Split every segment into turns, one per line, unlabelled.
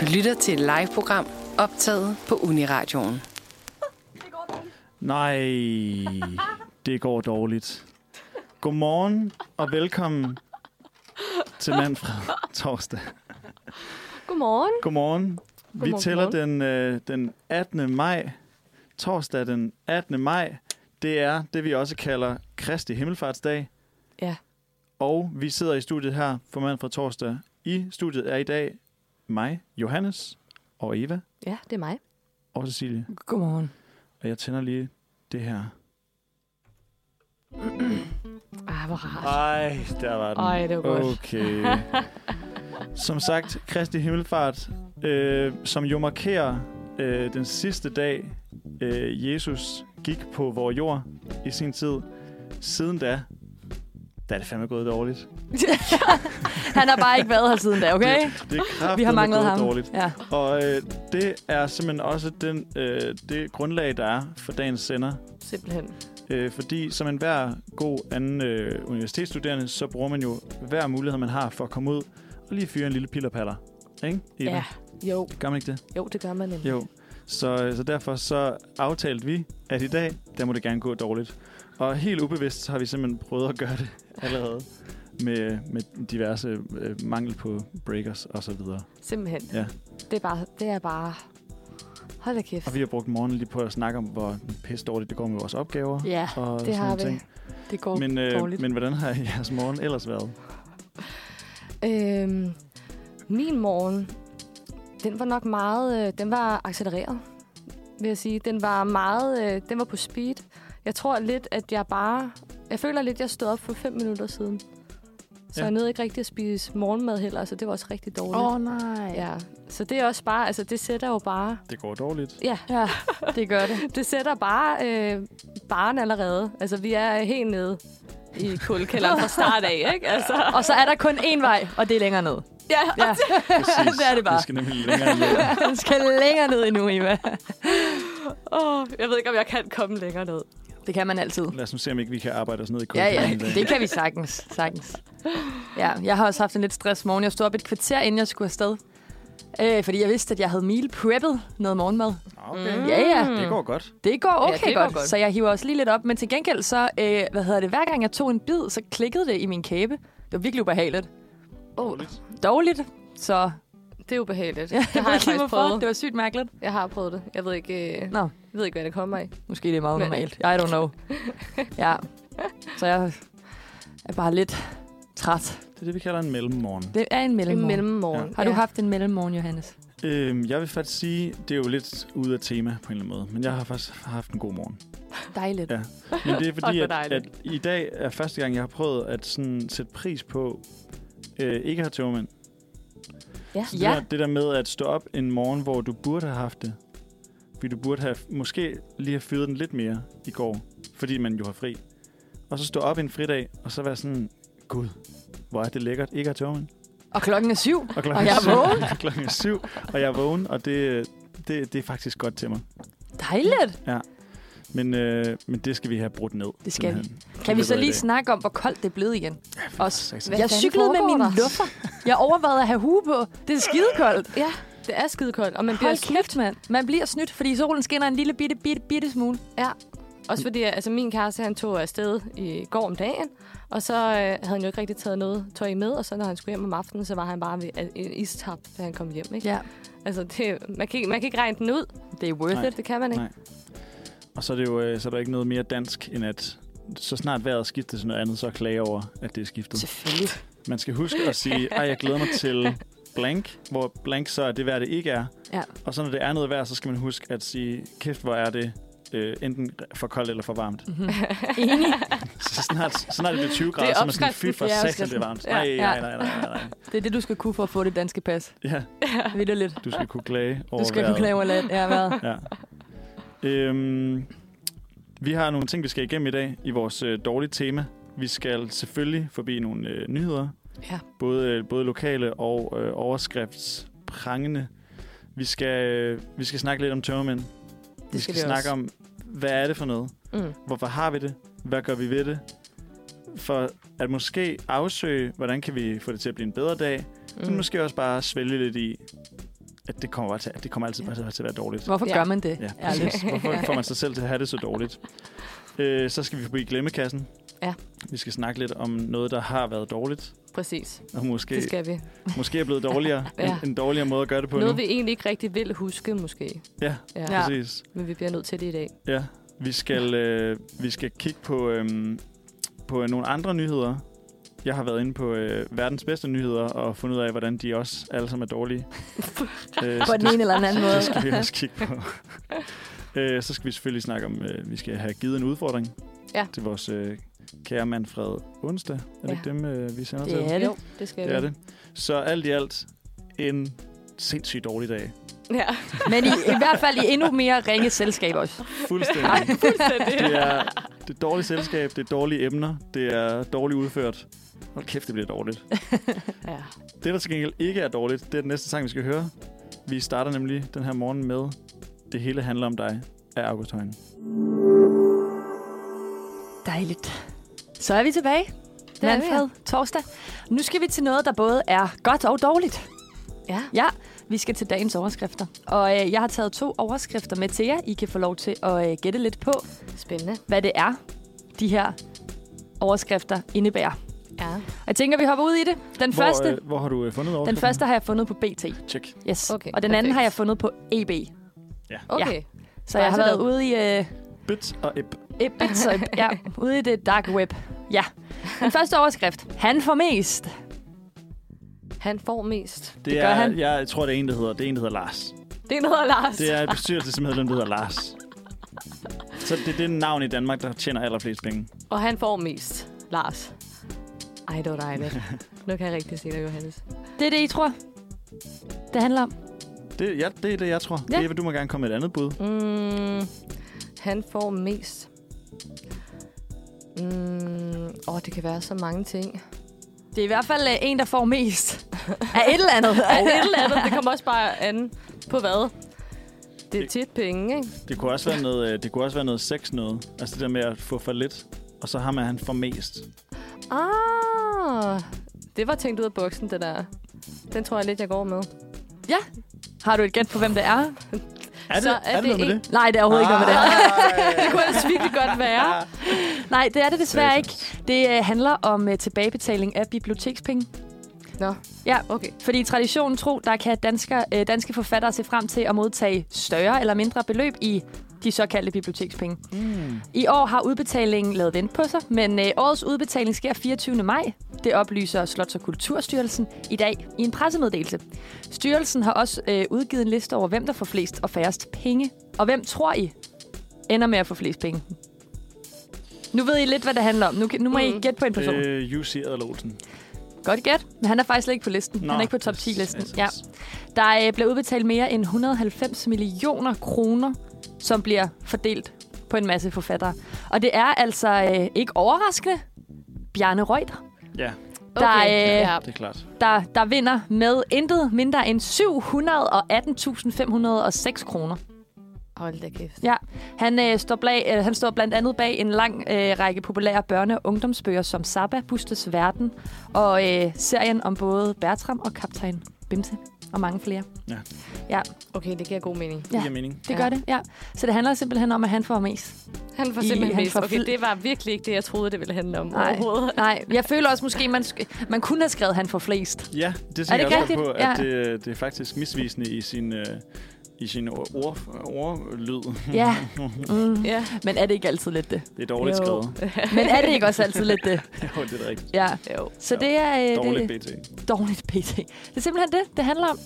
Du lytter til et live-program optaget på Uniradioen.
Nej, det går dårligt. Godmorgen og velkommen til Manfred Torsdag.
Godmorgen.
Godmorgen. Vi
Godmorgen,
tæller
godmorgen.
den, øh, den 18. maj. Torsdag den 18. maj. Det er det, vi også kalder Kristi Himmelfartsdag.
Ja.
Og vi sidder i studiet her for Manfred Torsdag. I studiet er i dag mig, Johannes og Eva
Ja, det er mig.
og Cecilie.
Godmorgen.
Og jeg tænder lige det her.
Ah, hvor rart.
Ej, der var den.
Ej, det var godt.
Okay. Som sagt, Kristi Himmelfart, øh, som jo markerer øh, den sidste dag, øh, Jesus gik på vores jord i sin tid. Siden da, der er det fandme gået dårligt.
Han har bare ikke været her siden da, okay?
Det, det er kraftedeme
Vi har manglet
gået
ham.
dårligt.
Ja.
Og øh, det er simpelthen også den, øh, det grundlag, der er for dagens sender.
Simpelthen.
Øh, fordi som enhver god anden øh, universitetsstuderende, så bruger man jo hver mulighed, man har for at komme ud og lige fyre en lille pillerpaller. Ikke? Eva?
Ja. Jo,
Gør man ikke det?
jo, det gør man nemlig.
Jo. Så, så derfor så aftalte vi, at i dag, der må det gerne gå dårligt. Og helt ubevidst har vi simpelthen prøvet at gøre det allerede med, med diverse øh, mangel på breakers og så videre.
Simpelthen.
Ja.
Det er bare... Det er bare... Hold da kæft.
Og vi har brugt morgenen lige på at snakke om, hvor pisse dårligt det går med vores opgaver.
Ja,
og
det
sådan
har
nogle
vi.
ting.
Det går
Men, øh,
dårligt.
men hvordan har jeres morgen ellers været?
Øhm, min morgen, den var nok meget... Øh, den var accelereret, vil jeg sige. Den var meget... Øh, den var på speed. Jeg tror lidt, at jeg bare... Jeg føler lidt, at jeg stod op for fem minutter siden. Så
Ja.
ja. jeg nåede ikke rigtig at spise morgenmad heller, så det var også rigtig dårligt.
Åh oh, nej.
Ja, så det er også bare, altså det sætter jo bare,
Det går dårligt.
ja,
ja, det gør det.
det sætter bare øh, baren allerede. Altså vi er helt nede i kuldkælderen fra start af, ikke? Altså,
Og så er der kun én vej, og det er længere ned.
ja,
Ja,
Præcis.
Det er det bare.
Det skal nemlig længere ned.
den skal længere ned endnu, Eva.
åh, jeg ved ikke, om jeg kan komme længere ned.
Det kan man altid.
Lad os nu se, om ikke vi kan arbejde os ned i
Ja, ja,
kulden.
det kan vi sagtens. sagtens. Ja, jeg har også haft en lidt stress morgen. Jeg stod op et kvarter, inden jeg skulle afsted. Øh, fordi jeg vidste, at jeg havde meal preppet noget morgenmad.
Okay.
Ja, ja.
Det går godt.
Det går okay
Mm. Ja, det går
godt,
godt.
så jeg hiver også lige lidt op. Men til gengæld så, øh, hvad hedder det, hver gang jeg tog en bid, så klikkede det i min kæbe. Det var virkelig ubehageligt.
Åh,
Dårligt, så
det er ubehageligt.
Ja,
det har jeg
ved ikke,
faktisk
hvorfor.
prøvet.
Det var sygt mærkeligt.
Jeg har prøvet det. Jeg ved ikke, øh,
Nå.
jeg ved ikke hvad det kommer af.
Måske det er meget
Men-
normalt. I don't know. ja. Så jeg er bare lidt træt.
Det er det, vi kalder en mellemmorgen.
Det er en
En
mellemmorgen.
mellemmorgen.
Har du haft en mellemmorgen, Johannes?
Øhm, jeg vil faktisk sige, det er jo lidt ude af tema på en eller anden måde, men jeg har faktisk haft en god morgen.
Dejligt.
Ja. Men det er fordi,
hvor
at, at
dejligt.
i dag er første gang, jeg har prøvet at sådan sætte pris på øh, ikke at have tømmermænd.
Ja.
Så det,
ja.
der, det der med at stå op en morgen, hvor du burde have haft det, fordi du burde have måske lige have fyret den lidt mere i går, fordi man jo har fri. Og så stå op en fridag, og så være sådan, gud, hvor er det lækkert ikke at have tømmermænd.
Og klokken er syv.
Og klokken
Og jeg er
syv-
vågen.
klokken er syv, og jeg er vågen, og det, det, det er faktisk godt til mig.
Dejligt.
Men, øh, men det skal vi have brudt ned.
Det skal vi.
simpelthen.
Kan vi
løbet
så
af i
lige
dag.
snakke om, hvor koldt det er blevet igen? Også.
Satan.
Hvad
Jeg
fanden
cyklede med
foregår
mine
der?
luffer. Jeg overvejede at have hue på. Det er skidekoldt.
Ja, det er skidekoldt, og man bliver
Hold
snydt.
kæft, mand. Man bliver snydt, fordi solen skinner en lille bitte, bitte, bitte smule.
Også fordi altså, min kæreste, han tog afsted i går om dagen, og så øh, havde han jo ikke rigtig taget noget tøj med, og så når han skulle hjem om aftenen, så var han bare ved øh, en istap, da han kom hjem. Ikke?
Ja.
Altså, det, man, kan, ikke- man kan ikke regne den ud.
Det er worth
Nej.
it.
Det kan man ikke.
Nej. Og så er, det jo, øh, så er der ikke noget mere dansk, end at så snart vejret skifter til noget andet, så klage over, at det er skiftet.
Selvfølgelig.
Man skal huske at sige, at jeg glæder mig til blank, hvor blank så er det vejr, det ikke er.
Ja.
Og så når det er noget vejr, så skal man huske at sige, kæft, hvor er det øh, enten for koldt eller for varmt.
Mm-hmm. Enig.
Så snart, så snart det bliver 20 grader,
Det er
så er man sådan, fy
opskriften.
for
Det er
satan, det
opskriften.
er varmt.
Ja.
Nej, nej,
Ja.
nej, nej, nej, nej.
Det er det, du skal kunne for at få det danske pas.
Ja,
Vildt lidt.
du skal kunne klage over
Du skal kunne
vejret.
klage over land. Ja, hvad?
Ja. Øhm, vi har nogle ting, vi skal igennem i dag i vores øh, dårlige tema. Vi skal selvfølgelig forbi nogle øh, nyheder.
Ja.
Både, øh, både lokale og øh, overskriftsprangende. Vi skal, øh, vi skal snakke lidt om tømmermænd. Det vi skal
skal vi
snakke
også.
om, hvad er det for noget?
Mm.
Hvorfor har vi det? Hvad gør vi ved det? For at måske afsøge, hvordan kan vi få det til at blive en bedre dag? Mm. Men
Mm.
måske også bare svælge lidt i, at det kommer, bare til, at det kommer altid bare til at være dårligt.
Hvorfor
Ja.
gør man det?
Ja,
Ærligt.
præcis. Hvorfor får man sig selv til at have det så dårligt? Øh, så skal vi forbi glemmekassen.
Ja.
Vi skal snakke lidt om noget, der har været dårligt,
Præcis.
og måske,
Det skal vi.
måske er blevet dårligere.
Ja.
en, en dårligere måde at gøre det på
Noget,
nu.
vi egentlig ikke rigtig vil huske, måske.
Ja,
Ja.
Ja.
ja.
præcis.
Men vi bliver nødt til det i dag.
Ja. Vi, skal, øh, vi skal kigge på, øh, på nogle andre nyheder. Jeg har været inde på øh, verdens bedste nyheder og fundet ud af, hvordan de også alle sammen er dårlige. øh,
På
så
den ene eller den anden måde.
Det skal vi også kigge på. øh, så skal vi selvfølgelig snakke om, øh, vi skal have givet en udfordring
Ja.
til vores øh, kære Manfred Onsdag. Er det
Ja.
ikke dem, øh, vi sender
Det
til?
er det.
Jo, det skal
Det er
vi.
det. Så alt i alt en sindssygt dårlig dag.
Ja.
Men i, i hvert fald i endnu mere ringe selskab også.
Fuldstændig. det er det er dårlige selskab, det er dårlige emner, det er dårligt udført. Hold kæft, det bliver dårligt.
ja.
Det, der til gengæld ikke er dårligt, det er den næste sang, vi skal høre. Vi starter nemlig den her morgen med Det hele handler om dig af August Højen.
Dejligt. Så er vi tilbage. Det
er vi,
Manfred, torsdag. Nu skal vi til noget, der både er godt og dårligt.
Ja.
Ja, vi skal til dagens overskrifter. Og øh, jeg har taget to overskrifter med til jer. I kan få lov til at øh, gætte lidt på,
Spændende.
hvad det er, de her overskrifter indebærer.
Ja.
Og Jeg tænker, vi hopper ud i det. Den, hvor, første,
Hvor, øh, hvor har du øh, fundet over?
den første har jeg fundet på BT.
Check.
Yes.
Okay,
og den anden
perfekt.
har jeg fundet på EB.
Okay. Ja.
Så jeg har
Bare
været
sådan.
ude i... Øh,
Bit og ep.
Et bit, så ja, ude i det dark web. Ja. Den første overskrift. Han får mest.
Han får mest.
Det,
gør
er,
han.
Jeg tror, det er en, der hedder, det er en, der hedder Lars.
Det er noget, Lars.
Det er et bestyrelsesmedlem, der hedder Lars. Så det, det er navn i Danmark, der tjener allerflest penge.
Og han får mest. Lars. Ej, det var dejligt. nu kan jeg rigtig se dig, Johannes.
Det er det, I tror, det handler om.
Det, ja, det er det, jeg tror.
Ja.
Ja. Eva, du må gerne komme med et andet bud.
Mm, han får mest. Mm, åh, det kan være så mange ting.
Det er i hvert fald øh, en, der får mest af et eller andet.
Og et eller andet, det kommer også bare an på hvad. Det er tit penge, ikke?
Det kunne også være noget, øh, det kunne også være noget sex noget. Altså det der med at få for lidt, og så har man han for mest.
Ah, det var tænkt ud af buksen, det der. Den tror jeg lidt, jeg går med.
Har du et gæt på, hvem det er?
Er det,
Så
er det, er det noget med
en-
det?
Nej, det er overhovedet ah. ikke noget med det.
Det kunne ellers virkelig godt være.
Nej, det er det desværre ikke. Det øh, handler om øh, tilbagebetaling af bibliotekspenge.
Nå,
Ja,
okay.
fordi i traditionen tro, der kan danskere, øh, danske forfattere se frem til at modtage større eller mindre beløb i de såkaldte bibliotekspenge.
Mm.
I år har udbetalingen lavet vent på sig, men øh, årets udbetaling sker 24. maj. Det oplyser Slots- og Kulturstyrelsen i dag i en pressemeddelelse. Styrelsen har også øh, udgivet en liste over, hvem der får flest og færrest penge. Og hvem tror I ender med at få flest penge? Nu ved I lidt, hvad det handler om. Nu, kan- nu må mm. I
Mm.
gætte på en person. Øh.
Øh, UC Adler Olsen.
Godt gæt, men han er faktisk slet ikke på listen. Nå, han er ikke på top 10-listen. Ja. Der øh, bliver udbetalt mere end 190 millioner kroner, som bliver fordelt på en masse forfattere. Og det er altså øh, ikke overraskende Bjarne Reuter,
ja,
Der er,
okay.
øh,
ja.
det er klart.
der, der vinder med intet mindre end 718.506 kroner.
Hold da kæft.
Ja, han, øh, står blag, øh, han står blandt andet bag en lang øh, række populære børne- og ungdomsbøger som Saba, Bustes Verden og øh, serien om både Bertram og Kaptajn Bimse og mange flere.
Okay, det giver god mening.
Ja.
Ja.
Det giver mening.
Det
Ja.
gør det, ja. Så det handler simpelthen om, at han får mest.
Han får
I-
simpelthen
han
mest.
får
Okay,
fl-
det var virkelig ikke det, jeg troede, det ville handle om
Nej.
overhovedet.
Nej, jeg føler også måske, man, sk- man kunne have skrevet, han får flest.
Ja, det tænker
det
jeg også
rigtigt?
på, at
Ja.
ja. det, det er faktisk misvisende i sin, øh, i sin ord, ord, ordlyd.
Ja. Mm.
Ja.
Men er det ikke altid lidt det?
Det er dårligt
Jo.
skrevet.
Men er det ikke også altid lidt det?
jo, det er da rigtigt.
Ja.
Jo.
Så det er, øh,
Dårligt
det
BT.
er dårligt pt. Det er simpelthen det, det handler om.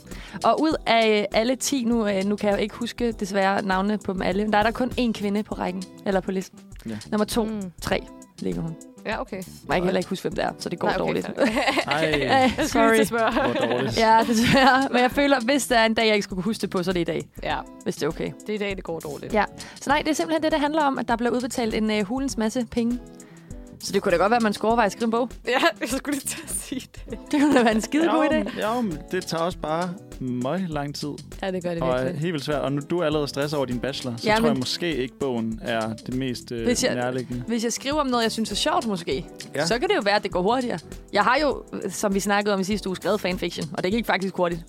Og ud af øh, alle 10 nu, øh, nu kan jeg jo ikke huske desværre navnene på dem alle, men der er der kun én kvinde på rækken, eller på listen.
Ja.
Nummer 2, mm.
Mm.
3 ligger hun.
Ja, okay.
Man kan heller ikke huske, hvem det er, så det går
Nej, okay,
dårligt.
fair.
Ej,
Ej,
Jeg skulle
sorry.
lige til at spørge.
hvor dårligt.
Ja, desværre. Men jeg føler, hvis der er en dag, jeg ikke skulle kunne huske det på, så er det i dag,
Ja,
hvis det er okay.
det er i dag, det går dårligt.
Ja. Så nej, det er simpelthen det, det handler om, at der bliver udbetalt en øh, hulens masse penge. Så det kunne da godt være, at man skulle overveje at skrive en bog.
ja jeg skulle lige til at sige det.
Det kunne da være en skide god idé.
Jo, jo, men det tager også bare meget lang tid.
Ja, det gør det
Og er
virkelig.
helt vildt svært. Og nu du er allerede stresset over din bachelor, så
Ja,
ja, tror
men-
jeg måske ikke, bogen er det mest øh,
Hvis jeg-
nærliggende.
Hvis jeg skriver om noget, jeg synes er sjovt måske, ja.
Ja.
så kan det jo være, at det går hurtigere. Jeg har jo, øh, som vi snakkede om i sidste uge, skrevet fanfiction, og det gik faktisk hurtigt.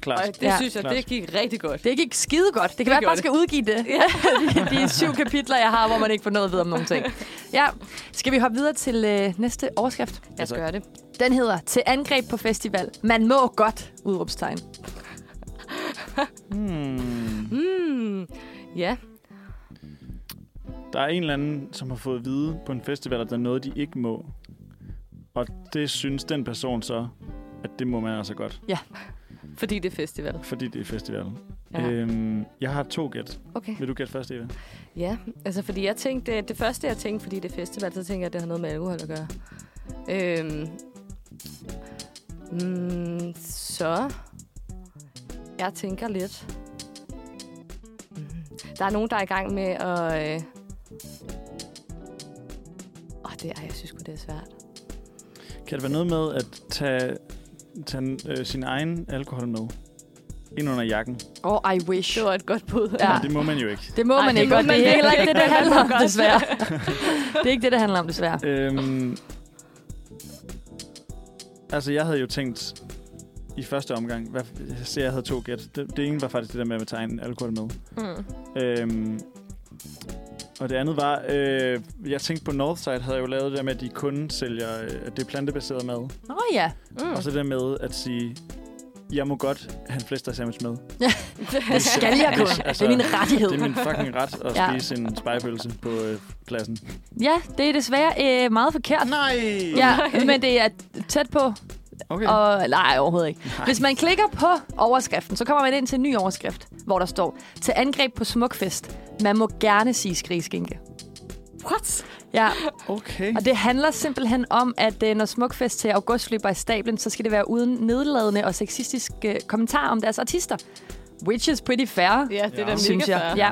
klart.
Og det
Ja.
ja. synes jeg,
Klart.
det gik rigtig godt.
Det gik skide godt. Det kan
Det
være, at jeg bare
gjorde
skal udgive det. Ja. de, de syv kapitler, jeg har, hvor man ikke får noget at vide om nogle ting. Ja. Skal vi hoppe videre til øh, næste overskrift?
Lad os
tak.
gøre det.
Den hedder Til angreb på festival. Man må godt, udråbstegn.
Hmm.
Mm, ja,
Der er en eller anden, som har fået at vide på en festival, at der er noget, de ikke må. Og det synes den person så, at det må man altså godt,
Fordi det er festival.
fordi det er festival.
Ja.
Ja. Øhm, jeg har to gæt.
okay.
Vil du gætte først, Eva?
Ja, altså fordi jeg tænkte, det første jeg tænkte, fordi det er festival, så tænker jeg, at det har noget med alkohol at gøre. Øhm, mm, så jeg tænker lidt. Mm, Der er nogen, der er i gang med at... Øh, Åh, det er, jeg synes godt det er svært.
Kan det være noget med at tage, tage øh, sin egen alkohol med ind under jakken?
Oh, I wish.
Det var et godt bud.
Ja.
Ja. Men det må man jo ikke.
Det må
Ej,
man
det
ikke,
må
og det
man
er heller ikke det, det
ikke.
handler om,
Man må godt.
desværre. det er ikke det, det handler om, desværre.
Øhm, altså, jeg havde jo tænkt i første omgang, hvad, jeg ser, jeg havde to gæt. Det, det ene var faktisk det der med at tage en alkohol med.
Mm.
Øhm, og det andet var, øh, jeg tænkte på Northside havde jo lavet det der med, at de kun sælger øh, at det er plantebaseret mad. Mm.
Nå ja,
Mm.
Og så det der med at sige, jeg må godt have en flæster sandwich med.
det skal jeg kunne. Det
Altså,
er min rettighed.
Det er min fucking ret at
Ja.
ja. spise en spejpølse på øh, pladsen.
Ja, det er desværre øh, meget forkert.
Nej!
Ja, men det er tæt på.
Okay.
Og, nej, overhovedet ikke. Hvis man klikker på overskriften, så kommer man ind til en ny overskrift, hvor der står, til angreb på smukfest. Man må gerne sige skrigeskinke.
What?
Ja,
Okay.
og det handler simpelthen om, at øh, når smukfest til august løber i stablen, så skal det være uden nedladende og sexistiske kommentarer om deres artister. Which is pretty fair.
Ja, det er
Ja.
da mega
synes jeg.
fair.
Ja.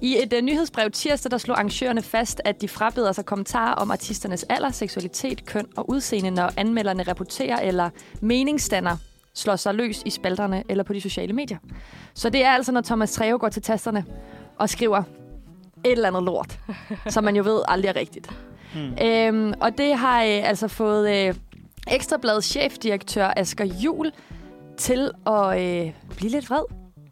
I et uh, nyhedsbrev tirsdag, der slog arrangørerne fast, at de frabeder sig kommentarer om artisternes alder, seksualitet, køn og udseende, når anmelderne rapporterer eller meningsstander slår sig løs i spalterne eller på de sociale medier. Så det er altså, når Thomas Treve går til tasterne og skriver et eller andet lort, som man jo ved aldrig er rigtigt. Hmm. Øhm, og det har øh, altså fået øh, Ekstrabladets chefdirektør Asger Jul til at øh, blive lidt vred.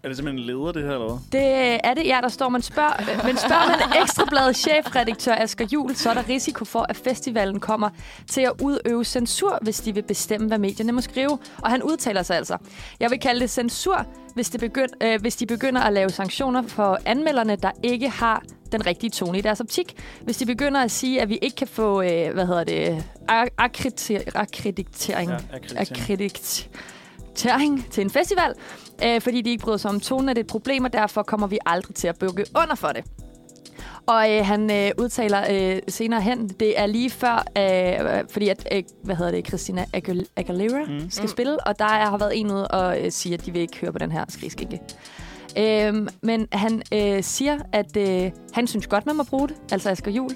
Er det simpelthen en leder, det her, eller hvad?
Det er det, ja, der står, man spørger. Men spørger man Ekstrabladets chefredaktør Asger Jul, så er der risiko for, at festivalen kommer til at udøve censur, hvis de vil bestemme, hvad medierne må skrive. Og han udtaler sig altså. Jeg vil kalde det censur, hvis, det begynd, øh, hvis de begynder at lave sanktioner for anmelderne, der ikke har den rigtige tone i deres optik. Hvis de begynder at sige, at vi ikke kan få, øh, hvad hedder det, ak- akkrediter- akkreditering,
Ja, akkreditering.
akkreditering til en festival, øh, fordi de ikke bryder sig om tonen af det er et problem, og derfor kommer vi aldrig til at bukke under for det. Og øh, han øh, udtaler øh, senere hen, det er lige før, øh, fordi at, øh, hvad hedder det, Christina Agu- Aguilera mm. skal spille, og der er, har været en ude og øh, sige, at de vil ikke høre på den her skrigskinke. Øhm, men han øh, siger, at øh, han synes godt, man må bruge det, altså Asger Jul.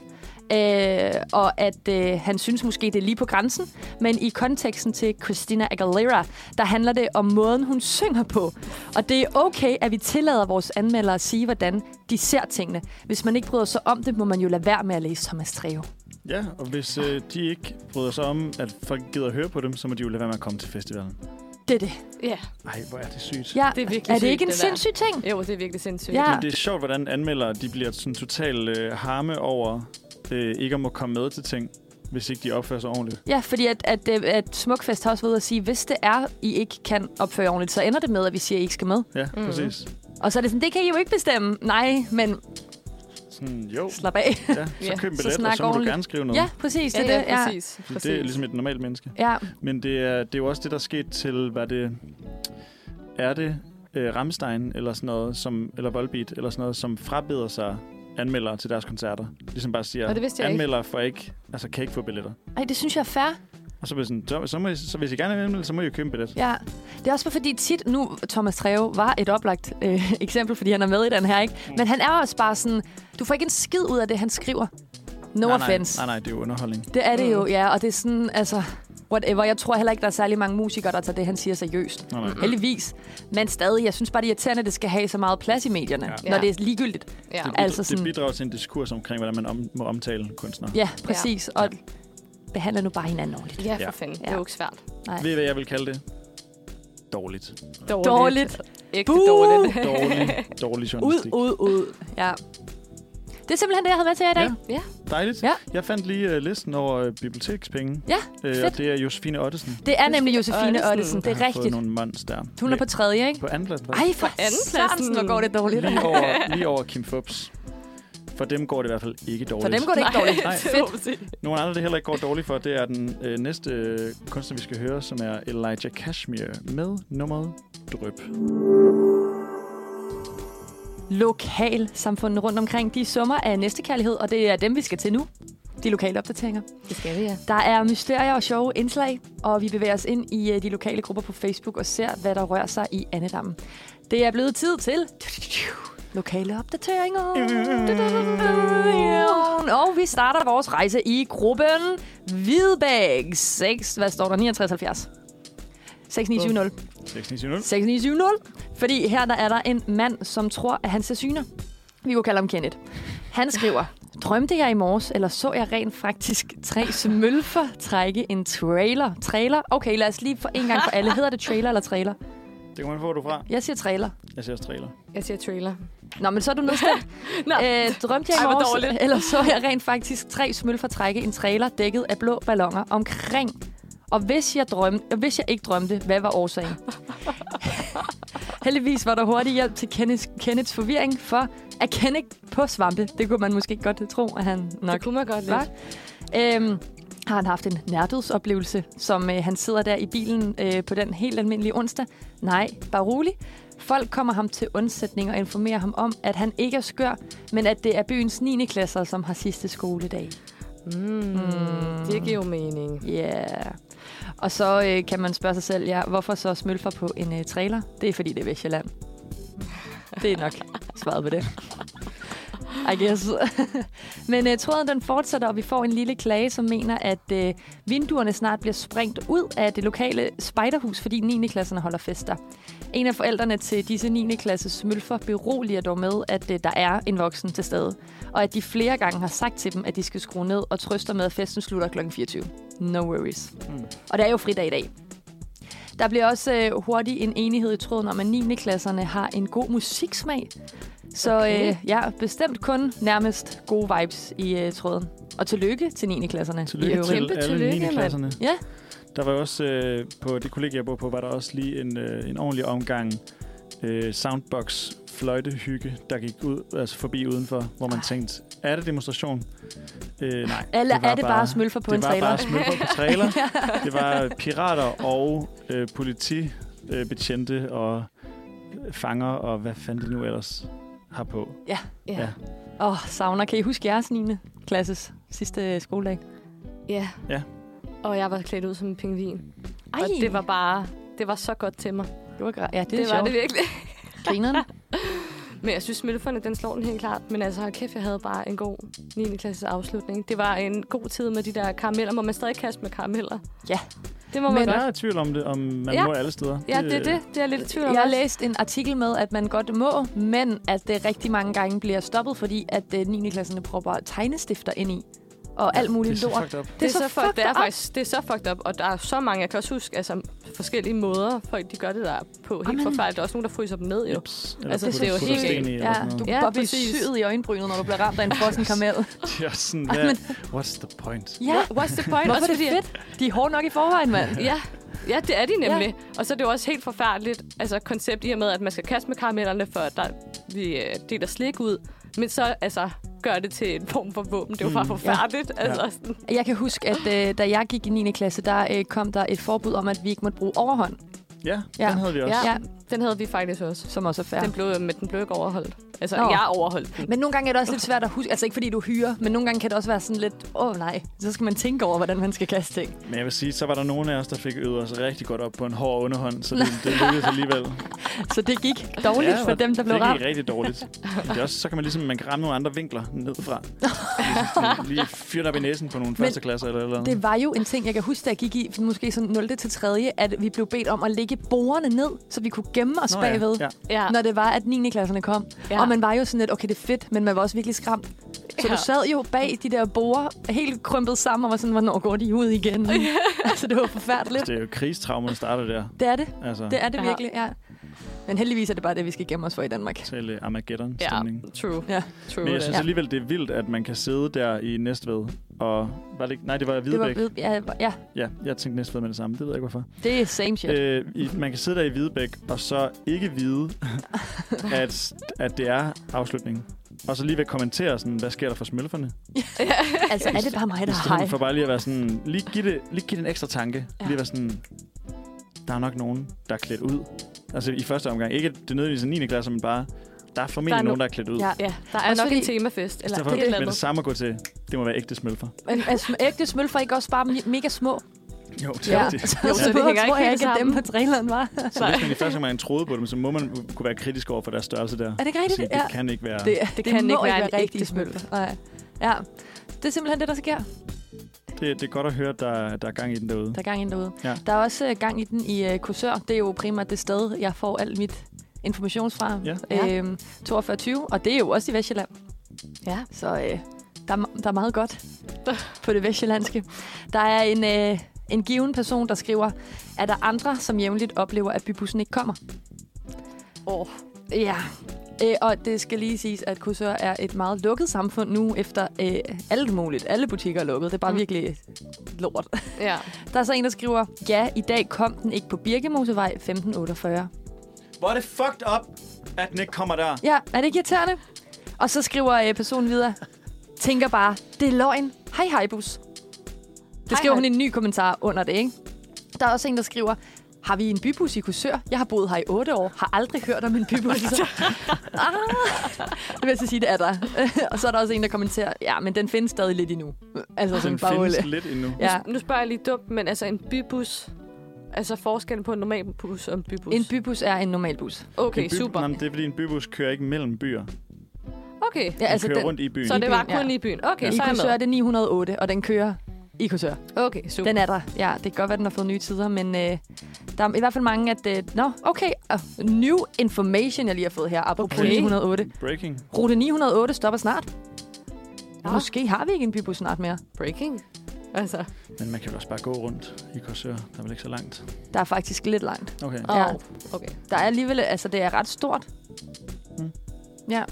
Øh, og at øh, han synes måske, det er lige på grænsen. Men i konteksten til Christina Aguilera, der handler det om måden, hun synger på. Og det er okay, at vi tillader vores anmeldere at sige, hvordan de ser tingene. Hvis man ikke bryder sig om det, må man jo lade være med at læse Thomas Treve.
Ja, og hvis øh, de ikke bryder sig om, at folk gider at høre på dem, så må de jo lade være med at komme til festivalen.
Det er det.
Ja,
Ej, hvor er det sygt.
Ja,
det er virkelig
er det
sygt,
ikke en
der.
sindssyg ting?
Jo, det er virkelig sindssygt.
Ja.
Men det er sjovt, hvordan anmeldere de bliver sådan total øh, harme over øh, ikke at må komme med til ting, hvis ikke de opfører sig ordentligt.
Ja, fordi at, at, øh, at Smukfest har også været ude at sige, hvis det er, I ikke kan opføre ordentligt, så ender det med, at vi siger, at I ikke skal med.
Ja, mm. præcis.
Og så er det sådan, det kan I jo ikke bestemme. Nej, men
Sådan, jo,
slap af.
ja, så
Ja,
køb en
så
billet, og
snak
så må
ordentligt.
du gerne skrive noget.
Ja, præcis.
Ja,
det,
det
er
er
det,
præcis.
Fordi
præcis.
det er ligesom et normalt menneske.
Ja.
Men det er, det er jo også det, der skete til, hvad det er det øh, Ramstein eller sådan noget, som, eller Volbeat eller sådan noget, som frabeder sig anmeldere til deres koncerter. Ligesom bare siger,
Og det vidste jeg ikke.
anmeldere får ikke, altså kan ikke få billetter.
Ej, det synes jeg er fair.
Og så, bliver sådan, så, så, må I, så hvis I gerne vil anmelde, så må I jo købe en billet.
Ja. Det er også bare fordi tit, nu Thomas Treve var et oplagt øh, eksempel, fordi han er med i den her, ikke? Men han er også bare sådan, du får ikke en skid ud af det, han skriver. No
nej,
offense.
Nej, nej, nej, det er jo underholdning.
Det er det jo, ja. Og det er sådan, altså, whatever. Jeg tror heller ikke, der er særlig mange musikere, der tager det, han siger seriøst.
Nej, nej.
Heldigvis. Men stadig, jeg synes bare, det er irriterende, at det skal have så meget plads i medierne, ja.
Ja.
når
Ja.
det er ligegyldigt.
Ja.
Det,
Altså
altså
sådan-
det bidrager til en diskurs omkring, hvordan man om, må omtale kunstnere.
Ja, præcis. Ja. Og behandler nu bare hinanden ordentligt.
ja,
Ja.
for fanden. Det er jo ikke svært.
Nej.
Ved I, hvad jeg vil kalde det? Dårligt.
Dårligt.
Dårligt.
Ægte
Buh!
dårligt.
Dårlig, dårlig
Ud,
journalistik.
ud, ud. Ja. Det er simpelthen det, jeg havde med til jer i dag.
Ja.
Ja.
Dejligt.
Ja.
Jeg fandt lige øh, listen over øh, bibliotekspenge.
Ja,
øh,
fedt.
og det er Josefine Ottesen.
Det er nemlig
Ottesen.
Josefine Ottesen. Det
der
er
har Fået
rigtigt.
nogle monster.
Hun er på tredje, ikke?
på andenpladsen.
Ej, for
anden
andenpladsen. Hvor går det dårligt.
Lige over, lige over Kim Phipps. For dem går det i hvert fald ikke dårligt.
For dem går det ikke dårligt.
Nej.
Fedt.
Nogle andre, det heller ikke går dårligt for, det er den øh, næste øh, kunstner, vi skal høre, som er Elijah Cashmere med nummeret Drøb.
Lokalsamfundet rundt omkring, de summer af næstekærlighed, og det er dem, vi skal til nu. De lokale opdateringer.
Det skal vi, ja.
Der er mysterier og sjove indslag, og vi bevæger os ind i øh, de lokale grupper på Facebook og ser, hvad der rører sig i Annedammen. Det er blevet tid til lokale opdateringer. Og vi starter vores rejse i gruppen Hvidbæk 6. Hvad står der? 6970. 6970.
690.
6970. Fordi her der er der en mand, som tror, at han ser syner. Vi kunne kalde ham Kenneth. Han skriver, drømte jeg i morges, eller så jeg rent faktisk tre smølfer trække en trailer? Trailer? Okay, lad os lige for en gang for alle. Hedder det trailer eller trailer?
Det kan man få, du fra.
Jeg siger trailer.
Jeg ser også trailer.
Jeg siger trailer.
Nå, men så er du nedstemt.
Nå.
Øh, drømte jeg i
Ej, hvor
morges,
dårligt.
eller så jeg rent faktisk tre smølfer trække en trailer dækket af blå ballonger omkring. Og hvis jeg, drømte, og hvis jeg ikke drømte, hvad var årsagen? Heldigvis var der hurtig hjælp til Kenneths, Kenneths forvirring, for at Kenneth på svampe, det kunne man måske godt tro, at han nok
Det kunne man godt
Hva?
lidt.
Øhm, har han haft en nærdødsoplevelse, som øh, han sidder der i bilen øh, på den helt almindelige onsdag? Nej, bare rolig. Folk kommer ham til undsætning og informerer ham om, at han ikke er skør, men at det er byens 9. klasser, som har sidste skoledag.
Mm. Det giver jo mening.
Yeah. Og så øh, kan man spørge sig selv, ja, hvorfor så smølfer på en øh, trailer? Det er fordi, det er Vestjylland. Det er nok svaret på det. I guess. Men øh, tråden den fortsætter, og vi får en lille klage, som mener, at øh, vinduerne snart bliver sprængt ud af det lokale spejderhus, fordi 9. klasserne holder fester. En af forældrene til disse 9. klasses smølfer beroliger dog med, at øh, der er en voksen til stede, og at de flere gange har sagt til dem, at de skal skrue ned og trøster med, at festen slutter kl. 24. No worries.
Mm.
Mm. Og det er jo fridag i dag. Der bliver også øh, hurtigt en enighed i tråden om, at 9. klasserne har en god musiksmag. Så
Okay.
okay. øh, ja, bestemt kun nærmest gode vibes i øh, tråden. Og tillykke til 9. klasserne. i
Tillykke
øvrigt.
til
kæmpe
alle
tillykke,
9.
mand.
klasserne.
Ja.
Der var jo også øh, på det kollegie, jeg bor på, var der også lige en, øh, en ordentlig omgang øh, soundbox fløjtehygge, der gik ud, altså forbi udenfor, hvor man tænkte, er det demonstration? Øh, nej,
Eller
det var
er det bare,
bare
smølfer på
det
en
var
trailer?
bare smølfer på trailer. Det var øh, pirater og øh, politibetjente øh, betjente og øh, fanger og hvad fanden de nu ellers har på. Ja.
Ja.
Åh, oh, savner. Kan I huske jeres 9. klasses sidste øh, skoledag?
Ja.
Ja.
Og jeg var klædt ud som en pingvin.
Ej,
Og det var bare... Det var så godt til mig.
det var, gra- ja, det,
Det,
er
det var
sjovt.
det virkelig.
Grinerne.
Men jeg synes, smølferne, den slår den helt klart. Men altså, hold kæft, jeg havde bare en god 9. klasses afslutning. Det var en god tid med de der karameller. Må man stadig kaste med karameller?
Ja.
Det må
Men- Øh.
man
Men
godt.
jeg er i tvivl om det, om man
Ja.
må alle steder.
Ja, det er det. Det er jeg lidt i tvivl om.
Jeg har
også.
læst en artikel med, at man godt må, men at det rigtig mange gange bliver stoppet, fordi at øh, 9. klasserne propper tegnestifter ind i. Og alt muligt
det er så
lort.
fucked up.
Det er, så fucked, det er
up.
faktisk det er så fucked up, og der er så mange, jeg kan også huske, altså forskellige måder, folk de gør det der på helt
Amen.
forfærdeligt. Der er også nogen, der fryser dem ned jo.
Ups. Eller
Altså,
putter-
det er jo
putter
helt-
sten i eller
Ja,
sådan noget.
du
Ja,
kan bare blive
præcis.
syet i øjenbrynet, når du bliver ramt af en frossen karamel.
Det er sådan, hvad, what's the point?
Ja,
What's the point?
hvorfor
Også
er det
fordi,
Altså, fedt? De er hårde nok i forvejen, mand.
Ja, ja, det er de nemlig. Ja. Og så er det jo også helt forfærdeligt altså, koncept i og med, at man skal kaste med karamellerne, for at der, vi øh, deler slik ud. Men så altså, gør det til en form for våben. Det er jo bare
Mm.
forfærdeligt. Ja. Altså,
Ja.
sådan,
Jeg kan huske, at øh, da jeg gik i 9. klasse, der øh, kom der et forbud om, at vi ikke måtte bruge overhånd,
Ja,
Ja.
den havde vi også.
ja,
Ja.
ja, den havde vi faktisk også.
som også er fair.
Den blev, men den blev ikke overholdt. Altså,
Nå.
Nå. jeg overholdt den.
Men nogle gange er det også lidt svært at huske, altså ikke fordi du hyrer, men nogle gange kan det også være sådan lidt, åh oh, nej, så skal man tænke over, hvordan man skal kaste ting.
Men jeg vil sige, så var der nogen af os, der fik øvet os rigtig godt op på en hård underhånd, så det, det lykkedes alligevel.
Så det gik dårligt ja, for
og
dem, der blev
Det
ramt.
gik rigtig dårligt. Men Det er også, så kan man ligesom, man kan ramme nogle andre vinkler nedfra. Ligesom, lige fyre den op i næsen på nogle førsteklasser eller eller andet.
Det var jo en ting, jeg kan huske, da jeg gik i måske sådan 0. til 3., at vi blev bedt om at lægge bordene ned, så vi kunne gemme os
Nå ja,
bagved.
ja.
Ja.
Når det var, at 9. klasserne kom. Ja.
Ja.
Og man var jo sådan lidt, okay, det er fedt, men man var også virkelig skræmt. Så Så du sad jo bag de der borer, helt krympet sammen, og var sådan, hvornår går de ud igen? altså, det var forfærdeligt.
Det er jo krigstraumen, der starter der.
Det er det.
Altså,
Det er det
Ja.
virkelig, ja. Men heldigvis er det bare det, vi skal gemme os for i Danmark.
til øh, Armageddon-stemningen.
Ja, true.
Ja.
true
Men jeg
det.
synes alligevel, det er vildt, at man kan sidde der i Næstved og... Var det ikke? Nej, det var
Det var,
Hvidebæk.
ved- ja, ja,
Ja, jeg tænkte Næstved med det samme. Det ved jeg ikke, hvorfor.
det er same shit.
Øh, i, man kan sidde der i Hvidebæk og så ikke vide, at, at det er afslutningen. Og så lige ved kommentere sådan, hvad sker der for smølferne?
altså, er det bare mig,
I
der har
stedet for bare lige at være sådan, lige give det, lige give det en ekstra tanke. Ja.
Ja.
Lige være sådan, der er nok nogen, der er klædt ud. Altså i første omgang. Ikke at det er nødvendigvis er 9. klasse, men bare, der er formentlig der
Der er
er
no-
nogen, der er klædt ud.
Ja.
Ja.
Ja, der er
Også
nok
fordi-
en temafest, eller
Derfor
et eller
med det
andet.
samme at gå til, det må være ægte smølfer.
Men altså, ægte smølfer ikke også bare me- mega små?
Jo, det ja. er det.
Så,
Jo,
så,
så det
det
hænger
tror
ikke
jeg
helt
ikke, at dem
sammen.
på traileren var.
Så hvis man i første omgang troede på dem, så må man kunne være kritisk over for deres størrelse der.
er det ikke rigtigt?
Sådan,
Ja.
det kan ikke være...
Det,
Det,
det,
kan ikke
må
være en ægte
rigtige
smølfer.
Nej. Ja, det er simpelthen det, der sker.
det, det er godt at høre, at der, der er gang i den derude.
Der er gang i den derude.
Ja.
Der er også øh, gang i den i uh, Kursør. Det er jo primært det sted, jeg får alt mit information fra.
Ja.
Øhm, 42, og det er jo også i Vestjylland.
Ja.
Så øh, der, er, ma- der er meget godt på det vestjyllandske. Der er en, øh, en given person, der skriver, er der andre, som jævnligt oplever, at bybussen ikke kommer?
Åh.
Ja, øh, og det skal lige siges, at Kursør er et meget lukket samfund nu, efter øh, alt muligt. Alle butikker er lukket. Det er bare
Mm.
mm. virkelig lort.
Ja.
Der er så en, der skriver, ja, i dag kom den ikke på Birkemosevej 1548.
Hvor er det fucked up, at den ikke kommer der?
Ja, er det ikke irriterende? Og så skriver øh, personen videre, tænker bare, det er løgn. Hej, hej, bus. Det
Hej, hej.
skriver hun i en ny kommentar under det, ikke? Der er også en, der skriver, har vi en bybus i Kursør? Jeg har boet her i otte år, har aldrig hørt om en bybus. ah, det vil jeg så sige, det er der. og så er der også en, der kommenterer, ja, men den findes stadig lidt endnu. Altså,
Ah, Den
sådan bare
findes
rolig.
lidt endnu.
Ja.
Nu spørger jeg lige dumt, men altså en bybus... Altså forskellen på en normal bus og en bybus.
En bybus er en normal bus.
okay,
En by-
super.
Nå, men det er fordi, en bybus kører ikke mellem byer. Den
Okay,
Ja, altså,
kører
den,
rundt i byen.
så det var
byen, ja.
kun i byen. Okay,
Ja. I
så er
Korsør er
jeg
det 908, og den kører i Korsør.
med. Okay, super.
Den er der. Ja, det kan godt være, den har fået nye tider, men øh, der er i hvert fald mange, at... Øh, Nå, okay. Uh, new information, jeg lige har fået her, apropos
Okay.
okay. 908.
Breaking.
Rute 908 stopper snart.
Nå.
Ja. Måske har vi ikke en bybus snart mere.
Breaking. Altså,
Men man kan vel også bare gå rundt i Korsør. Der er vel ikke så langt.
Der er faktisk lidt langt.
Okay.
Åh,
Ja.
okay.
Der er alligevel... Altså, det er ret stort.
Mm.
Ja.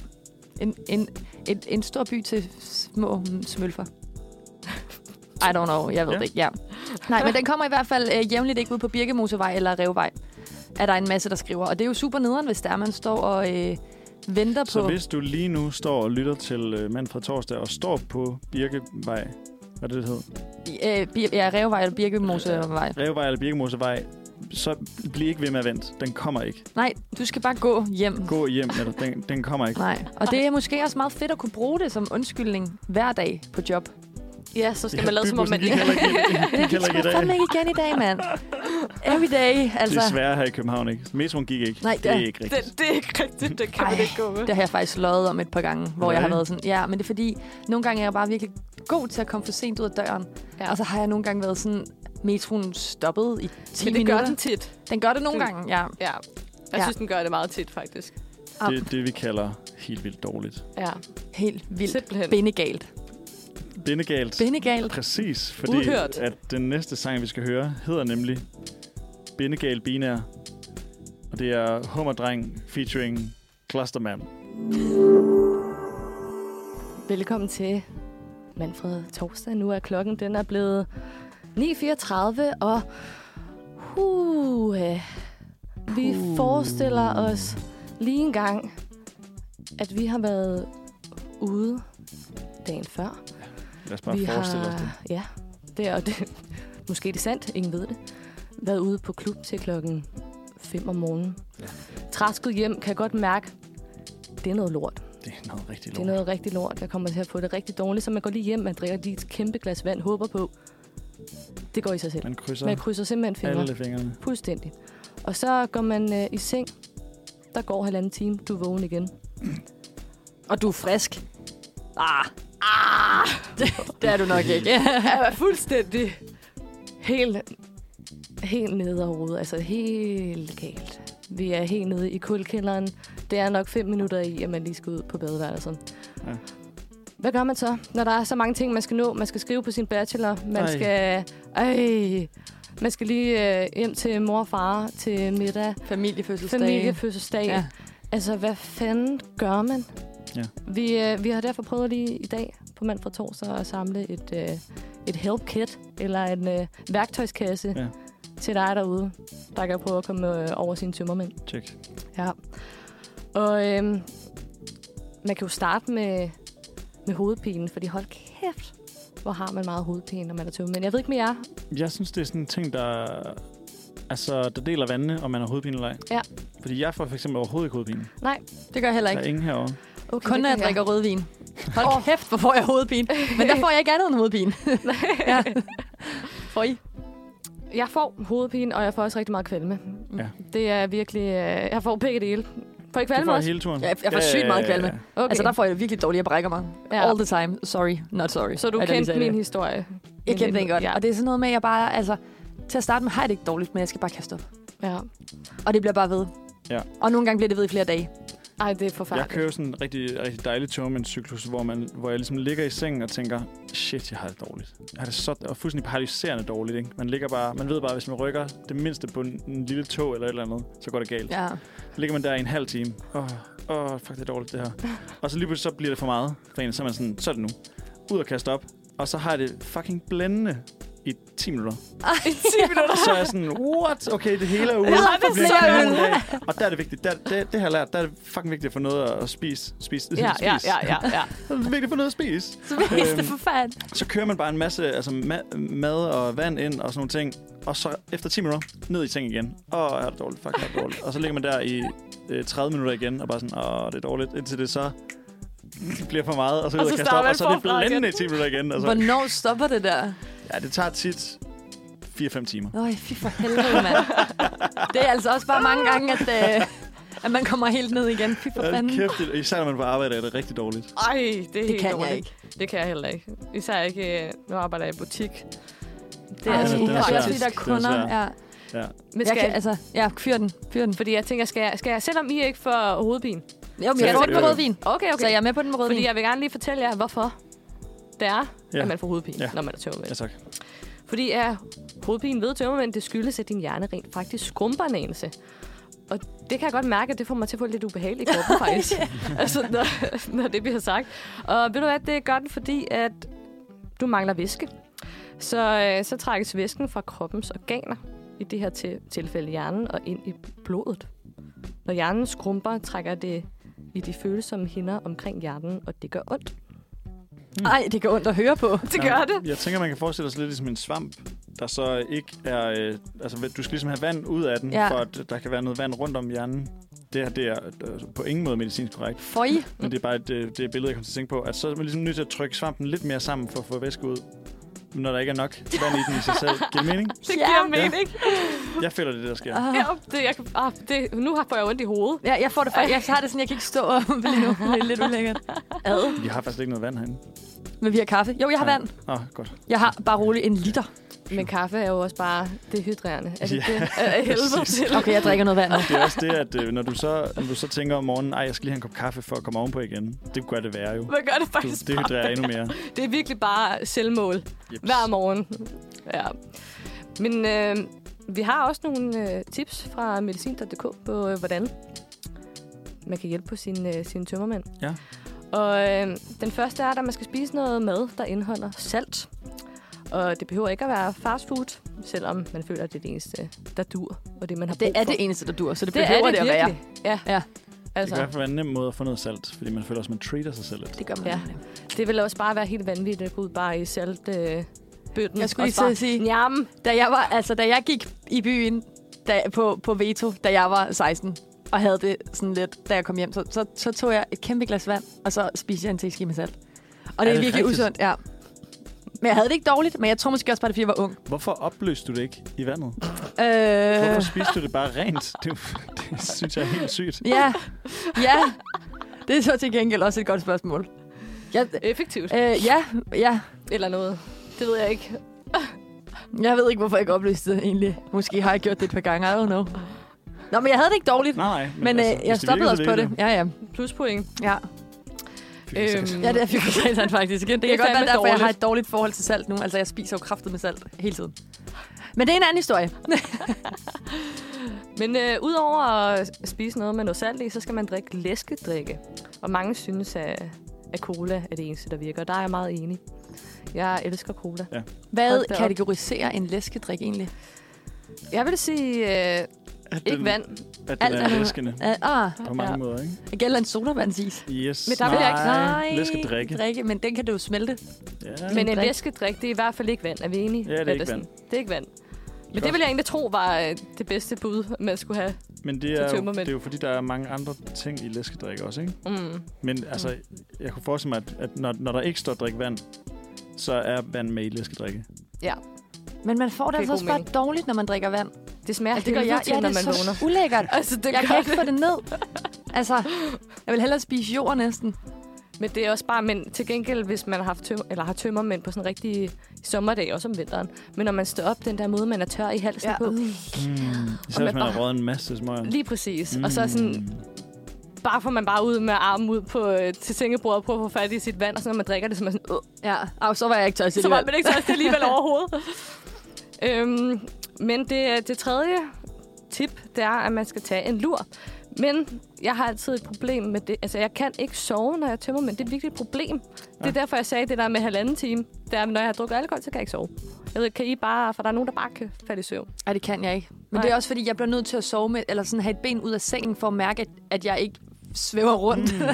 En, en, en, en stor by til små mm, smølfer. I don't know, jeg ved
Ja.
det ikke. Ja. Nej, men den kommer i hvert fald øh, jævnligt ikke ud på Birkemosevej eller Revvej. Er der en masse, der skriver. Og det er jo super nederen, hvis der man står og øh, venter
Så
på...
hvis du lige nu står og lytter til øh, Manfred Torsdag og står på Birkevej, hvad er det, det hed?
Øh, Bir- ja, Revvej eller Birkemosevej.
Revvej eller Birkemosevej, så bliv ikke ved med at vente. Den kommer ikke.
Nej, du skal bare gå hjem.
Gå hjem med dig. Den, den kommer ikke.
Nej. Og det er måske også meget fedt at kunne bruge det som undskyldning hver dag på job.
Ja, så skal man lade som om, man
ikke...
ikke...
Det
Det
gik ikke i
er fandme
dag.
ikke igen i dag, mand. Every day, altså.
Desværre her i København ikke. Metroen gik ikke.
Nej,
det er
ja.
ikke rigtigt.
Det, det er ikke rigtigt, det kan man
Ej,
ikke gå med.
Det har jeg faktisk løjet om et par gange, hvor
det
jeg har
rigtigt?
været sådan, ja, men det er fordi, nogle gange er jeg bare virkelig god til at komme for sent ud af døren.
Ja.
Ja. Og så har jeg nogle gange været sådan, metroen stoppet i 10
Men det
minutter.
gør den tit.
den gør det nogle
Det-
gange, ja.
Ja. Jeg
Ja.
synes, den gør det meget tit, faktisk.
Op.
Det er det, vi kalder helt vildt dårligt.
Ja,
Helt vildt.
simpelthen.
Bindegalt.
Bindegalt.
Bindegalt.
Præcis, fordi
Uhørt.
at den næste sang, vi skal høre, hedder nemlig Bindegal Binær. Og det er Hummerdreng featuring Clusterman.
Velkommen til Manfred Torsdag. Nu er klokken, den er blevet 9.34, og uh, vi uh. forestiller os lige en gang, at vi har været ude dagen før.
Lad os bare vi forestille har... os det.
Ja, det er det. Måske det er sandt, ingen ved det. Været ude på klub til klokken 5 om morgenen.
Ja.
Ja. Træsket hjem kan jeg godt mærke, det er noget lort.
Det er noget rigtig
Det er
lort.
noget rigtig lort. Jeg kommer til at få det rigtig dårligt, så man går lige hjem, man drikker lige et kæmpe glas vand, håber på. Det går i sig selv.
Man krydser
Man krydser simpelthen fingre.
alle fingrene.
Fuldstændig. Og så går man øh, i seng. Der går halvanden time, du er vågen igen.
Og du er frisk. Ah. ah. Det, det er du nok ikke.
Altså, Jeg var fuldstændig helt, helt nede over hovedet. Altså helt galt. Vi er helt nede i kuldkælderen. Det er nok fem minutter i, at man lige skal ud på badeværelset.
Ja.
Ja. Hvad gør man så, når der er så mange ting, man skal nå? Man skal skrive på sin bachelor. Man
Ej.
skal... Ej. Man skal lige øh, hjem til mor og far til middag.
Familiefødselsdag.
Familiefødselsdag.
Ja.
Ja. Altså, hvad fanden gør man?
Ja.
Vi, øh, vi har derfor prøvet lige i dag på mandag torsdag at samle et, øh, et help kit, eller en øh, værktøjskasse
Ja.
ja. til dig derude, der kan prøve at komme øh, over sine tømmermænd.
Tjek.
Ja. Og øh, man kan jo starte med, med hovedpinen, fordi hold kæft, hvor har man meget hovedpine, når man er tømmermænd. Jeg ved ikke med jer.
Jeg synes, det er sådan en ting, der, altså, der deler vandene, om man har hovedpine eller ej.
Ja.
Fordi jeg får for eksempel overhovedet ikke hovedpine.
Det gør jeg heller
Der er
ikke.
ingen herovre.
Okay,
Kun når jeg drikker rødvin. Hold oh. kæft, hvor får jeg hovedpine. Men der får jeg ikke andet end hovedpine. ja. Får I?
Jeg får hovedpine, og jeg får også rigtig meget kvalme.
Ja.
Det er virkelig... Øh, jeg får begge dele. Får I
Du
kvalme
får
også?
hele turen.
Ja, jeg får sygt meget kvalme.
Okay.
Altså, der får jeg virkelig dårlige brækker mig.
Ja.
All the time. Sorry, not sorry.
Så du
Er der lige
kendte
sagde
min
det.
historie?
Jeg kendte den godt. Ja.
Ja.
Og det er sådan noget med, at jeg bare, altså... Til at starte med har jeg det ikke dårligt, men jeg skal bare kaste op.
ja.
Og det bliver bare ved.
Ja.
Og nogle gange bliver det ved i flere dage.
Ej, det er
Jeg
forfærdeligt.
kører sådan en rigtig, rigtig dejlig tømmermandscyklus, hvor, man, hvor jeg ligesom ligger i sengen og tænker, shit, jeg har det dårligt. Jeg har det så og fuldstændig paralyserende dårligt, ikke? Man, ligger bare, man ved bare, hvis man rykker det mindste på en, en lille tog eller et eller andet, så går det galt. Ja.
Ja.
Så ligger man der i en halv time. Åh, oh, oh, fuck, det er dårligt, det her. og så lige pludselig så bliver det for meget for en, så er man sådan, så er det nu. Ud og kaste op. Og så har jeg det fucking blændende i 10 minutter.
Ej, 10 minutter.
Så er jeg sådan, what? Okay, det hele er ude.
Jeg har
Det
det
bliver
så
ikke en
ude.
hel dag. Og der er det vigtigt. Der, det, det har jeg lært. Der er det fucking vigtigt at få noget at spise. spise
Ja,
spise.
ja, ja, ja, ja.
Det er vigtigt at få noget at spise.
Så mest det
Øhm.
for fanden.
Så kører man bare en masse altså, ma- mad og vand ind og sådan nogle ting. Og så efter 10 minutter, ned i seng igen. Åh, jeg har det dårligt. Fuck, jeg har det dårligt. Og så ligger man der i øh, 30 minutter igen og bare sådan, åh, det er dårligt. Indtil det så bliver for meget, og så,
Og
ud
så
kaste
starter
op, og
man
så er det
forfra igen.
blændende i 10 minutter igen. Og så,
altså- Hvornår stopper det der?
ja, det tager tit 4-5 timer.
Øj, fy for helvede, mand. det er altså også bare mange gange, at, øh, at man kommer helt ned igen. Fy for
Hold
fanden.
Kæft, det- især når man på arbejde er det rigtig dårligt.
Ej, det er
Det
helt
kan
dårligt.
jeg ikke.
Det kan jeg heller ikke. Især ikke, øh, nu arbejder jeg i butik.
Det er
Ej,
altså
den er
uret.
svær.
Også fordi der er
Den er
kunder.
svær.
Ja.
Men skal
Jeg kan,
jeg,
altså, ja, fyr den. Fyr den.
fordi jeg tænker, skal jeg, skal jeg, selvom I ikke får hovedpine.
Jo, men
Så
jeg
er
tror
det
ikke på
jo-
rødvin.
Okay,
Så jeg er med på den med rødvin.
Fordi jeg vil gerne lige fortælle jer, hvorfor det er,
Ja.
ja. at man får hovedpine,
Ja.
ja. når man er tømmermænd.
Ja, tak.
Fordi er hovedpine ved tømmermænd, det skyldes, at din hjerne rent faktisk skrumper en anelse. Og det kan jeg godt mærke, at det får mig til at få det lidt ubehageligt i kroppen, faktisk. altså, når, når det bliver sagt. Og ved du hvad, det gør den, fordi at du mangler væske. Så, øh, så trækkes væsken fra kroppens organer, i det her til, tilfælde hjernen, og ind i blodet. Når hjernen skrumper, trækker det i de følsomme hinder omkring hjernen, og det gør ondt.
Ej, det gør ondt at høre på.
Det
Nå,
gør det.
Jeg tænker, man kan forestille sig lidt ligesom en svamp, der så ikke er... Øh, altså, du skal ligesom have vand ud af den,
Ja.
ja. for at der kan være noget vand rundt om hjernen. Det her, det er øh, på ingen måde medicinsk korrekt,
For I.
Mm.
men det er bare et, øh, det er et billede, jeg kom til at tænke på, at så er man ligesom nødt til at trykke svampen lidt mere sammen for at få væske ud, når der ikke er nok vand i den i sig selv. Giver det mening?
Det
Ja.
giver mening.
Jeg føler, det er det, der sker.
Ah.
Ja, det, jeg kan, ah, det, nu har- får jeg ondt i hovedet.
Ja, jeg får det faktisk. Jeg har det sådan, jeg kan ikke stå op lige nu. Det er lidt ulækkert.
Vi har faktisk ikke noget vand herinde.
Men vi har kaffe. Jo, jeg har
Nej.
vand.
Åh, oh, godt.
Jeg har bare roligt en liter.
Men kaffe er jo også bare dehydrerende. Er det
Ja,
ja, det? Er helvede
præcis.
til.
Okay, jeg drikker noget vand.
Det er også det, at øh, når, du så, når du så tænker om morgenen, ej, jeg skal lige have en kop kaffe for at komme ovenpå igen. Det gør det værre jo.
Man gør det
Du
faktisk det,
dehydrerer endnu mere.
det, det er virkelig bare selvmål
Jeps.
hver morgen. Ja. Men øh, vi har også nogle øh, tips fra medicin.dk på, øh, hvordan man kan hjælpe på sin, øh, sine tømmermænd.
Ja.
Og øh, den første er, at man skal spise noget mad, der indeholder salt. Og det behøver ikke at være fast food, selvom man føler, at det er det eneste, der dur, og det, man har
Det
brug
er
for.
det eneste, der dur, så det,
det
behøver
er
det,
det,
at være.
virkelig. Ja.
Ja.
Altså,
Det kan i hvert fald være en nem måde at få noget salt, fordi man føler også, man treater sig selv lidt.
Det gør man.
Ja. Det ville også bare være helt vanvittigt at gå ud bare i salt... Øh, bøtten.
Jeg skulle lige til at sige-
Jamen,
Da jeg var, altså, da jeg gik i byen da, på, på Veto, da jeg var 16, og havde det sådan lidt, da jeg kom hjem, så, så, så tog jeg et kæmpe glas vand, og så spiste jeg en teske med salt. Og det
det
er, virkelig
rigtigt?
usundt, ja. Men jeg havde det ikke dårligt, men jeg tror måske også bare, det er, fordi jeg var ung.
Hvorfor opløste du det ikke i vandet? Hvorfor
Øh,
spiste du det bare rent? Det, er jo- det synes jeg er helt sygt.
ja, ja. Det er så til gengæld også et godt spørgsmål. Jeg,
effektivt.
øh, ja, ja.
Eller noget. Det ved jeg ikke.
Jeg ved ikke, hvorfor jeg ikke opløste det egentlig. Måske har jeg gjort det et par gange, I don't know. Nå, men jeg havde det ikke dårligt.
Nej, nej.
Men, men øh,
hvis
jeg
det
stoppede
virker,
også
så
på
virker
det. Ja, ja.
Pluspoint.
ja. Øhm,
Øhm,
ja,
ja,
det er fyrkagræseren faktisk. Igen. Det, kan
er
godt være
fandme
derfor, jeg har
dårligt.
et dårligt forhold til salt nu. Altså, jeg spiser jo kraftet med salt hele tiden. Men det er en anden historie.
Men øh, udover at spise noget med noget salt i, så skal man drikke læskedrikke. Og mange synes, at, at cola er det eneste, der virker. Og der er jeg meget enig. Jeg elsker cola.
Hvad
Hold da op.
kategoriserer en læskedrik egentlig?
Jeg vil sige, øh,
At
ikke
den,
vand.
At den
Alt
er
andet.
læskende
Uh, ah,
på mange
ja.
måder, ikke?
Det gælder en sodavandsis.
Yes.
Men der vil jeg ikke-
Nej, læske drikke.
drikke. Men den kan du jo smelte.
Ja.
Men en
drik.
læskedrik, det er i hvert fald ikke vand. Er vi enige?
Ja, det er ikke
sådan?
vand.
Det er ikke vand. Men
Godt.
det ville jeg egentlig tro var øh, det bedste bud, man skulle have.
Men det
til
er, jo,
tømmermænd.
det er jo fordi, der er mange andre ting i læskedrik også, ikke?
Mm.
Men altså, jeg kunne forestille mig, at, at når, når der ikke står drik vand, så er vand med i læskedrikke.
Men man får det
Det er
altså
god
også bare
mening.
dårligt, når man drikker vand.
Det smager
Ja,
ja,
det gør jeg.
til,
Ja, det
når
er
man vågner.
så ulækkert.
Altså, det
Jeg
gør
kan ikke få det ned. Altså, jeg vil hellere spise jord næsten.
Men det er også bare, men til gengæld, hvis man har, haft tøm- eller har tømmermænd på sådan en rigtig sommerdag, også om vinteren. Men når man står op, den der måde, man er tør i halsen ja. på.
Mm. Især
man
hvis man har
bare-
røget en masse smøger.
Lige præcis. Mm. Og så sådan, bare får man bare ud med armen ud på, øh, til sengebordet og prøver at få fat i sit vand. Og så når man drikker det, så er man sådan, øh,
Ja, og så var jeg ikke tøjst
så var man ikke tørst alligevel overhovedet. øhm, men det, det tredje tip, det er, at man skal tage en lur. Men jeg har altid et problem med det. Altså, jeg kan ikke sove, når jeg tømmer, men det er virkelig et problem. Det
Ja.
er derfor, jeg sagde det der med halvanden time. Det er, når jeg har drukket alkohol, så kan jeg ikke sove. Jeg ved, kan I bare, for der er nogen, der bare kan falde i søvn.
Nej, det kan jeg ikke. Men
Nej.
det er også, fordi jeg bliver nødt til at sove med, eller sådan have et ben ud af sengen, for at mærke, at, at jeg ikke svæver rundt. Mm.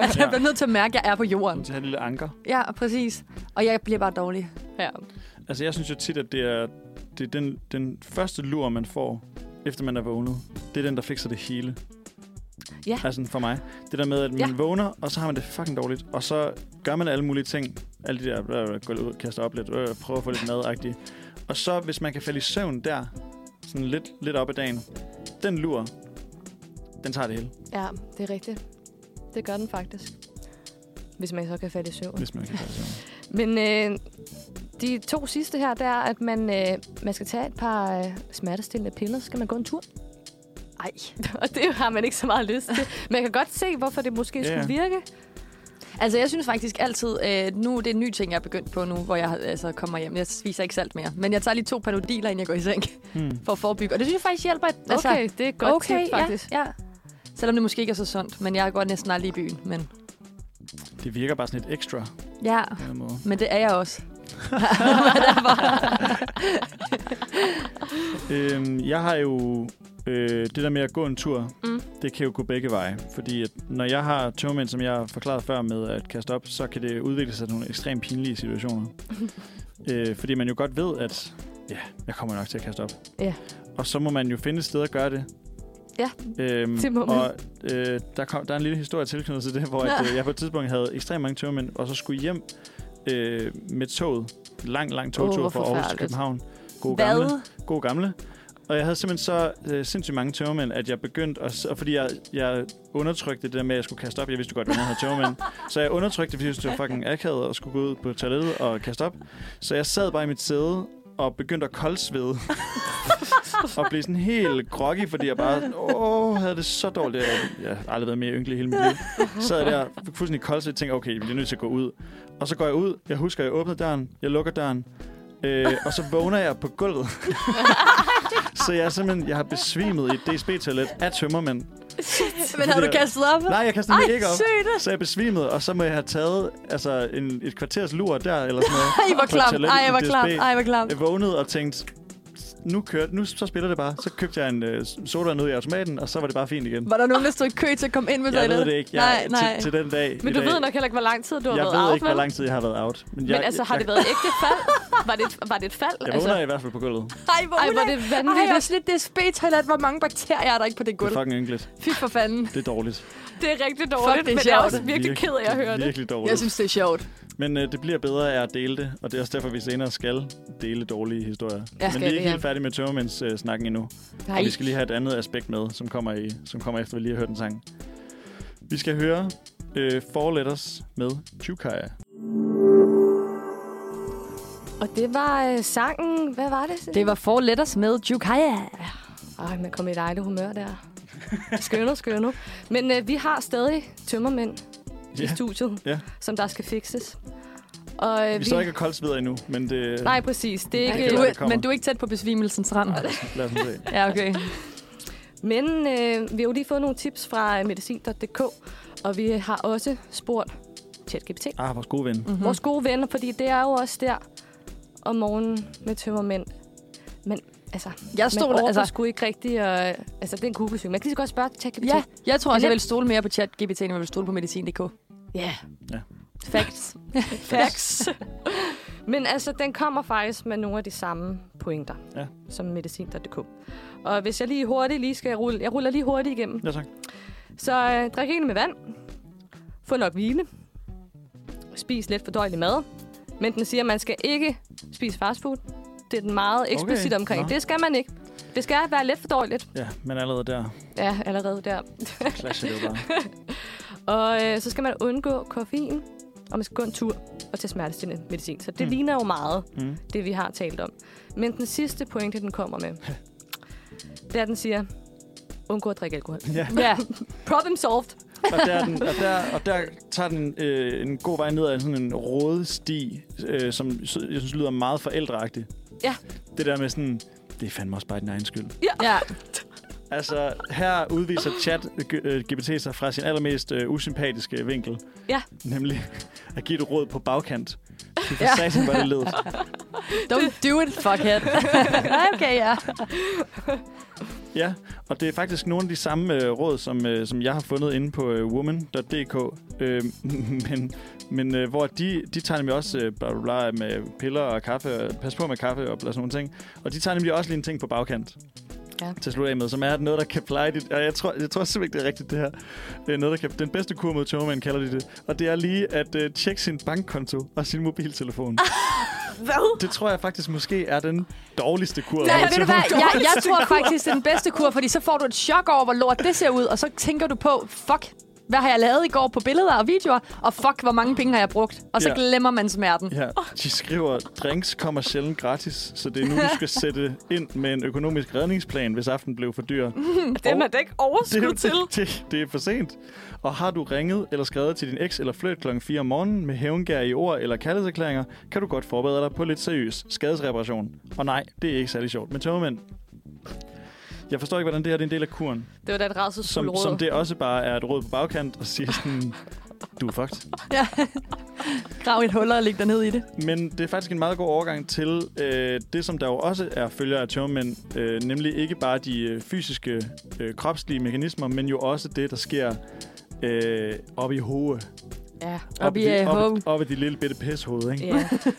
altså, jeg bliver nødt til at mærke, at jeg er på jorden.
Til at have et lille anker.
Ja, præcis. Og jeg bliver bare dårlig.
Ja.
Altså, jeg synes jo tit, at det er, det er den, den første lur, man får, efter man er vågnet. Det er den, der fikser det hele.
Ja.
Altså for mig. Det der med, at man ja. vågner, og så har man det fucking dårligt. Og så gør man alle mulige ting. Alle de der, øh, gå ud, kaste op lidt, øh, prøve at få lidt mad Og så, hvis man kan falde i søvn der, sådan lidt, lidt op ad dagen, den lur, den tager det hele,
ja, det er rigtigt. Det gør den faktisk. Hvis man så kan falde i søvn.
hvis man kan falde i søvn.
Men øh, de to sidste her, det er, at man, øh, man skal tage et par øh, smertestillende piller, så skal man gå en tur.
Ej.
Og det har man ikke så meget lyst til. Men jeg kan godt se, hvorfor det måske
Ja,
yeah. skulle
ja.
virke.
Altså, jeg synes faktisk altid, øh, nu det er en ny ting, jeg er begyndt på nu, hvor jeg altså, kommer hjem. Jeg spiser ikke salt mere. Men jeg tager lige to panodiler, inden jeg går i seng,
Hmm.
for at forebygge. Og det synes jeg faktisk hjælper. At,
Altså, okay, det er et godt okay, tip,
ja,
faktisk. Ja.
Ja. Selvom det måske ikke er så sundt, men jeg går næsten aldrig i byen. Men
Det virker bare sådan lidt ekstra. På
ja,
en eller anden måde.
men det er jeg også.
Øhm, jeg har jo øh, det der med at gå en tur, mm. det kan jo gå begge veje. Fordi at, når jeg har tømmermænd, som jeg har forklaret før med at kaste op, så kan det udvikle sig til nogle ekstremt pinlige situationer. øh, fordi man jo godt ved, at ja, jeg kommer nok til at kaste op.
Ja.
Og så må man jo finde et sted at gøre det.
Ja,
øhm,
det må man.
Og øh, der, kom, der er en lille historie tilknyttet til det, hvor at, øh, jeg på et tidspunkt havde ekstremt mange tømmermænd, og så skulle hjem øh, med toget. Lang, lang togtur
hvor
fra Aarhus til
forfærdeligt.
København. God gamle
Hvad?
god gamle. Og jeg havde simpelthen så øh, sindssygt mange tømmermænd, at jeg begyndte at... s- Og fordi jeg, jeg undertrykte det der med, at jeg skulle kaste op. Jeg vidste jo godt, at jeg havde tømmermænd. Så jeg undertrykte det, fordi jeg synes, det var fucking akavet og skulle gå ud på toilettet og kaste op. Så jeg sad bare i mit sæde og begyndte at koldsvede. og blev sådan helt groggy, fordi jeg bare åh, havde det så dårligt. Jeg, jeg har aldrig været mere ynkelig i hele mit liv. Sad jeg der fuldstændig koldsved og tænkte, okay, vi bliver nødt til at gå ud. Og så går jeg ud. Jeg husker, jeg åbner døren. Jeg lukker døren. Øh, og så vågner jeg på gulvet. så jeg er simpelthen, jeg har besvimet i et DSB-toilet af tømmermænd.
Men havde du
Fordi-
kastet op?
Nej, jeg kastede mig
Ej,
ikke op.
sygt.
Så jeg besvimede, og så må jeg have taget altså, en, et kvarters lur der, eller sådan noget.
Ej, hvor
på et
klam.
toilet
Ej,
i
hvor
DSB.
klam. Ej, hvor klam.
Jeg vågnede og tænkte, nu, kørte, nu så spiller det bare. Så købte jeg en øh, sodavand ud i automaten, og så var det bare fint igen.
Var der nogen, der stod i kø til at komme ind med
Jeg ved
toilettet?
det ikke.
nej,
Jeg,
nej.
Til, til den dag
Men
i
du
dag,
ved nok heller ikke, hvor lang tid du har
jeg
været
ved
out,
ikke, hvor lang tid jeg har været out.
Men jeg, altså, har det været et ægte fald? Var det, et- var det et fald?
Jeg
altså,
vågner i hvert fald på gulvet.
Ej, hvor,
Ej, hvor er det vanvittigt.
Ej, også lidt DSB-toilet. Hvor mange bakterier er der ikke på det
Det
gulv?
er fucking ynkeligt.
Fy for fanden.
Det er dårligt.
det er rigtig dårligt,
det er
men jeg er
sjovt.
også virkelig ked af at høre det.
Virkelig dårligt.
Jeg synes, det er sjovt.
Men øh, det bliver bedre af at dele det, og det er også derfor, vi senere skal dele dårlige historier. Men
skal
vi er
vi,
ikke
ja.
helt færdige med tømmermænds øh, snakken endnu.
Nej.
Og vi skal lige have et andet aspekt med, som kommer, i, som kommer efter, vi lige har hørt den sang. Vi skal høre øh, Four Letters med Chukaya.
Og det var øh, sangen. Hvad var det?
Det var Four Letters med Jukaya.
Ej, man kom i dejlig humør der. Skønne, skønne. Men øh, vi har stadig tømmermænd i
Ja.
studiet,
Ja.
som der skal fikses. Og øh,
Vi står ikke og koldsveder endnu, men det...
Nej, præcis. Det er
Nej,
ikke...
det
Du,
være, det
er-
kommer.
men du er ikke tæt på besvimelsens rand.
Lad os nu se.
Ja, okay.
Men øh, vi har jo lige fået nogle tips fra øh, medicin.dk, og vi har også spurgt ChatGPT.
Ah, vores gode ven.
Mm. Vores gode venner, fordi det er jo også der om morgenen med tømmermænd. Men altså,
Jeg
man
stoler,
altså,
altså,
sgu ikke rigtigt. Og, altså, det er en kuglesyn. Man kan lige så godt spørge ChatGPT.
ja, jeg tror
Det er
også, jeg
lidt-
vil stole mere på chat GPT, end jeg vil stole på medicin.dk.
Ja.
Ja.
Facts.
Facts. Men altså, den kommer faktisk med nogle af de samme pointer
Ja.
som medicin.dk. Og hvis jeg lige hurtigt lige skal rulle... Jeg ruller lige hurtigt igennem.
Ja, tak.
Så øh, drik egentlig med vand. Få nok hvile. Spis let fordøjelig mad. Men den siger, at man skal ikke spise fastfood. Det er den meget eksplicit
Okay,
omkring.
nå.
Det skal man ikke. Det skal være let fordøjeligt.
Ja, men allerede der
Ja, allerede der.
clasher det jo bare.
Og øh, så skal man undgå koffein, og man skal gå en tur og tage smertestillende medicin. Så det
Mm.
mm. ligner jo meget,
Mm.
det vi har talt om. Men den sidste pointe, den kommer med, det er, at den siger, undgå at drikke alkohol.
Ja,
Ja,
Problem solved.
og der, er den, og der, og der tager den øh, en god vej ned ad sådan en rådesti, øh, som sy- jeg synes lyder meget forældreagtig.
Ja.
Det der med sådan, det er fandme også bare din egen skyld.
ja.
Altså, her udviser chat G- øh, GPT sig fra sin allermest øh, usympatiske vinkel.
Ja.
Nemlig at give et råd på bagkant. Du for
Ja.
satan, hvor er det ledet.
Don't do it, fuckhead. Nej, okay, ja.
Ja, og det er faktisk nogle af de samme øh, råd, som, øh, som jeg har fundet inde på øh, woman.dk. Øh, men men øh, hvor de, de tager nemlig også øh, bla, bla, bla, med piller og kaffe, og pas på med kaffe og bla, sådan nogle ting. Og de tager nemlig også lige en ting på bagkant.
Ja.
Til at slutte af med, som er noget, der kan pleje dit... Og jeg tror, jeg tror simpelthen ikke, det er rigtigt, det her. Det er noget, der kan, den bedste kur mod tømmermænd kalder de det. Og det er lige at øh, tjekke sin bankkonto og sin mobiltelefon.
Hvad?
det tror jeg faktisk måske er den dårligste kur.
Nej,
mod
ved du hvad?
tømmermænd.
Jeg, jeg tror faktisk, det er den bedste kur, fordi så får du et chok over, hvor lort det ser ud, og så tænker du på, fuck, hvad har jeg lavet i går på billeder og videoer, og fuck, hvor mange penge har jeg brugt, og så
Ja.
glemmer man smerten.
Ja, de skriver, drinks kommer sjældent gratis, så det er nu, du skal sætte ind med en økonomisk redningsplan, hvis aftenen blev for dyr.
Det er man da ikke overskud
det,
til.
det, det, det er for sent. Og har du ringet eller skrevet til din eks eller fløjt klokken 4 om morgenen med hævngær i ord eller kærlighedserklæringer, kan du godt forberede dig på lidt seriøs skadesreparation. Og nej, det er ikke særlig sjovt med tømmermænd. Jeg forstår ikke, hvordan det her det er en del af kuren.
Det var da et rædselsfuldt
Som,
råd.
som det også bare er et råd på bagkant og siger sådan, du er fucked.
Grav et hul og læg dig ned i det.
Men det er faktisk en meget god overgang til øh, det, som der jo også er følger af tømmermænd, øh, nemlig ikke bare de øh, fysiske, øh, kropslige mekanismer, men jo også det, der sker øh, oppe i hovedet.
Ja.
Oppe i,
de-
øh, hovedet.
Oppe i dit lille bitte pishoved, ikke?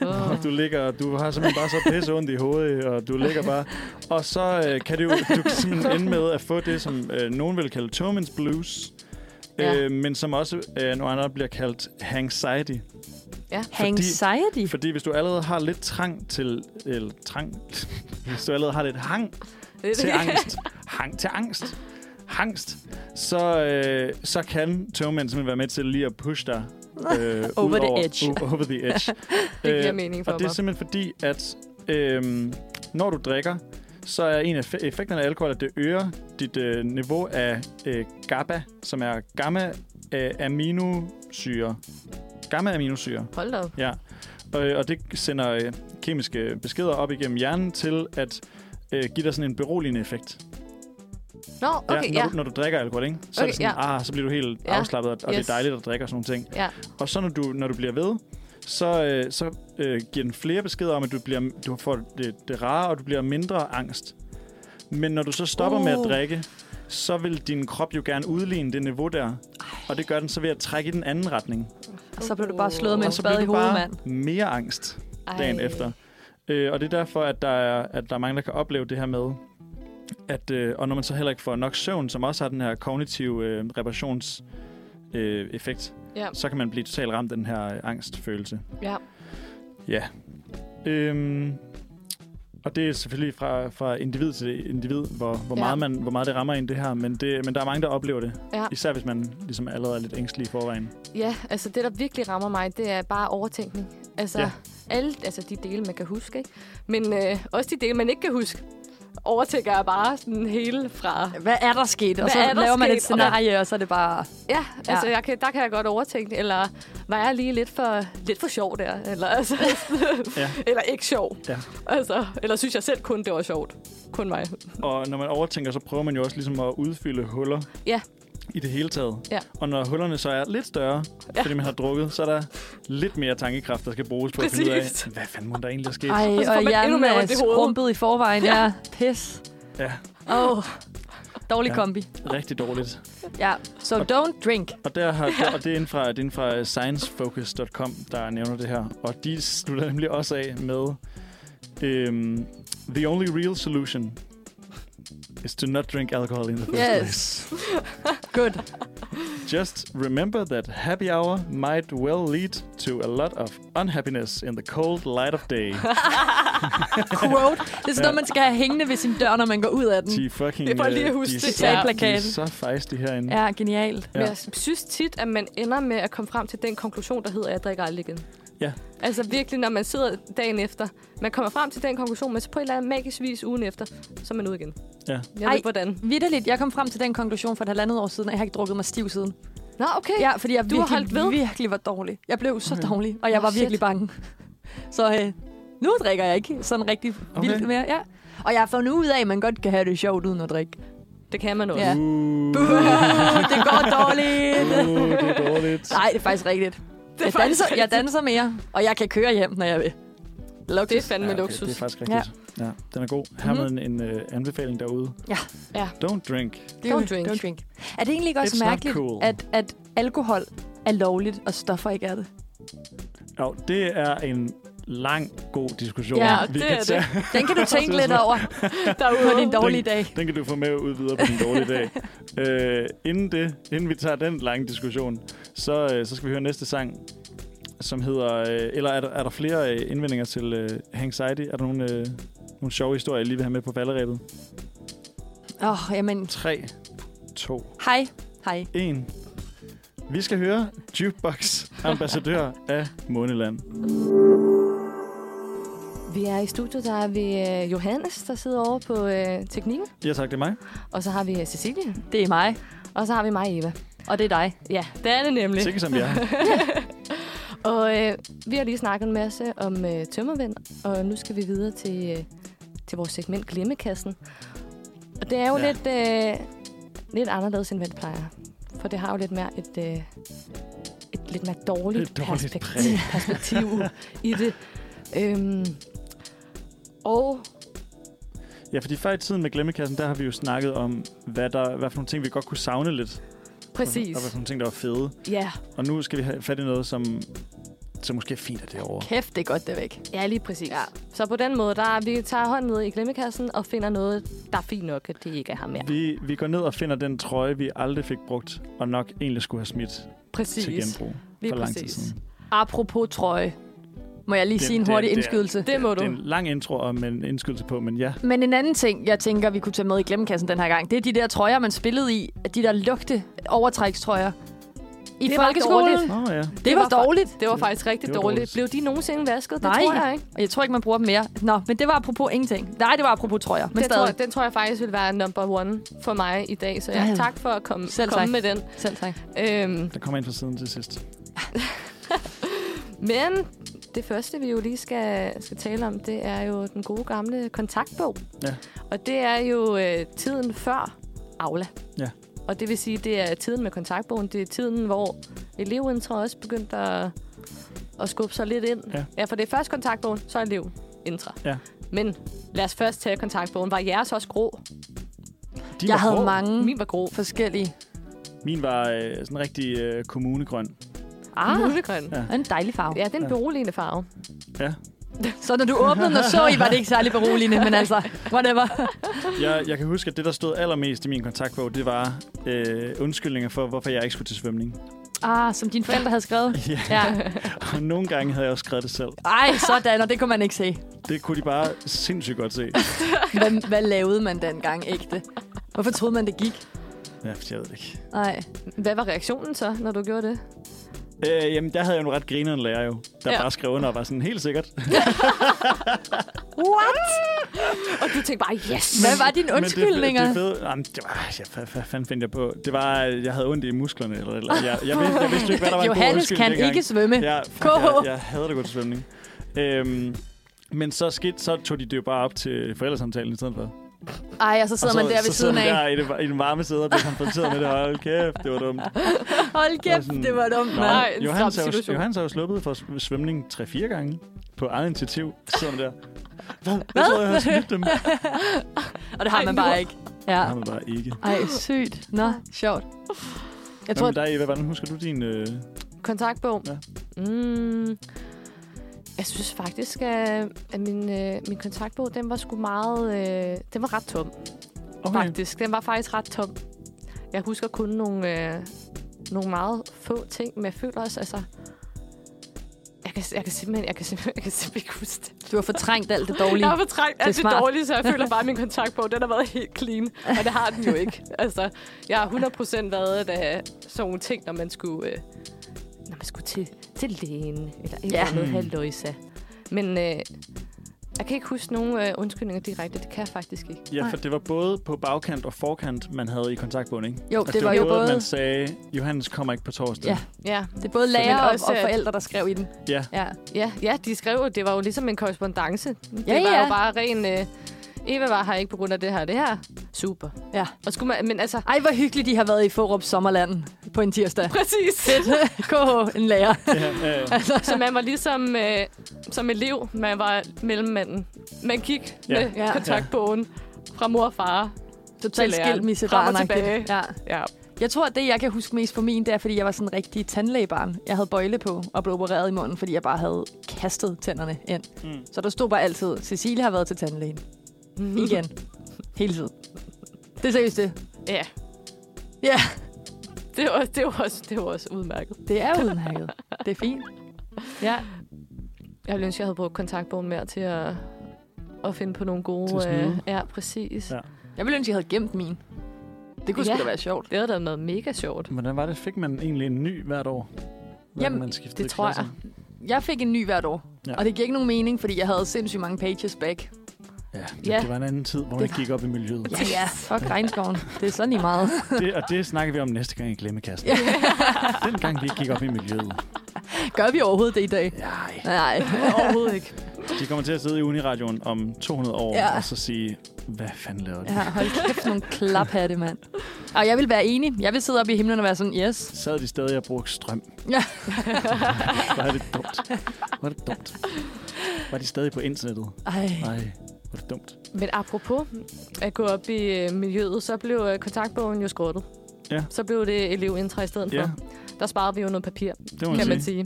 ja.
Og du ligger, du har simpelthen bare så pisse ondt i hovedet, og du ligger bare. Og så øh, kan det jo, du kan simpelthen ende med at få det, som øh, nogen vil kalde Tobins blues,
Ja.
øh, men som også øh, nogle andre bliver kaldt anxiety.
Anxiety.
Fordi hvis du allerede har lidt trang til... Eller trang... hvis du allerede har lidt hang
Det er
til
det.
angst... hang til angst... Hangst, så, øh, så kan tøvmænd simpelthen være med til lige at pushe dig øh, ud
Over the
over,
edge.
u- over the edge.
Det giver
Øh,
mening for
og det er
mig.
simpelthen fordi, at øhm, når du drikker, så er en af eff- effekterne af alkohol, at det øger dit øh, niveau af øh, GABA, som er øh, gamma-aminosyre. Gamma-aminosyre.
Hold da op.
Ja, og, og det sender øh, kemiske beskeder op igennem hjernen til at øh, give dig sådan en beroligende effekt.
Nå, okay,
når,
ja.
du, når du drikker alkohol, ikke? så, er
Okay,
det sådan, ah, så bliver du helt
Ja.
afslappet, og yes. det
Yes.
er dejligt at drikke og sådan nogle ting.
Ja.
Og så når du, når du bliver ved, så, øh, så øh, giver den flere beskeder om, at du, bliver, du får det, det rare, og du bliver mindre angst. Men når du så stopper uh. med at
Uh.
drikke, så vil din krop jo gerne udligne det niveau der. Og det gør den så ved at trække i den anden retning.
Og så blev du bare slået med en
og så bliver
spade i
du
hovedet,
bare
mand.
mere angst
Ej.
dagen Ej. efter. Øh, og det er derfor, at der, er, at der er mange, der kan opleve det her med, at, øh, og når man så heller ikke får nok søvn, som også har den her kognitive øh, reparations øh, effekt,
Ja.
så kan man blive totalt ramt af den her øh, angstfølelse.
Ja.
Ja. Øhm, og det er selvfølgelig fra, fra individ til individ, hvor, hvor,
Ja.
meget man, hvor meget det rammer ind det her, men, det, men der er mange, der oplever det.
Ja.
Især hvis man ligesom allerede er lidt ængstelig i forvejen.
Ja, altså det, der virkelig rammer mig, det er bare overtænkning. Altså,
Ja.
ja. alle, altså de dele, man kan huske, ikke? Men øh, også de dele, man ikke kan huske. overtækker jeg bare sådan hele fra...
Hvad er der sket? Og
Hvad
så
er der
laver man
sket?
et scenarie, og så er det bare...
Ja,
Ja.
altså jeg kan, der kan jeg godt overtænke, det, eller var jeg lige lidt for, lidt for sjov der? Eller, altså,
Ja.
ja. eller ikke sjov.
Ja.
Altså, eller synes jeg selv kun, det var sjovt. Kun mig.
Og når man overtænker, så prøver man jo også ligesom at udfylde huller.
Ja.
I det hele taget.
Ja.
Og når hullerne så er lidt større, ja.
Ja.
fordi man har drukket, så er der lidt mere tankekraft, der skal bruges på at finde ud
Præcis.
af, hvad fanden må der egentlig er sket?
Ej,
Og så får man
og
endnu
hjernen
mere
er
ondt i hovedet.
skrumpet i forvejen. Ja. ja. Pis.
Ja,
Oh. Dårlig
Ja.
ja. kombi.
rigtig dårligt.
Ja. So don't drink.
Og, der har, der, og det er inden fra, det er inden fra sciencefocus.com, der nævner det her. Og de slutter nemlig også af med, øhm, The only real solution is to not drink alcohol in the first
Yes.
place.
Good.
Just remember that happy hour might well lead to a lot of unhappiness in the cold light of day.
Quote. Det er sådan noget, man skal have hængende ved sin dør, når man går ud af den.
De fucking,
Det er for
øh,
lige at huske
de er
det.
så-
Ja.
De er
Plakaten.
så fejste herinde.
Ja, genialt.
Ja.
Ja. Men jeg synes tit, at man ender med at komme frem til den konklusion, der hedder, at jeg drikker aldrig igen.
Ja.
Altså virkelig, når man sidder dagen efter. Man kommer frem til den konklusion, men så på et eller andet magisk vis ugen efter, så er man ude igen.
Ja.
Jeg ved
Ej.
ikke, hvordan.
Vitterligt, jeg kom frem til den konklusion for et halvandet år siden, at jeg har ikke drukket mig stiv siden.
Nå, okay.
Ja, fordi jeg
Du har
virkelig,
holdt ved.
virkelig var dårlig. Jeg blev så
Okay.
dårlig, og jeg
Nå,
var
shit.
virkelig bange. Så øh, nu drikker jeg ikke sådan rigtig
Okay.
vildt mere. Ja. Og jeg har fundet ud af, at man godt kan have det sjovt uden at drikke.
Det kan man også.
Ja.
Uh,
Buh, det går dårligt.
uh, det er dårligt.
Nej, det er faktisk rigtigt.
Det er
jeg,
faktisk
danser, jeg danser mere, og jeg kan køre hjem, når jeg vil.
Det er fandme
Ja,
ja,
okay,
luksus.
Det er faktisk rigtigt. Ja. ja den er god. Her med en, en øh, anbefaling derude.
Ja.
Ja.
Don't drink.
Det er jo-
Don't drink.
Don't drink. Er det egentlig ikke
It's
også
not
mærkeligt,
cool.
at, at alkohol er lovligt, og stoffer ikke er det?
Jo, det er en lang, god diskussion.
Ja,
Vi
det
kan
er
tage-
Den kan du tænke lidt over på
Derude.
din dårlige dag.
Den kan du få med ud videre på din dårlige dag. Øh, inden, det, inden vi tager den lange diskussion, så, øh, så skal vi høre næste sang, som hedder... Øh, eller er der, er der flere øh, indvendinger til øh, Anxiety? Er der nogle, øh, nogle sjove historier, I lige vil have med på falderæbet?
Åh, oh, jamen.
3, 2,
Hej. Hej.
1. Vi skal høre Jukebox, ambassadør af Måneland.
Vi er i studiet, der er vi øh, Johannes, der sidder over på øh, teknikken.
Ja tak, det er mig.
Og så har vi øh, Cecilie.
Det er mig,
Og så har vi mig, Eva.
og det er dig.
Ja, det er det nemlig.
Sikke som jeg er.
Og øh, vi har lige snakket en masse om øh, tømmervind, og nu skal vi videre til, øh, til vores segment Glemmekassen. Og det er jo
Ja.
ja. lidt, øh, lidt anderledes end vand plejer, for det har jo lidt mere et, øh, et lidt mere dårligt,
Et dårligt
perspektiv, perspektiv i det. Øhm, og
Ja, fordi før i tiden med Glemmekassen, der har vi jo snakket om, hvad, der, hvad for nogle ting, vi godt kunne savne lidt.
præcis,
Og hvad for nogle ting, der var fede.
ja,
Og nu skal vi have fat i noget, som, som måske er fint at derovre.
Kæft, det er godt, det er væk.
ja lige præcis. Ja. Så på den måde, der vi tager hånden ned i glemmekassen og finder noget, der er fint nok, at det ikke er her mere.
Vi, vi går ned og finder den trøje, vi aldrig fik brugt, og nok egentlig skulle have smidt
Præcis.
til genbrug
Lige
for lang tid
præcis.
siden.
Apropos trøje. Må jeg lige
Det-
sige en
det-
hurtig
det er-
indskydelse?
Det må
Det
du.
er en lang intro og med en indskydelse på, men ja.
Men en anden ting, jeg tænker, vi kunne tage med i glemmekassen den her gang, det er de der trøjer, man spillede i. De der lugte overtrækstrøjer. I
Det var
folkeskolen.
dårligt.
Nå ja,
Det, det var
var fa-
dårligt.
Det var faktisk rigtig
det var
dårligt. Blev de nogensinde vasket? Det
Nej.
tror jeg ikke.
Og jeg tror ikke, man bruger dem mere. Nå, men det var apropos ingenting. Nej, det var apropos trøjer. Men
Den
stadig.
tror, jeg- den tror jeg faktisk vil være number one for mig i dag, så jeg,
Ej.
tak for at komme,
Selv
komme
tak.
med den.
Selv tak.
Øhm,
der kommer ind fra siden til sidst.
men det første, vi jo lige skal, skal tale om, det er jo den gode gamle kontaktbog.
Ja.
Og det er jo øh, tiden før Aula.
Ja.
Og det vil sige, det er tiden med kontaktbogen. Det er tiden, hvor eleven tror jeg, også begyndte at, at skubbe sig lidt ind.
Ja.
ja, for det er først kontaktbogen, så elev intra.
Ja.
Men lad os først tage kontaktbogen. Var jeres også grå?
De var
Jeg havde
grå.
mange
Min var grå.
forskellige.
Min var øh, sådan rigtig øh, kommunegrøn.
Ah,
Mulegrøn.
Ja.
og en dejlig farve.
Ja, det er en beroligende farve.
Ja.
Så når du åbnede den og så i, var det ikke særlig beroligende, men altså, whatever.
Jeg, jeg kan huske, at det, der stod allermest i min kontaktbog, det var øh, undskyldninger for, hvorfor jeg ikke skulle til svømning.
Ah, som dine forældre havde skrevet.
Ja.
Ja.
Og nogle gange havde jeg også skrevet det selv.
Ej, sådan, og det kunne man ikke se.
Det kunne de bare sindssygt godt se.
Hvad, hvad lavede man dengang ægte? Hvorfor troede man, det gik?
Ja, for jeg ved det ikke.
Nej.
Hvad var reaktionen så, når du gjorde det?
Øh, jamen, der havde jeg jo en ret grinerende lærer jo, der ja.
Ja.
bare skrev under og var sådan, helt sikkert.
What?
Og du tænkte bare, yes!
Hvad var dine undskyldninger?
Men det, det, er fede, jamen, det var, jeg, hvad, hvad fanden fandt jeg på? Det var, øh, jeg havde ondt i musklerne, eller, eller jeg, jeg, vidste, jeg vidste ikke, hvad der var en god
Johannes
undskyldning
kan
dengang.
ikke svømme.
Ja, fuck, jeg, jeg havde det godt til svømning. Øhm, men så skidt, så tog de det jo bare op til forældresamtalen i stedet for. Og
Ej, og så sidder
så,
man der ved
så
siden
sidder man
af.
der i det, i den varme sæde og bliver konfronteret med det. Hold kæft, det var dumt.
Hold
Det var
kæft,
sådan-
det var dumt.
Nå,
Nej, en
Johannes
stram
er, jo,
situation.
Johannes er jo sluppet for sv- svømning 3-4 gange på eget initiativ. Så sidder man der. Hvad? Hvad? Jeg troede, jeg havde snydt dem. Det
Og det har
Ej,
man
nu.
bare ikke. Ja.
har man bare ikke.
Ej, sygt. Nå, sjovt. Jeg
Hvad
tror,
med dig, Eva? Hvordan husker du din... Øh...
Kontaktbog?
Ja.
Mm, jeg synes faktisk, at, at min, øh, min kontaktbog, den var sgu meget... Øh, den var ret tom, okay.
Okay.
faktisk. Den var faktisk ret tom. Jeg husker kun nogle, øh, nogle meget få ting, men jeg føler også, altså... Jeg kan, jeg kan simpelthen, jeg kan simpelthen, jeg kan simpelthen ikke huske det.
du har fortrængt alt det dårlige.
Jeg har fortrængt
er
alt det
smart.
dårlige, så jeg føler bare, at min kontaktbog, den har været helt clean. Og det har den jo ikke. Altså, jeg har 100% været af sådan nogle ting, når man skulle, øh, når man skulle til, til lægen, eller et
Ja.
ja. eller andet
Mm.
halvløjsa. Men øh, jeg kan ikke huske nogen øh, undskyldninger direkte. Det kan jeg faktisk ikke.
Ja, for det var både på bagkant og forkant, man havde i kontaktbogen, ikke? Altså,
Jo, det var jo
både...
både-
man sagde, Johannes kommer ikke på torsdag.
Ja.
Ja,
Det er både
Men
lærer og,
også,
og
at-
forældre, der skrev i den.
Ja.
ja.
ja, ja de skrev, jo, det var jo ligesom en korrespondence. Det
Ja,
var
ja.
jo bare ren... Øh, Eva var her ikke på grund af det her og det her. Super.
Ja.
Og skulle man, men altså,
Ej, hvor hyggeligt, de har været i Forup Sommerland på en tirsdag.
præcis.
Fedt. KH, en lærer.
ja, ja, ja.
Så man var ligesom øh, som elev, man var mellemmanden. Man gik
Ja.
ja. med
Ja.
ja. kontaktbogen fra mor og far.
Totalt
læreren.
skilmisse
Frem og tilbage.
Ja.
Ja.
Jeg tror, at det, jeg kan huske mest på min, det er, fordi jeg var sådan en rigtig tandlægebarn. Jeg havde bøjle på og blev opereret i munden, fordi jeg bare havde kastet tænderne ind.
Mm.
Så der stod bare altid, Cecilie har været til tandlægen.
Mm. Mm-hmm.
Igen. Hele tiden. Det er seriøst det.
ja.
Ja.
Det var, det, var også, det var også udmærket.
Det er udmærket. Det er fint.
Ja. Jeg ville ønske, jeg havde brugt kontaktbogen mere til at, at finde på nogle
Til at
gode... øh,
snyde.
ja, præcis.
Ja.
Ja.
Jeg ville ønske, jeg havde gemt min. Det kunne ja.
Ja.
sgu da være sjovt.
Det havde da været mega sjovt.
Hvordan var det? Fik man egentlig en ny hvert år? Hvad
Jamen,
man skiftede
det tror jeg.
klasser?
Jeg fik en ny hvert år, ja.
Ja.
og det giver ikke nogen mening, fordi jeg havde sindssygt mange pages back.
Ja, det,
Ja.
det var en anden tid, hvor man ikke gik op i miljøet.
Ja, ja. Fuck regnskoven. Det er sådan i meget.
Det, og det snakker vi om næste gang i Glemmekassen.
Ja.
Ja. Dengang vi ikke gik op i miljøet.
Gør vi overhovedet det i dag?
Nej.
Nej.
Overhovedet ikke.
De kommer til at sidde i Uniradioen om 200 år
Ja.
ja. og så sige, hvad fanden laver de? Ja.
Ja, hold kæft, nogle klaphatte, mand. Og jeg vil være enig. Jeg vil sidde oppe i himlen og være sådan, yes.
Sad de stadig og brugte strøm?
Ja.
Hvor er det dumt. Hvor er det dumt. Var de stadig på internettet?
Ej.
Nej, hvor er det dumt.
Men apropos at gå op i øh, miljøet, så blev øh, kontaktbogen jo skrottet.
Ja.
Så blev det elevintra i stedet
Ja,
for. Der sparede vi jo noget papir.
det må
kan
man
man
sige.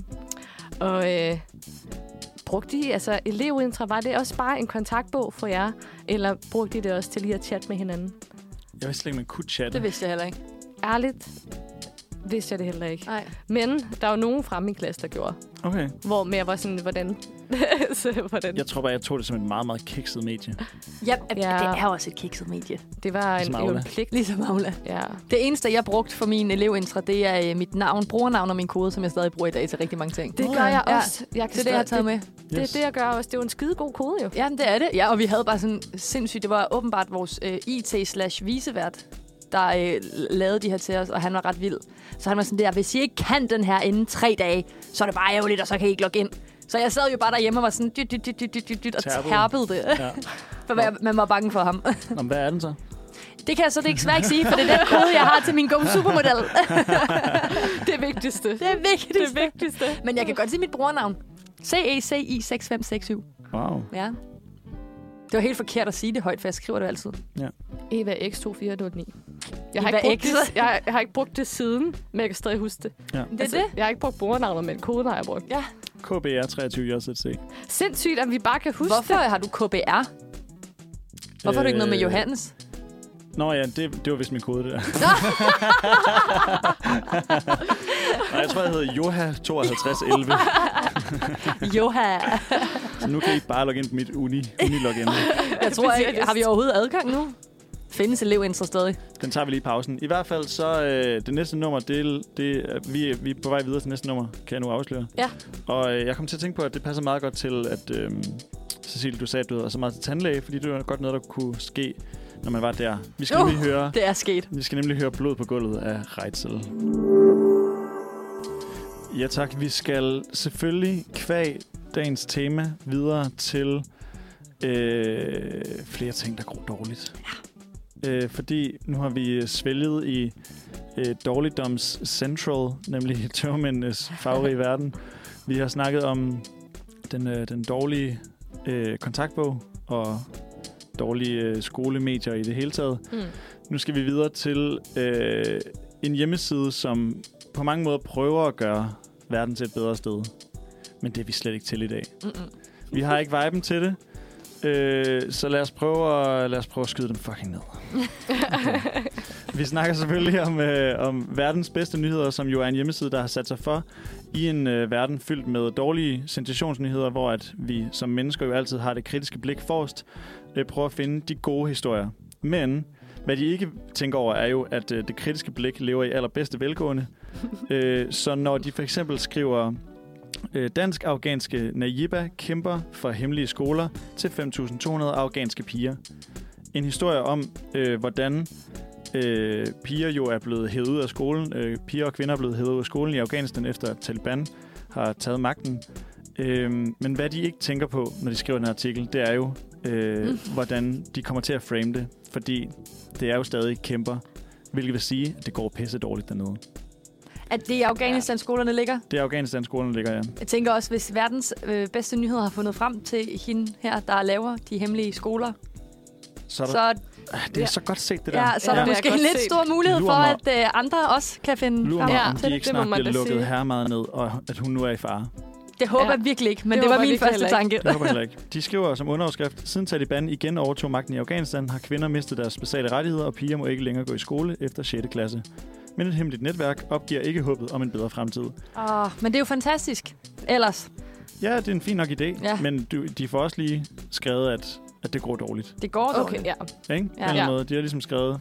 sige. Og øh, brugte I, altså elevintra, var det også bare en kontaktbog for jer? Eller brugte I det også til lige at chatte med hinanden?
Jeg vidste slet ikke, man kunne chatte.
Det vidste jeg heller ikke.
Ærligt vidste jeg det heller ikke.
Nej.
Men der var nogen fra min klasse, der gjorde.
Okay.
Hvor mere var sådan, hvordan? så, hvordan?
Jeg tror bare, jeg tog det som et meget, meget kikset medie.
Ja,
Ja.
det er også et kikset medie.
Det var en,
Ligesom
jo
Aula.
en pligt.
Ligesom Aula.
Ja.
Det eneste, jeg brugte for min elevintra, det er øh, mit navn, brugernavn og min kode, som jeg stadig bruger i dag til rigtig mange ting.
Det gør jeg
Ja.
også. Jeg
Det er det, jeg har taget
det,
med.
Det,
Yes.
det, jeg gør også. Det er jo en skide god kode, jo.
Ja, det er det. Ja, og vi havde bare sådan sindssygt... Det var åbenbart vores øh, IT-slash-visevært, der øh, lavede de her til os, og han var ret vild. Så han var sådan der, hvis I ikke kan den her inden tre dage, så er det bare ærgerligt, og så kan I ikke logge ind. Så jeg sad jo bare derhjemme og var sådan dyt, dyt, dyt, dyt, dyt, dyt, dyt, og
Terpede.
tærpede det,
Ja.
for jeg, man var bange for ham.
Nå, men hvad er den så?
Det kan jeg så desværre ikke sige, for det er den kode, jeg har til min gode supermodel.
Det vigtigste.
Det er vigtigt.
Det vigtigste.
Men jeg kan godt sige mit brugernavn. E CECI6567.
Wow.
Ja. Det var helt forkert at sige det højt, for jeg skriver det jo altid.
Eva X2409. Jeg har,
Eva
ikke brugt
X.
det, jeg, jeg har ikke brugt det siden, men jeg kan stadig huske det. Altså,
Det er det.
Jeg har ikke brugt brugernavnet, men koden har jeg brugt.
Ja.
KBR23JZC.
Sindssygt, at vi bare kan huske
Hvorfor
det.
har du KBR? Hvorfor har du ikke noget med
Øh,
Johannes?
Nå ja, det, det var vist min kode, det der. Nej, jeg tror, jeg hedder Joha5211.
Joha.
Så nu kan I bare logge ind på mit uni, uni-login.
Jeg tror ikke,
Specialist.
har vi overhovedet adgang nu? Findes elevintra stadig?
Den tager vi lige i pausen. I hvert fald så øh, det næste nummer, det, det, er- vi, vi er på vej videre til næste nummer, kan jeg nu afsløre.
Ja.
Og øh, jeg kom til at tænke på, at det passer meget godt til, at øh, Cecilie, du sagde, at du havde så meget til tandlæge, fordi det var godt noget, der kunne ske, når man var der. Vi skal, uh. nemlig, høre,
Det er sket.
vi skal nemlig høre blod på gulvet af Reitzel. Ja tak, vi skal selvfølgelig kvæg dagens tema videre til øh, flere ting, der går dårligt. Ja. Øh, fordi nu har vi øh, svælget i øh, dårligdoms central, nemlig tørmændenes farverige verden. Vi har snakket om den, øh, den dårlige øh, kontaktbog og dårlige øh, skolemedier i det hele taget.
Mm.
Nu skal vi videre til øh, en hjemmeside, som på mange måder prøver at gøre verden til et bedre sted. Men det er vi slet ikke til i dag.
Mm-mm.
Vi har ikke viben til det. Øh, så lad os, prøve at, lad os prøve at skyde dem fucking ned. Okay. Vi snakker selvfølgelig om, øh, om verdens bedste nyheder, som jo er en hjemmeside, der har sat sig for i en øh, verden fyldt med dårlige sensationsnyheder, hvor at vi som mennesker jo altid har det kritiske blik forrest, øh, prøver at finde de gode historier. Men hvad de ikke tænker over, er jo, at øh, det kritiske blik lever i allerbedste velgående. øh, så når de for eksempel skriver, øh, dansk-afghanske Najiba kæmper for hemmelige skoler til 5.200 afghanske piger. En historie om, øh, hvordan øh, piger jo er blevet hævet ud af skolen, øh, piger og kvinder er blevet hævet ud af skolen i Afghanistan efter at Taliban har taget magten. Øh, men hvad de ikke tænker på, når de skriver den her artikel, det er jo, øh, hvordan de kommer til at frame det, fordi det er jo stadig kæmper, hvilket vil sige, at det går pisse dårligt dernede.
At det i Afghanistan, skolerne ligger.
Det er Afghanistan-skolen, ligger jeg.
Jeg tænker også, hvis verdens øh, bedste nyheder har fundet frem til hende her, der laver de hemmelige skoler,
Så, er der,
så,
så det er
ja.
så godt set, det der.
ja, så er der
Ja.
måske
Det er
en
godt
lidt
set.
stor mulighed
Lur
for,
mig.
at øh, andre også kan finde
Lurer
frem.
mig,
Ja,
ja, om
det-
de ikke
det må
snart
man
bliver
da
lukket
sige.
her meget ned, og at hun nu er i fare.
Det håber
Ja.
jeg virkelig ikke, men
Det
det,
håber
var
jeg
min
virkelig
første
heller
tanke.
Det håber jeg heller ikke. De skriver som underoverskrift, siden Taliban igen overtog magten i Afghanistan, har kvinder mistet deres basale rettigheder, og piger må ikke længere gå i skole efter 6. klasse. Men et hemmeligt netværk opgiver ikke håbet om en bedre fremtid.
Åh, men det er jo fantastisk. Ellers.
Ja, det er en fin nok idé,
Ja.
men du, de får også lige skrevet, at, at det går dårligt.
Det går dog.
Okay, ja.
Ikke?
Ja.
Ja. Ja.
Ja.
Måde. De har ligesom skrevet,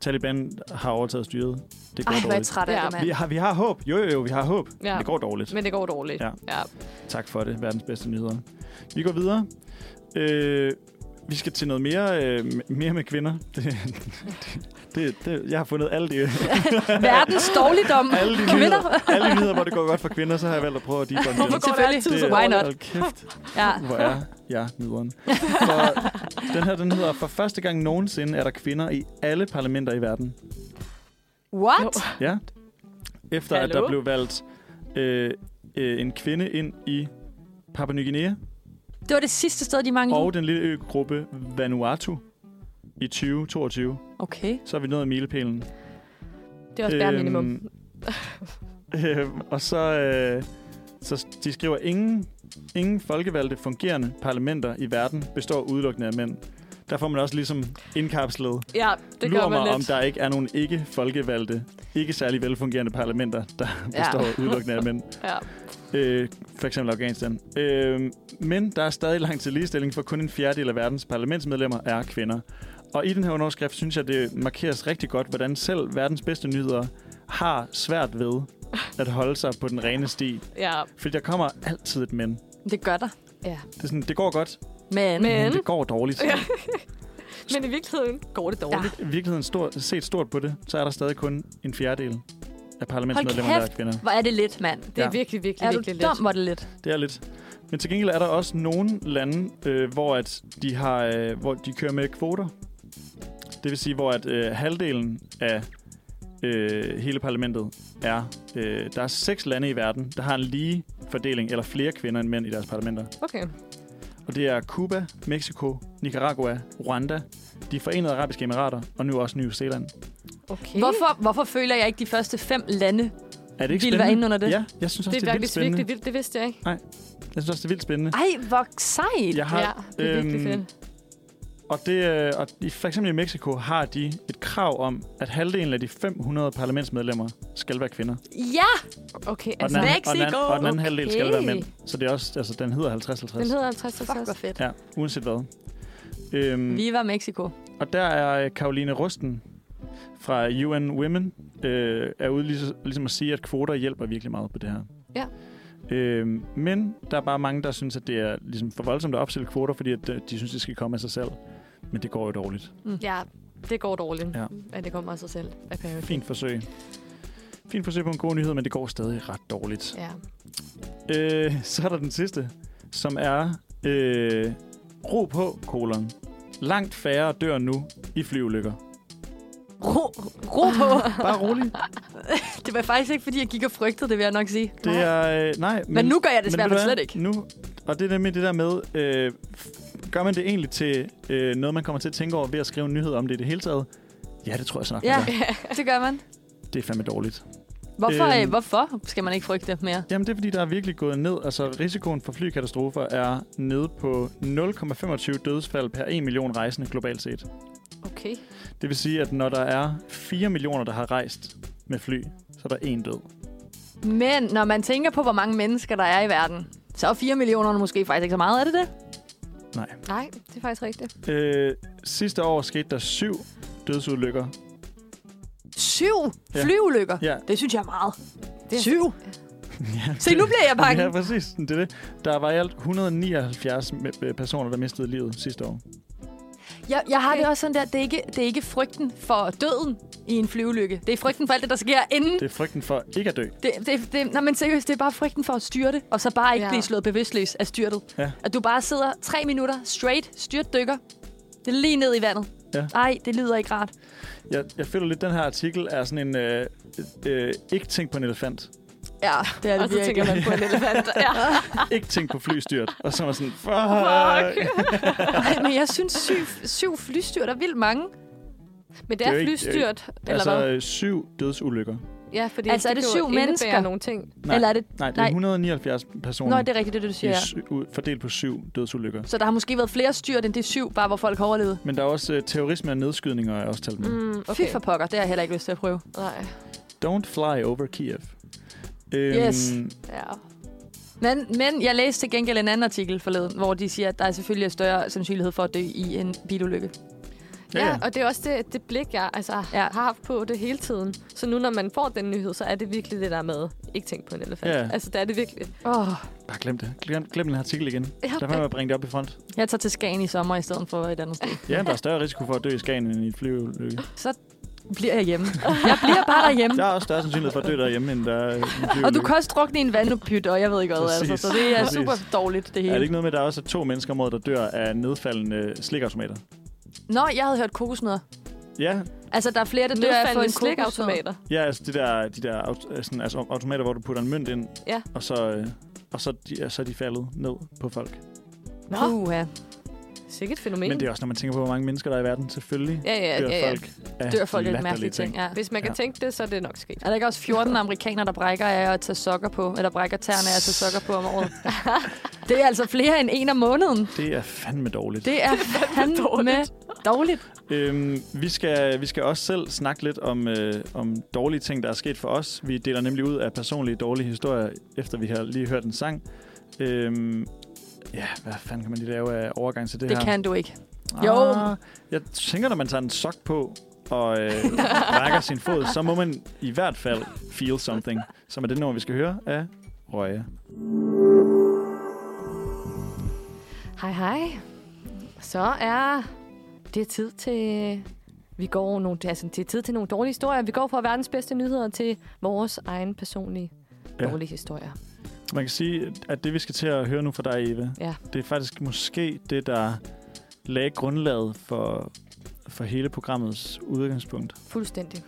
Taliban har overtaget styret. Det går
Ej, hvor er jeg
dårligt.
træt af
Ja.
det, mand.
Vi har, vi har håb. Jo, jo, jo, vi har håb.
ja.
Ja. Det går dårligt.
Men det går dårligt.
Ja.
ja.
Tak for det. Verdens bedste nyheder. Vi går videre. Øh, vi skal til noget mere, øh, m- mere med kvinder. Det, det, det, jeg har fundet alle de,
Verdens dårligdom.
alle, de
Kvinder.
nyheder, alle de nyheder, hvor det går godt for kvinder, så har jeg valgt at prøve at debunke
Hvorfor
dem.
går det
Selvfølgelig.
altid
Det-
så
Why
meget?
not?
Hold kæft,
Ja.
hvor er jeg nederen. For, den her den hedder, for første gang nogensinde er der kvinder i alle parlamenter i verden.
What?
Ja. Efter Hallo? at
Hallo?
der blev valgt øh, øh, en kvinde ind i Papua Ny Guinea,
Det var det sidste sted, de manglede.
og den lille øgruppe Vanuatu i 2022.
Okay.
Så er vi nået milepælen.
Det er også bare minimum.
øhm, og så, øh, så de skriver, ingen, ingen folkevalgte fungerende parlamenter i verden består udelukkende af mænd. Der får man også ligesom indkapslet.
Ja, det
Lurer
gør man
mig, om
lidt.
der ikke er nogen ikke folkevalgte, ikke særlig velfungerende parlamenter, der
Ja.
består udelukkende af mænd.
Ja.
Øh, for eksempel Afghanistan. Øh, men der er stadig langt til ligestilling, for kun en fjerdedel af verdens parlamentsmedlemmer er kvinder. Og i den her underskrift synes jeg, det markeres rigtig godt, hvordan selv verdens bedste nyheder har svært ved at holde sig på den rene sti.
ja.
Fordi der kommer altid et men.
Det gør der.
Det, er sådan, det går godt,
Men, Mm-hmm.
Men-
men det går dårligt.
Ja. Men i virkeligheden går det dårligt.
I virkeligheden stort, set stort på det, så er der stadig kun en fjerdedel af
Hold
parlamentsmedlemmerne, der
kæft.
er kvinder.
hvor er det lidt, mand.
Det er
Ja.
virkelig, virkelig,
Er du
virkelig lidt.
dum, hvor er det lidt.
Det er lidt. Men til gengæld er der også nogle lande, øh, hvor at de har, øh, hvor de kører med kvoter. Det vil sige, hvor at øh, halvdelen af øh, hele parlamentet er. Øh, der er seks lande i verden, der har en lige fordeling eller flere kvinder end mænd i deres parlamenter.
Okay.
Og det er Cuba, Mexico, Nicaragua, Rwanda, de forenede arabiske emirater og nu også New Zealand.
okay.
Hvorfor, hvorfor føler jeg ikke de første fem lande?
Er det ikke
Ville
spændende?
være inde under det.
Ja, jeg synes også,
Det
det,
er
vildt
faktisk
spændende.
virkelig vildt. Det vidste jeg ikke.
Jeg synes også, det er vildt spændende.
Ej, hvor sejt.
Jeg har
Ja, det er virkelig
Øhm,
fedt.
Og, det, øh, og i, for eksempel i Mexico har de et krav om, at halvdelen af de 500 parlamentsmedlemmer skal være kvinder.
Ja,
Okay,
Og
altså,
den, anden, og, den,
Mexico,
anden- og den anden
okay.
halvdel skal være mænd. Så det er også, altså, den hedder 50-50.
den hedder 50
fuck, hvor fedt.
Ja, uanset hvad. Øhm,
Viva Mexico.
og der er øh, Caroline Rusten fra UN Women øh, er ude ligesom, ligesom at sige, at kvoter hjælper virkelig meget på det her.
Ja.
Øh, men der er bare mange, der synes, at det er ligesom for voldsomt at opstille kvoter, fordi at øh, de synes, det skal komme af sig selv. Men det går jo dårligt.
Ja, det går dårligt,
Ja.
ja. at det kommer af sig selv. Apparently.
Fint forsøg. Fint forsøg på en god nyhed, men det går stadig ret dårligt.
Ja.
Øh, så er der den sidste, som er øh, ro på, kolon. Langt færre dør nu i flyulykker.
Ro, ro på.
Bare rolig.
det var faktisk ikke, fordi jeg gik og frygtede det, vil jeg nok sige.
Det er, øh, nej,
Men, men nu gør jeg det
men
svært
ved du
slet
hvad? Mm.
ikke.
Nu, og det der med det der med, øh, f- gør man det egentlig til øh, noget, man kommer til at tænke over ved at skrive en nyhed om det i det hele taget? Ja, det tror jeg snart.
Ja,
Ja.
det gør man.
Det er fandme dårligt.
Hvorfor,
Altså. Øhm.
øh, hvorfor skal man ikke frygte mere?
Jamen, det er fordi, der er virkelig gået ned. Altså, risikoen for flykatastrofer er nede på 0,25 dødsfald per 1 million rejsende globalt set.
Okay.
Det vil sige, at når der er 4 millioner, der har rejst med fly, så er der en død.
Men når man tænker på, hvor mange mennesker der er i verden, så er 4 millioner måske faktisk ikke så meget, er det det?
Nej, det er faktisk rigtigt.
Øh, sidste år skete der syv dødsulykker.
Syv
Ja.
flyulykker.
Ja,
Det synes jeg er meget.
Det er-
Syv.
ja
Se, nu bliver jeg bange.
Ja, præcis. Det er det. Der var i alt 179 me- øh, personer, der mistede livet sidste år.
Jeg, jeg har det også sådan der, det er, ikke, det er ikke frygten for døden i en flyulykke. Det er frygten for alt det, der sker inden.
Det er frygten for ikke at dø.
Det, det, det, nej, men seriøst, det er bare frygten for at styrte, og så bare ikke ja.
Ja.
blive slået bevidstløs af styrtet.
Ja.
At du bare sidder tre minutter straight, styrt dykker. Det er lige ned i vandet.
Ja.
Ej, det lyder ikke rart.
Jeg, jeg føler lidt, at den her artikel er sådan en øh, øh, ikke tænk på en elefant.
Ja, det er det
Og så
virkelig.
tænker man på en elefant. Ja.
Ah.
ikke tænk på flystyrt. Og så er man sådan, fuck.
Ej, men jeg synes, syv, syv flystyrt er vildt mange.
Men det
Det er jo
er
ikke-
flystyrt, eller
Altså
hvad?
øh, syv dødsulykker.
Ja, fordi
Altså, er det
kan jo
syv
indebære
mennesker?
nogle ting.
Nej.
Eller er det...
Nej, det er
Nej.
179 personer.
Nå, det er rigtigt, det du
i
siger. Ja.
syv- ud- fordelt på syv dødsulykker.
Så der har måske været flere styrt end det syv, bare hvor folk har overlevet.
Men der er også øh, terrorisme og nedskydninger, er også talt med. Mm.
Mm,
Okay. Fy for pokker, det har jeg heller ikke lyst til at prøve.
Nej.
Don't fly over Kiev. Øhm,
Yes.
Ja.
Men, men jeg læste til gengæld en anden artikel forleden, hvor de siger, at der selvfølgelig er større sandsynlighed for at dø i en bilulykke.
Ja, ja.
Ja, og det er også det, det blik, jeg altså,
Ja.
ja. har haft på det hele tiden. Så nu, når man får den nyhed, så er det virkelig det der med, ikke tænk på en elefant.
Ja.
Ja. Altså, det er det virkelig.
Oh,
Bare glem det. Glem, glem den her artikel igen.
Ja,
Der var med at bringe det op i front.
jeg tager til Skagen i sommer i stedet for et andet sted.
Ja, der er større risiko for at dø i Skagen end i et flyulykke.
Bliver jeg hjemme. Jeg bliver bare derhjemme.
Der er også større sandsynlighed for at dø derhjemme, end der er i en flyulykke.
Og du kan også drukne i en vandopyt, og jeg ved ikke hvad. Altså,
Præcis.
så det er
Præcis.
super dårligt, det
Er
hele.
det ikke noget med, at der også er to mennesker om året, der dør af nedfaldende slikautomater?
Nå, jeg havde hørt kokosnødder.
Ja,
Altså, der er flere, der dør af at få en
Nedfaldende
kokosnød.
slikautomater.
ja altså de der, de der aut- øh, sådan, altså, automater, hvor du putter en mønt ind,
Ja.
og, så, øh, og så, de, og så er de faldet ned på folk.
Nå,
Uh, ja.
sikkert et fænomen.
Men det er også, når man tænker på, hvor mange mennesker der er i verden, selvfølgelig
ja, ja,
dør
ja, ja.
folk af
Dør folk lidt
latterlige
mærkelige ting. Ja.
Hvis man kan
Ja.
ja. tænke det, så er det nok sket.
Er der ikke også 14 amerikanere, der brækker af at tage sokker på? Eller brækker tæerne af at tage sokker på om året? det er altså flere end en om måneden.
Det er fandme dårligt.
Det er fandme dårligt. dårligt.
Øhm, vi, skal, vi skal også selv snakke lidt om, øh, om dårlige ting, der er sket for os. Vi deler nemlig ud af personlige dårlige historier, efter vi har lige hørt en sang. Øhm, ja, hvad fanden kan man lige lave af overgang til det,
Det
her?
kan du ikke.
Ah,
jo.
Jeg tænker, når man tager en sok på og øh, rækker sin fod, så må man i hvert fald feel something, som er det nummer, vi skal høre af Røje.
Hej, hej. Så er det tid til... Vi går nogle, altså, det er tid til nogle dårlige historier. Vi går fra verdens bedste nyheder til vores egen personlige
Ja.
ja. dårlige historier.
Man kan sige, at det, vi skal til at høre nu fra dig, Eva,
Ja.
det er faktisk måske det, der lagde grundlaget for, for hele programmets udgangspunkt.
Fuldstændig.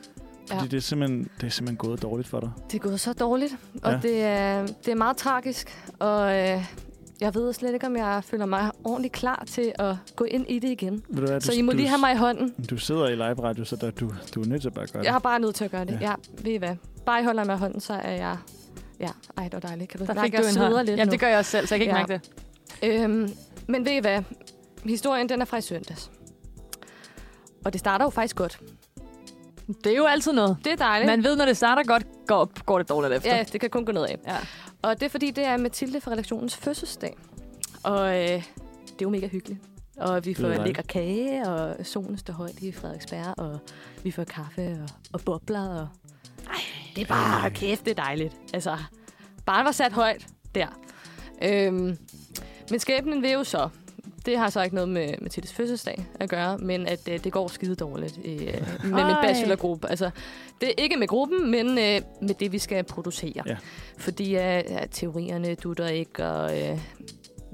Fordi
Ja.
det, er simpelthen, det er simpelthen gået dårligt for dig.
Det er gået så dårligt,
Ja.
og ja. det, er, det er meget tragisk, og øh, jeg ved slet ikke, om jeg føler mig ordentligt klar til at gå ind i det igen.
Ved du hvad,
Så
du,
I må
du,
lige have mig i hånden.
Du sidder i live radio, så der, du, du er nødt til at bare gøre
Jeg har
det.
bare nødt til at gøre det.
Ja.
Ja, ved I hvad? Bare I holder mig i hånden, så er jeg... Ja, ej, det var dejligt. Kan du
Der
mærke,
fik
jeg
du en
sveder
hånd.
lidt
Jamen,
nu?
det gør jeg også selv, så jeg kan ikke
Ja.
mærke det.
Øhm, men ved I hvad? Historien, den er fra i søndags. Og det starter jo faktisk godt.
Det er jo altid noget.
Det er dejligt.
Man ved, når det starter godt, går, går det dårligt efter.
Ja, det kan kun gå nedad.
Ja.
Og det er fordi, det er Mathilde fra redaktionens fødselsdag. Og øh, det er jo mega hyggeligt. Og vi
lyder
får
dejligt.
lækker kage, og solen står højt i Frederiksberg, og vi får kaffe og, og Ah, bobler. Og... Ej, det er bare, kæft, det er dejligt. Altså, barnet var sat højt. der. Øhm, men skæbnen vil jo så, det har så ikke noget med Mathildes fødselsdag at gøre, men at øh, det går skide dårligt øh, med min
Ej.
bachelorgruppe. Altså, det er ikke med gruppen, men øh, med det, vi skal producere.
Ja.
Fordi øh, ja, teorierne dutter ikke, og øh,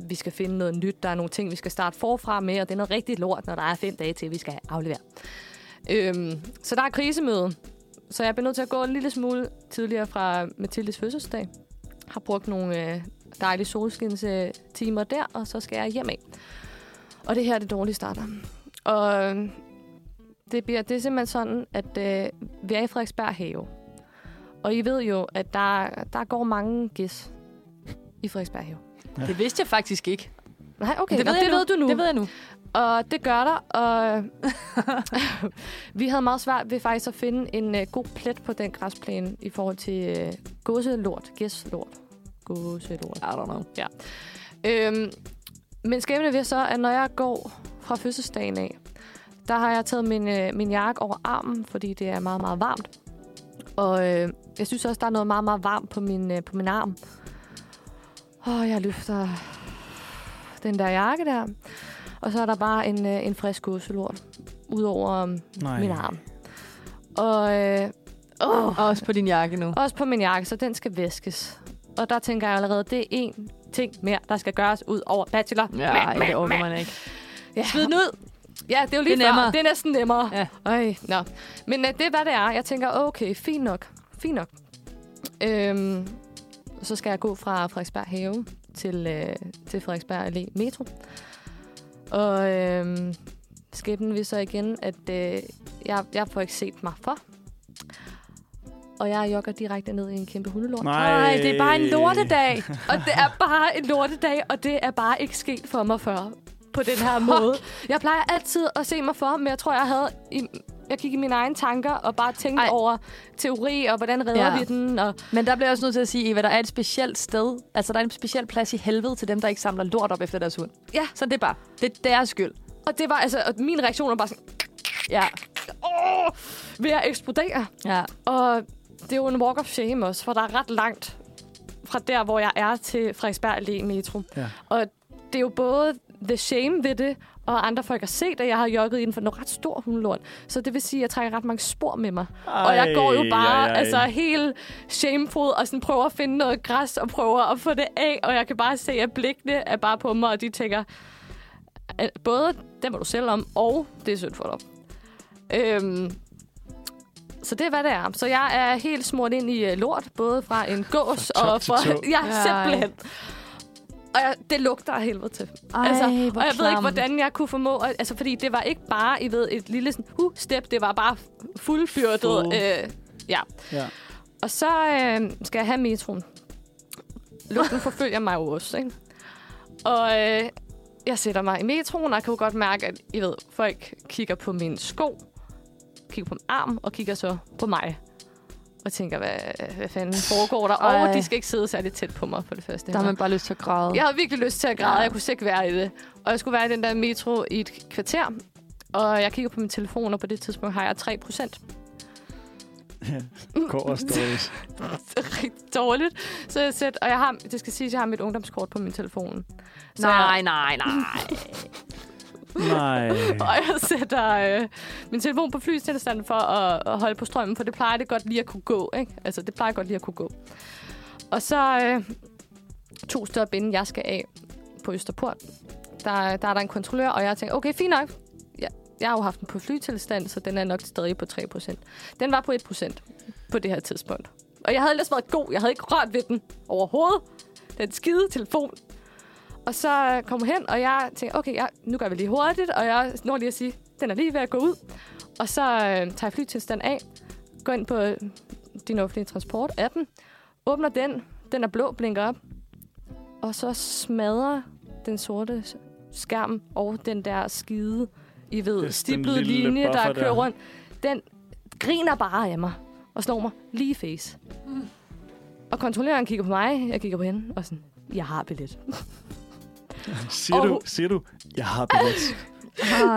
vi skal finde noget nyt. Der er nogle ting, vi skal starte forfra med, og det er noget rigtig lort, når der er fem dage til, vi skal aflevere. Øhm, så der er krisemøde. Så jeg bliver nødt til at gå en lille smule tidligere fra Mathildes fødselsdag. Har brugt nogle øh, dejlige solskins øh, timer der, og så skal jeg hjem af. Og det her er det dårlige starter. Og øh, det, bliver, det er simpelthen sådan, at øh, vi er i Frederiksberg have. Og I ved jo, at der, der går mange gæs i Frederiksberg have.
Det vidste jeg faktisk ikke.
Nej, okay.
det
nå,
ved, jeg
det ved du nu.
Det ved jeg nu.
Og det gør der, og vi havde meget svært ved faktisk at finde en uh, god plet på den græsplæne i forhold til uh, gåselort, gæslort, gåselort.
I don't know.
Øhm, men skæbne ved så, at når jeg går fra fødselsdagen af, der har jeg taget min, øh, min jakke over armen, fordi det er meget, meget varmt. Og øh, jeg synes også, der er noget meget, meget varmt på min, øh, på min arm. Og jeg løfter den der jakke der. Og så er der bare en, øh, en frisk gåselort ud over øh,
Nej.
min arm. Og øh, åh,
Også på din jakke nu.
også på min jakke, så den skal væskes. Og der tænker jeg allerede, det er én ting mere, der skal gøres ud over bachelor.
Ja, ej, det overgår man ikke.
Ja. Smid den ud! Ja, det er jo lige
Det er
før.
nemmere.
Det er næsten nemmere.
Ja.
Øj, nå. Men uh, det er, hvad det er. Jeg tænker, okay, fint nok. Fint nok. Øhm, så skal jeg gå fra Frederiksberg Have til, øh, til Frederiksberg Allé Metro. Og øh, skæbnen vil så igen, at øh, jeg, jeg får ikke set mig for. Og jeg jogger direkte ned i en kæmpe hundelort.
Nej, det er bare en lortedag.
Og det er bare en lortedag, og det er bare ikke sket for mig før på den her Fuck. måde. Jeg plejer altid at se mig for, men jeg tror, jeg havde... I, jeg gik i mine egne tanker og bare tænkte
Ej.
Ej. over teori, og hvordan redder
Ja.
ja. vi den, og
Men der bliver jeg også nødt til at sige, Eva, der er et specielt sted. Altså, der er en speciel plads i helvede til dem, der ikke samler lort op efter deres hund.
Ja.
Så det er bare, det er deres skyld.
Og det var altså, og min reaktion var bare sådan,
Ja.
åh, ved at eksplodere.
ja.
Og det er jo en walk of shame også, for der er ret langt fra der, hvor jeg er til Frederiksberg Allé Metro.
Ja.
Og det er jo både the shame ved det, og andre folk har set, at jeg har jogget inden for en ret stor hundelort. Så det vil sige, at jeg trækker ret mange spor med mig. Ej, og jeg går jo bare ej, ej. altså helt shameful og sådan prøver at finde noget græs og prøver at få det af. Og jeg kan bare se, at blikkene er bare på mig, og de tænker, at både den var du selv om, og det er synd for dig. Øhm, så det er, hvad det er. Så jeg er helt smurt ind i øh, lort, både fra en gås
Fra top
og
til
fra...
tå.
Ja,
Ej.
simpelthen. Og jeg, det lugter af helvede til.
Ej,
altså, og jeg
hvor
ved ikke,
klamt.
hvordan jeg kunne formå... At, altså, fordi det var ikke bare, I ved, et lille sådan, uh, step. Det var bare fuldbyrdet.
Full.
Øh, ja.
Ja.
Og så øh, skal jeg have metroen. Lugten forfølger mig jo også, ikke? Og øh, jeg sætter mig i metroen, og jeg kan jo godt mærke, at I ved, folk kigger på min sko, kigger på min arm, og kigger så på mig. Og tænker, hvad, hvad fanden foregår der?
Ej.
Og de skal ikke sidde særlig tæt på mig, for det første.
Der har man bare lyst til at græde.
Jeg havde virkelig lyst til at græde,
Ja.
ja. jeg kunne slet ikke være i det. Og jeg skulle være i den der metro i et kvarter. Og jeg kigger på min telefon, og på det tidspunkt har jeg 3 procent.
Går og stories.
Rigtig dårligt. Så jeg sæt, og jeg har, det skal siges, at jeg har mit ungdomskort på min telefon. Så
Nej,
Jeg,
nej, nej.
Nej.
og jeg sætter øh, min telefon på flytilstand for at, at holde på strømmen, for det plejer det godt lige at kunne gå. Ikke? Altså, det plejer godt lige at kunne gå. Og så øh, to stop inden jeg skal af på Østerport. Der, der er der en kontrollør, og jeg tænker, okay, fint nok. Jeg, jeg har jo haft den på flytilstand, så den er nok stadig på 3%. Den var på 1% på det her tidspunkt. Og jeg havde ellers været god. Jeg havde ikke rørt ved den overhovedet. Den skide telefon. Og så øh, kom hun hen, og jeg tænker, okay, jeg, nu gør vi lige hurtigt. Og jeg når lige at sige, den er lige ved at gå ud. Og så øh, tager jeg flytilstand af. Går ind på øh, din offentlige transport, appen. Åbner den. Den er blå, blinker op. Og så smadrer den sorte s- skærm og den der skide, I ved,
den
yes, stiplede
lille
linje, der
buffer
kører
der.
rundt. Den griner bare af mig og slår mig lige i face. Og kontrolløren kigger på mig, jeg kigger på hende, og sådan, jeg har billet.
Siger du, siger du, jeg har billet.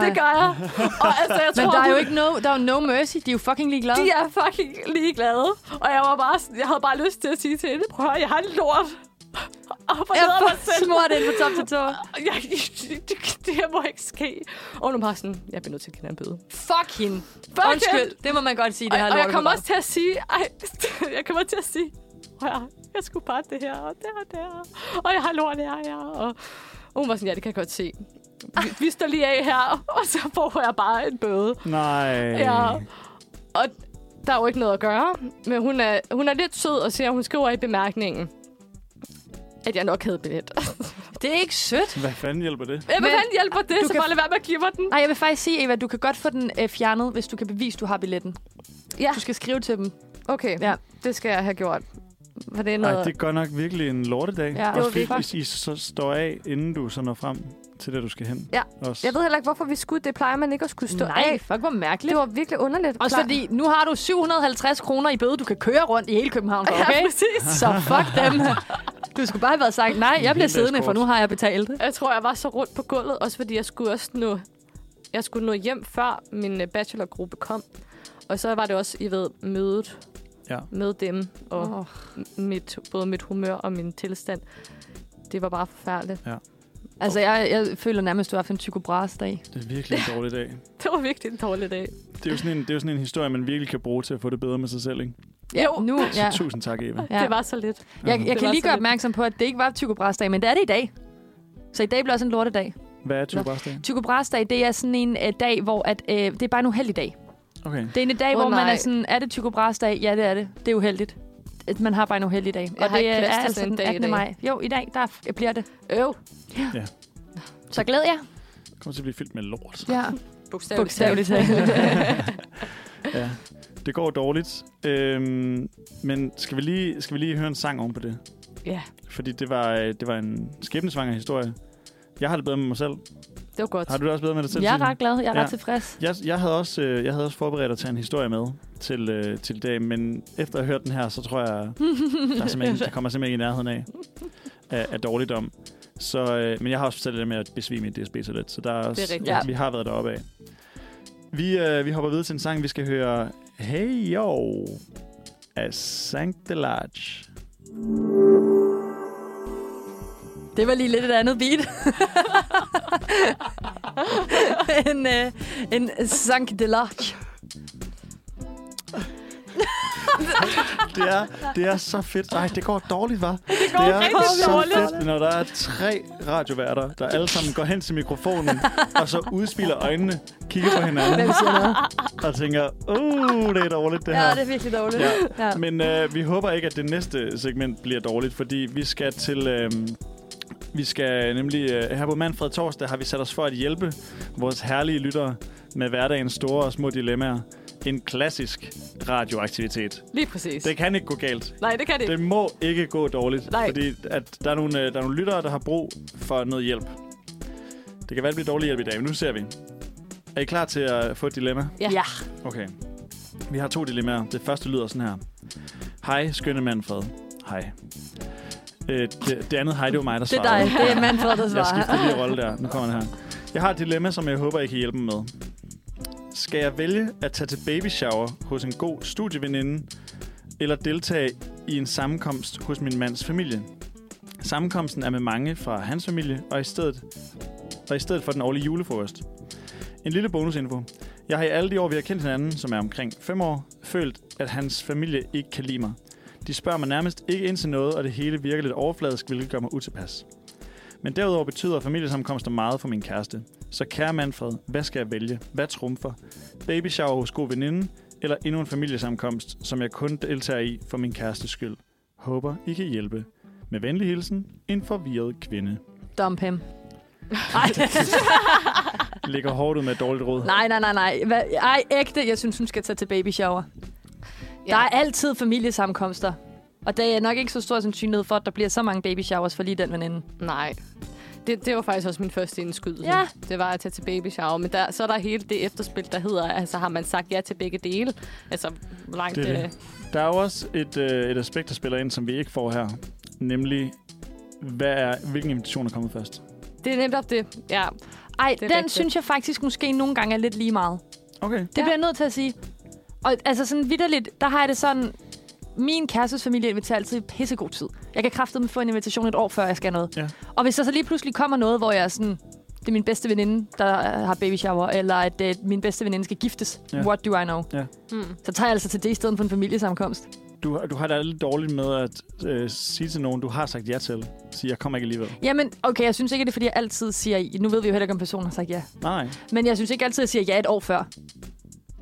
Det gør jeg. Og altså, jeg tror,
Men der er jo
hun-
ikke no, der er jo no mercy. De er jo fucking ligeglade.
De er fucking ligeglade. Og jeg, var bare, sådan- jeg havde bare lyst til at sige til hende, prøv at høre, jeg har lort. op og
Jeg
ned af mig selv.
smurt ind på top til tå.
Jeg, det, det, det her må ikke ske. Og nu bare sådan, jeg bliver nødt til at give hende en bøde.
Fuck hende.
Fuck
Undskyld,
hende.
det må man godt sige, det
Og,
her
og jeg kommer
lorteprogram.
også til at sige, ej, jeg kommer til at sige, "Prøv at høre, jeg skulle bare det her, og der og der, og jeg har lort her, her. Og, og hun var sådan, ja, det kan jeg godt se. Vi, vi står lige af her, og så får jeg bare en bøde.
Nej.
Ja. Og der er jo ikke noget at gøre, men hun er, hun er lidt sød og siger, hun skriver i bemærkningen, at jeg nok havde billet.
Det er ikke sødt.
Hvad fanden hjælper det?
Hvad
Men
fanden hjælper det,
du
så
kan-
bare lad være med at give mig den.
Nej, jeg vil faktisk sige, Eva, du kan godt få den øh, fjernet, hvis du kan bevise, du har billetten.
Ja.
Du skal skrive til dem.
Okay,
Ja.
ja. det skal jeg have gjort. For det er
Nej,
noget...
det er godt nok virkelig en lortedag.
Ja, det var
Også fordi,
virkelig-
hvis I så står af, inden du så når frem til det, du skal hen.
Ja,
Også.
Jeg ved heller ikke, hvorfor vi skulle. Det plejer man ikke at skulle stå af.
fuck, hvor mærkeligt.
Det var virkelig underligt.
Også
Klar-
fordi, nu har du 750 kroner i bøde, du kan køre rundt i hele København for,
Ja,
okay?
præcis.
Så fuck dem. Du skulle bare have været sagt, nej, jeg bliver
Helt
siddende, for
escort.
nu har jeg betalt.
Jeg tror, jeg var så rundt på gulvet, også fordi jeg skulle også nå, jeg skulle nå hjem, før min øh, bachelorgruppe kom. Og så var det også, I ved, mødet
Ja.
med dem, og
Åh.
m- mit, både mit humør og min tilstand. Det var bare forfærdeligt.
Altså, jeg, jeg føler nærmest, du har haft en Tycho Brahes dag.
Det er virkelig en dårlig dag.
Det var virkelig en dårlig dag.
Det er jo sådan en, det er jo sådan en historie, man virkelig kan bruge til at få det bedre med sig selv, ikke?
Ja,
Jo.
nu, ja.
Ja. Tusind tak, Eva.
Ja.
Ja. Det var så lidt.
Jeg, jeg
Det
kan
var
lige
så
gøre
lidt.
opmærksom på, at det ikke var Tycho Brahes dag, men det er det i dag. Så i dag bliver også en lortedag.
Hvad er tuberstagen?
Tycho Brahes dag, det er sådan en øh, dag, hvor at, øh, det er bare en uheldig dag.
Okay.
Det er en dag, oh,
Åh,
hvor nej. man
nej.
er sådan, er det Tycho Brahes dag? Ja, det er det. Det er uheldigt. At Man har bare en uheldig dag.
Jeg
og
har
det
ikke
er
plads til
altså
sådan en
den
dag i
18.
dag.
maj. Jo, i dag, der f- bliver det.
Øv.
Så glæder jeg.
Det kommer til at blive fyldt med lort.
Ja,
Bogstaveligt.
bogstaveligt
talt.
talt.
Ja. Det går dårligt. Øhm, men skal vi, lige, skal vi lige høre en sang oven på det?
Ja,
Fordi det var, øh, det var en skæbnesvanger historie. Jeg har det bedre med mig selv.
det var godt.
Har du det også bedre med dig selv?
Jeg er
Signe?
ret glad. Jeg er
Ja.
ret tilfreds.
Jeg, jeg, havde også, øh, jeg havde også forberedt at tage en historie med til, øh, til i dag, men efter at have hørt den her, så tror jeg, der, er simpelthen, der kommer jeg simpelthen ikke i nærheden af, af, af dårligdom. Så, øh, men jeg har også fortalt det med at besvime i DSB til lidt, så der er også,
rigtigt.
ja, vi har været deroppe af. Vi, øh, vi hopper videre til en sang, vi skal høre Hey Yo af Sankt Delage.
Det var lige lidt et andet beat. en, øh, en Sank Delarge.
Det er, det er så fedt. Nej, det går dårligt, var. Det går det er
rigtig
så
dårligt.
fedt, når der er tre radioværter, der alle sammen går hen til mikrofonen, og så udspiller øjnene, kigger på hinanden og tænker, uh, det er dårligt det her.
Ja, det er virkelig dårligt.
Ja.
Ja.
Men øh, vi håber ikke, at det næste segment bliver dårligt, fordi vi skal til... Øh, vi skal nemlig... Øh, her på Manfred Torsdag har vi sat os for at hjælpe vores herlige lyttere med hverdagens store og små dilemmaer. En klassisk radioaktivitet.
Lige præcis.
Det kan ikke gå galt.
Nej, det kan det ikke.
Det må ikke gå dårligt,
Nej.
fordi at der, er nogle, øh, der er nogle lyttere, der har brug for noget hjælp. Det kan være, det bliver dårlig hjælp i dag, men nu ser vi. Er I klar til at få et dilemma?
Ja.
Ja.
Okay. Vi har to dilemmaer. Det første lyder sådan her. Hej, skønne Manfred. Hej. Øh, det, det andet hej, det var mig, der
Det er
svarede.
dig. Det er Manfred, der
Jeg skifter
svarer.
lige rolle der. Nu kommer den her. Jeg har et dilemma, som jeg håber, I kan hjælpe mig med. Skal jeg vælge at tage til baby shower hos en god studieveninde, eller deltage i en sammenkomst hos min mands familie? Sammenkomsten er med mange fra hans familie, og i stedet, og i stedet for den årlige julefrokost. En lille bonusinfo. Jeg har i alle de år, vi har kendt hinanden, som er omkring 5 år, følt, at hans familie ikke kan lide mig. De spørger mig nærmest ikke ind til noget, og det hele virker lidt overfladisk, hvilket gør mig utilpas. Men derudover betyder familiesamkomster meget for min kæreste. Så kære Manfred, hvad skal jeg vælge? Hvad trumfer? Baby shower hos god veninde, eller endnu en familiesamkomst, som jeg kun deltager i for min kærestes skyld? Håber, I kan hjælpe. Med venlig hilsen, en forvirret kvinde.
Dump him.
Ligger hårdt ud med et dårligt råd.
Nej, nej, nej, nej. Hvad? Ej, ægte. Jeg synes, hun skal tage til baby shower. Ja. Der er altid familiesamkomster. Og der er nok ikke så stor sandsynlighed for, at der bliver så mange baby showers for lige den veninde.
Nej. Det, det var faktisk også min første indskydelse.
Ja.
Det var at tage til baby shower. Men der, så er der hele det efterspil, der hedder, altså har man sagt ja til begge dele? Altså, hvor langt...
Det er det.
øh,
Der er jo også et, øh, et aspekt, der spiller ind, som vi ikke får her. Nemlig, hvad er, hvilken invitation er kommet først?
det er nemt op det. Ja.
Ej,
er
den
rigtigt.
synes jeg faktisk måske nogle gange er lidt lige meget.
Okay.
Det ja. bliver jeg nødt til at sige. Og altså sådan vidderligt, der har jeg det sådan... min kærestes familie inviterer altid i pissegod tid. Jeg kan kraftedeme få en invitation et år, før jeg skal noget.
Ja.
Og hvis der så lige pludselig kommer noget, hvor jeg er sådan, det er min bedste veninde, der øh, har baby shower, eller at øh, min bedste veninde skal giftes.
Ja.
What do I know?
Mm.
Så tager jeg altså til det i stedet for en familiesamkomst.
Du, har- du har det lidt dårligt med at øh, sige til nogen, du har sagt ja til. Sige, jeg kommer ikke alligevel.
Jamen, okay, jeg synes ikke, at det er, fordi jeg altid siger... Nu ved vi jo heller ikke, om personen har sagt ja.
Nej.
Men jeg synes ikke altid, at jeg siger ja et år før.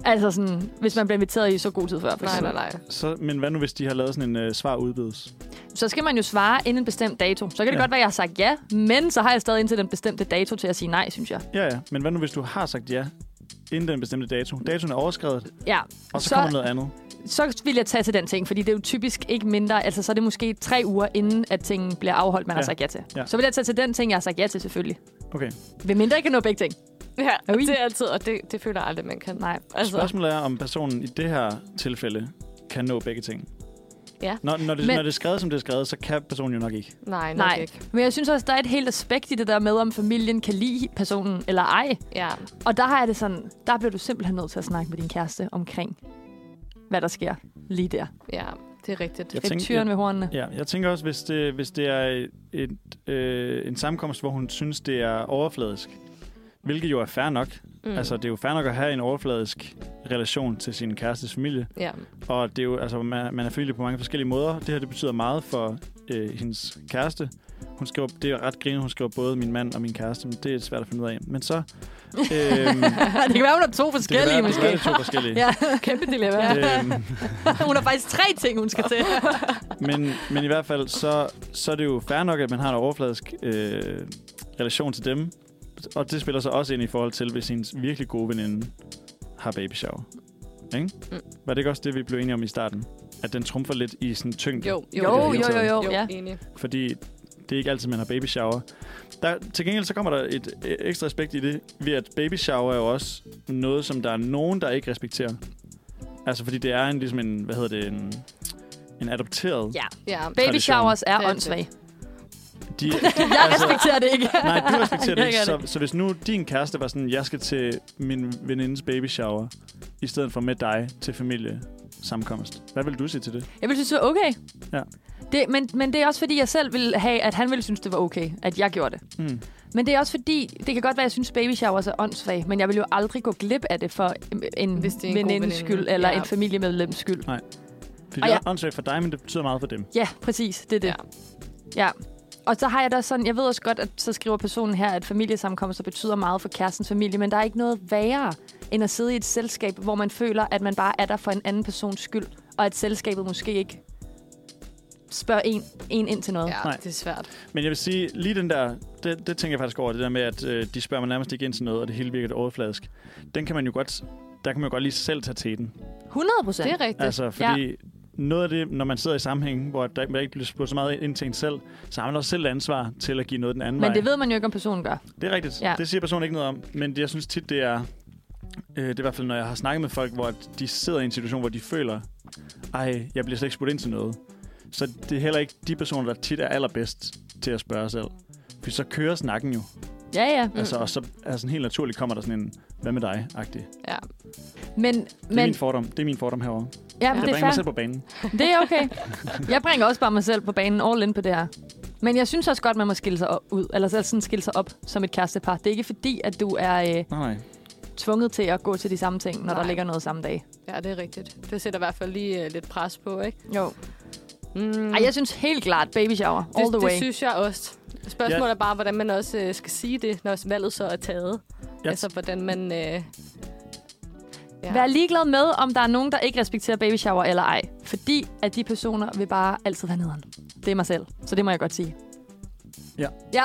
Altså sådan, hvis man bliver inviteret i så god tid før, for
Nej,
eksempel.
nej, nej.
Så, men hvad nu, hvis de har lavet sådan en øh, svar udbedes?
Så skal man jo svare inden en bestemt dato. Så kan det
Ja.
ja. godt være, at jeg har sagt ja, men så har jeg stadig indtil den bestemte dato til at sige nej, synes jeg.
Ja, ja. Men hvad nu, hvis du har sagt ja, inden den bestemte dato? Datoen er overskrevet,
Ja,
og så, så
Så-
kommer noget andet.
så vil jeg tage til den ting, fordi det er jo typisk ikke mindre, altså så er det måske tre uger inden, at tingen bliver afholdt, man ja.
Ja.
har sagt ja til.
Ja.
Ja. Så vil jeg tage til den ting, jeg har sagt ja til selvfølgelig.
Okay.
Ved mindre ikke nå begge ting.
Ja,
Er
og
vi-
det er altid, og det, det føler jeg aldrig, man kan.
Nej.
Altså,
Spørgsmålet er, om personen i det her tilfælde kan nå begge ting.
Ja.
Når, når, det,
Men-
når det er skrevet, som det er skrevet, så kan personen jo nok ikke.
nej, nok
Nej.
ikke.
Men jeg synes også, der er et helt aspekt i det der med, om familien kan lide personen eller ej.
Ja.
Og der har jeg det sådan, der bliver du simpelthen nødt til at snakke med din kæreste omkring, hvad der sker lige der.
Ja, det er rigtigt.
Jeg
Grib
tænker-
tyren ved hornene.
Ja, jeg tænker også, hvis det, hvis det er et, øh, en sammenkomst, hvor hun synes, det er overfladisk, hvilket jo er fair nok. Mm.
Mm.
Altså, det er jo fair nok at have en overfladisk relation til sin kærestes familie.
Ja,
Og det er jo, altså, man, man er familie på mange forskellige måder. Det her, det betyder meget for øh, hendes kæreste. Hun skriver, det er ret griner, hun skriver både min mand og min kæreste, men det er svært at finde ud af. Men så... Øh, det kan være,
det kan være, hun har to forskellige
det kan
måske.
være, det er to forskellige.
Ja.
kæmpe dilemma. Ja.
Øhm,
hun har faktisk tre ting, hun skal til.
men, men i hvert fald, så, så er det jo fair nok, at man har en overfladisk øh, relation til dem. Og det spiller så også ind i forhold til, hvis ens virkelig gode veninde har baby shower. Ikke?
Mm.
Var det ikke også det, vi blev enige om i starten? At den trumfer lidt i sådan tyngde.
Jo, jo,
Jo,
i det hele
jo, jo,
taget.
jo,
Jo,
ja.
ja.
enig.
Fordi det er ikke altid, man har baby shower. Der, til gengæld så kommer der et øh, ekstra aspekt i det, ved at baby shower er jo også noget, som der er nogen, der ikke respekterer. Altså fordi det er en, ligesom en, hvad hedder det, en, en adopteret.
Ja.
Ja,
Baby
Tradition.
showers er
Det er
åndssvage.
De, de,
Jeg respekterer det ikke.
Altså- Nej, du respekterer det
Jeg
ikke.
gør
Så, så hvis nu din kæreste var sådan, jeg skal til min venindes baby shower, i stedet for med dig til familie sammenkomst. Hvad vil du sige til det?
Jeg vil synes, det var okay.
Ja.
Det, men, men det er også, fordi jeg selv ville have, at han ville synes, det var okay, at jeg gjorde det.
Mm.
Men det er også fordi, det kan godt være, at jeg synes, baby showers er åndssvage, men jeg vil jo aldrig gå glip af det for en,
Hvis det er en god
venindes
veninde.
skyld eller
Ja.
en familiemedlems skyld.
Fordi
Og
det er
jeg-
åndssvagt for dig, men det betyder meget for dem.
Ja, præcis. Det er det.
Ja.
Ja. ja. Og så har jeg da sådan, jeg ved også godt, at så skriver personen her, at familiesamkomster betyder meget for kærestens familie, men der er ikke noget værre, end at sidde i et selskab, hvor man føler, at man bare er der for en anden persons skyld, og at selskabet måske ikke spørger en, en ind til noget. Ja.
Ja,
Nej.
det er svært.
Men jeg vil sige, lige den der, det, det tænker jeg faktisk over, det der med, at øh, de spørger mig nærmest ikke ind til noget, og det hele virker lidt overfladisk. Den kan man jo godt, der kan man jo godt lige selv tage til den.
100 procent.
Det er rigtigt.
Altså, fordi ja. noget af det, når man sidder i sammenhængen, hvor der man ikke bliver spurgt så meget ind til en selv, så har man også selv ansvar til at give noget den anden vej.
Men det ved man jo ikke, om personen gør.
Det er rigtigt. Ja.
Ja.
Det siger personen ikke noget om. Men det, jeg synes tit, det er... Øh, det er i hvert fald, når jeg har snakket med folk, hvor at de sidder i en situation, hvor de føler, ej, jeg bliver slet ikke spurgt ind til noget. Så det er heller ikke de personer, der tit er allerbedst til at spørge selv. For så kører snakken jo. Mm.
Ja, ja.
Altså, og så altså, helt naturligt kommer der sådan en, hvad med dig-agtig. Det
Ja.
Men,
er men, min
men
fordom. Det er min fordom herovre.
ja,
Jeg
men det er
bringer mig
fair.
selv på banen.
Det er okay. Jeg bringer også bare mig selv på banen all in på det her. Men jeg synes også godt, man må skille sig o- ud, eller sådan skille sig op som et kærestepar. Det er ikke fordi, at du er øh,
Nej, nej.
tvunget til at gå til de samme ting, når
Nej.
der ligger noget samme dag.
ja, det er rigtigt. Det sætter i hvert fald lige uh, lidt pres på, ikke?
Jo.
Mm.
Ej, jeg synes helt klart, baby shower, all
det,
the way.
det synes jeg også. Spørgsmålet
Ja.
ja. er bare, hvordan man også øh, skal sige det, når valget så er taget.
Ja.
Ja. Altså, hvordan man... Øh, ja.
Vær ligeglad med, om der er nogen, der ikke respekterer baby shower eller ej. Fordi at de personer vil bare altid være nederen. Det er mig selv, så det må jeg godt sige.
Ja.
Ja.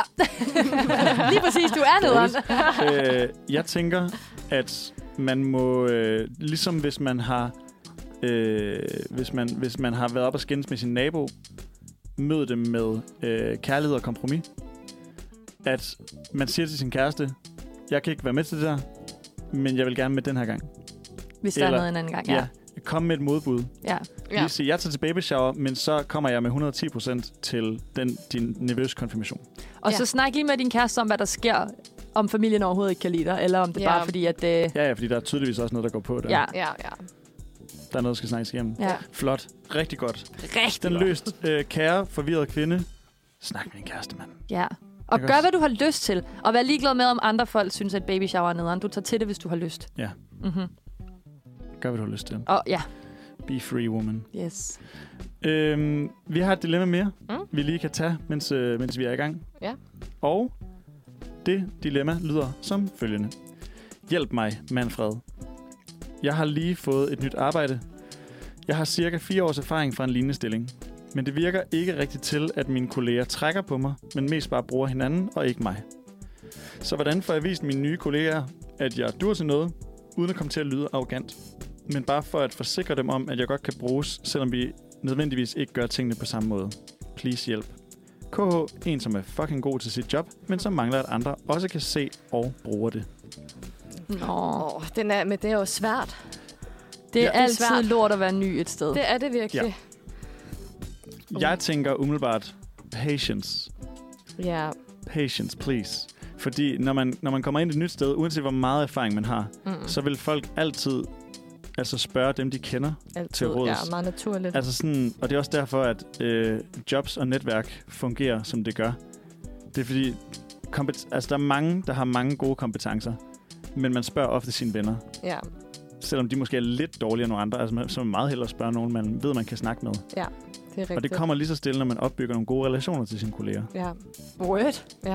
Lige præcis, du er nederen.
øh, jeg tænker, at man må, øh, ligesom hvis man har, øh, hvis, man, hvis man har været op og skændes med sin nabo, møde dem med øh, kærlighed og kompromis. At man siger til sin kæreste, jeg kan ikke være med til det der, men jeg vil gerne med den her gang.
Hvis der er
Eller-
noget en anden gang, ja.
Kom med et modbud.
ja.
Ja. Lige sige, jeg tager til baby shower, men så kommer jeg med 110% til den, din nervøse konfirmation.
Ja.
Og ja. så snak lige med din kæreste om, hvad der sker, om familien overhovedet ikke kan lide dig, eller om det
Ja.
ja. bare er fordi, at... Øh,
Ja, ja, fordi der er tydeligvis også noget, der går på der.
ja.
Ja, ja.
Der er noget, der skal snakkes igennem.
Ja.
Flot. Rigtig godt.
Rigtig
Den
godt.
løst øh, kære, forvirret kvinde. Snak med din kæreste, mand.
Ja. Og
Ikke
gør,
også?
hvad du har lyst til. Og vær ligeglad med, om andre folk synes, at baby shower er nederen. Du tager til det, hvis du har lyst.
Ja.
Mm-hmm.
Gør, hvad du har lyst til.
Og ja.
Be free, woman.
Yes.
Øhm, vi har et dilemma mere,
Mm.
mm. vi lige kan tage, mens, øh, mens vi er i gang.
Ja.
Og det dilemma lyder som følgende. Hjælp mig, Manfred. Jeg har lige fået et nyt arbejde. Jeg har cirka fire års erfaring fra en lignende stilling. Men det virker ikke rigtigt til, at mine kolleger trækker på mig, men mest bare bruger hinanden og ikke mig. Så hvordan får jeg vist mine nye kolleger, at jeg dur til noget, uden at komme til at lyde arrogant? Men bare for at forsikre dem om, at jeg godt kan bruges, selvom vi nødvendigvis ikke gør tingene på samme måde. Please hjælp. KH, en som er fucking god til sit job, men som mangler, at andre også kan se og bruger det.
Nå.
Åh, den er, men det er jo svært.
Det er
Ja.
ja, altid svært. lort at være ny et sted.
Det er det virkelig.
Jeg tænker umiddelbart, patience,
Ja. ja.
patience, please. Fordi når man, når man kommer ind et nyt sted, uanset hvor meget erfaring man har,
Mm.
så vil folk altid altså spørge dem, de kender.
Altid.
til råds.
Ja, meget naturligt.
Altså sådan, og det er også derfor, at øh, jobs og netværk fungerer, som det gør. Det er fordi, kompet- altså, der er mange, der har mange gode kompetencer, men man spørger ofte sine venner.
Ja.
selvom de måske er lidt dårligere end nogle andre, altså man, så vil man meget hellere spørge nogen, man ved, man kan snakke med. Rigtigt.
Det er rigtigt.
Og det kommer lige så stille, når man opbygger nogle gode relationer til sine kolleger.
Ja,
Word.
ja.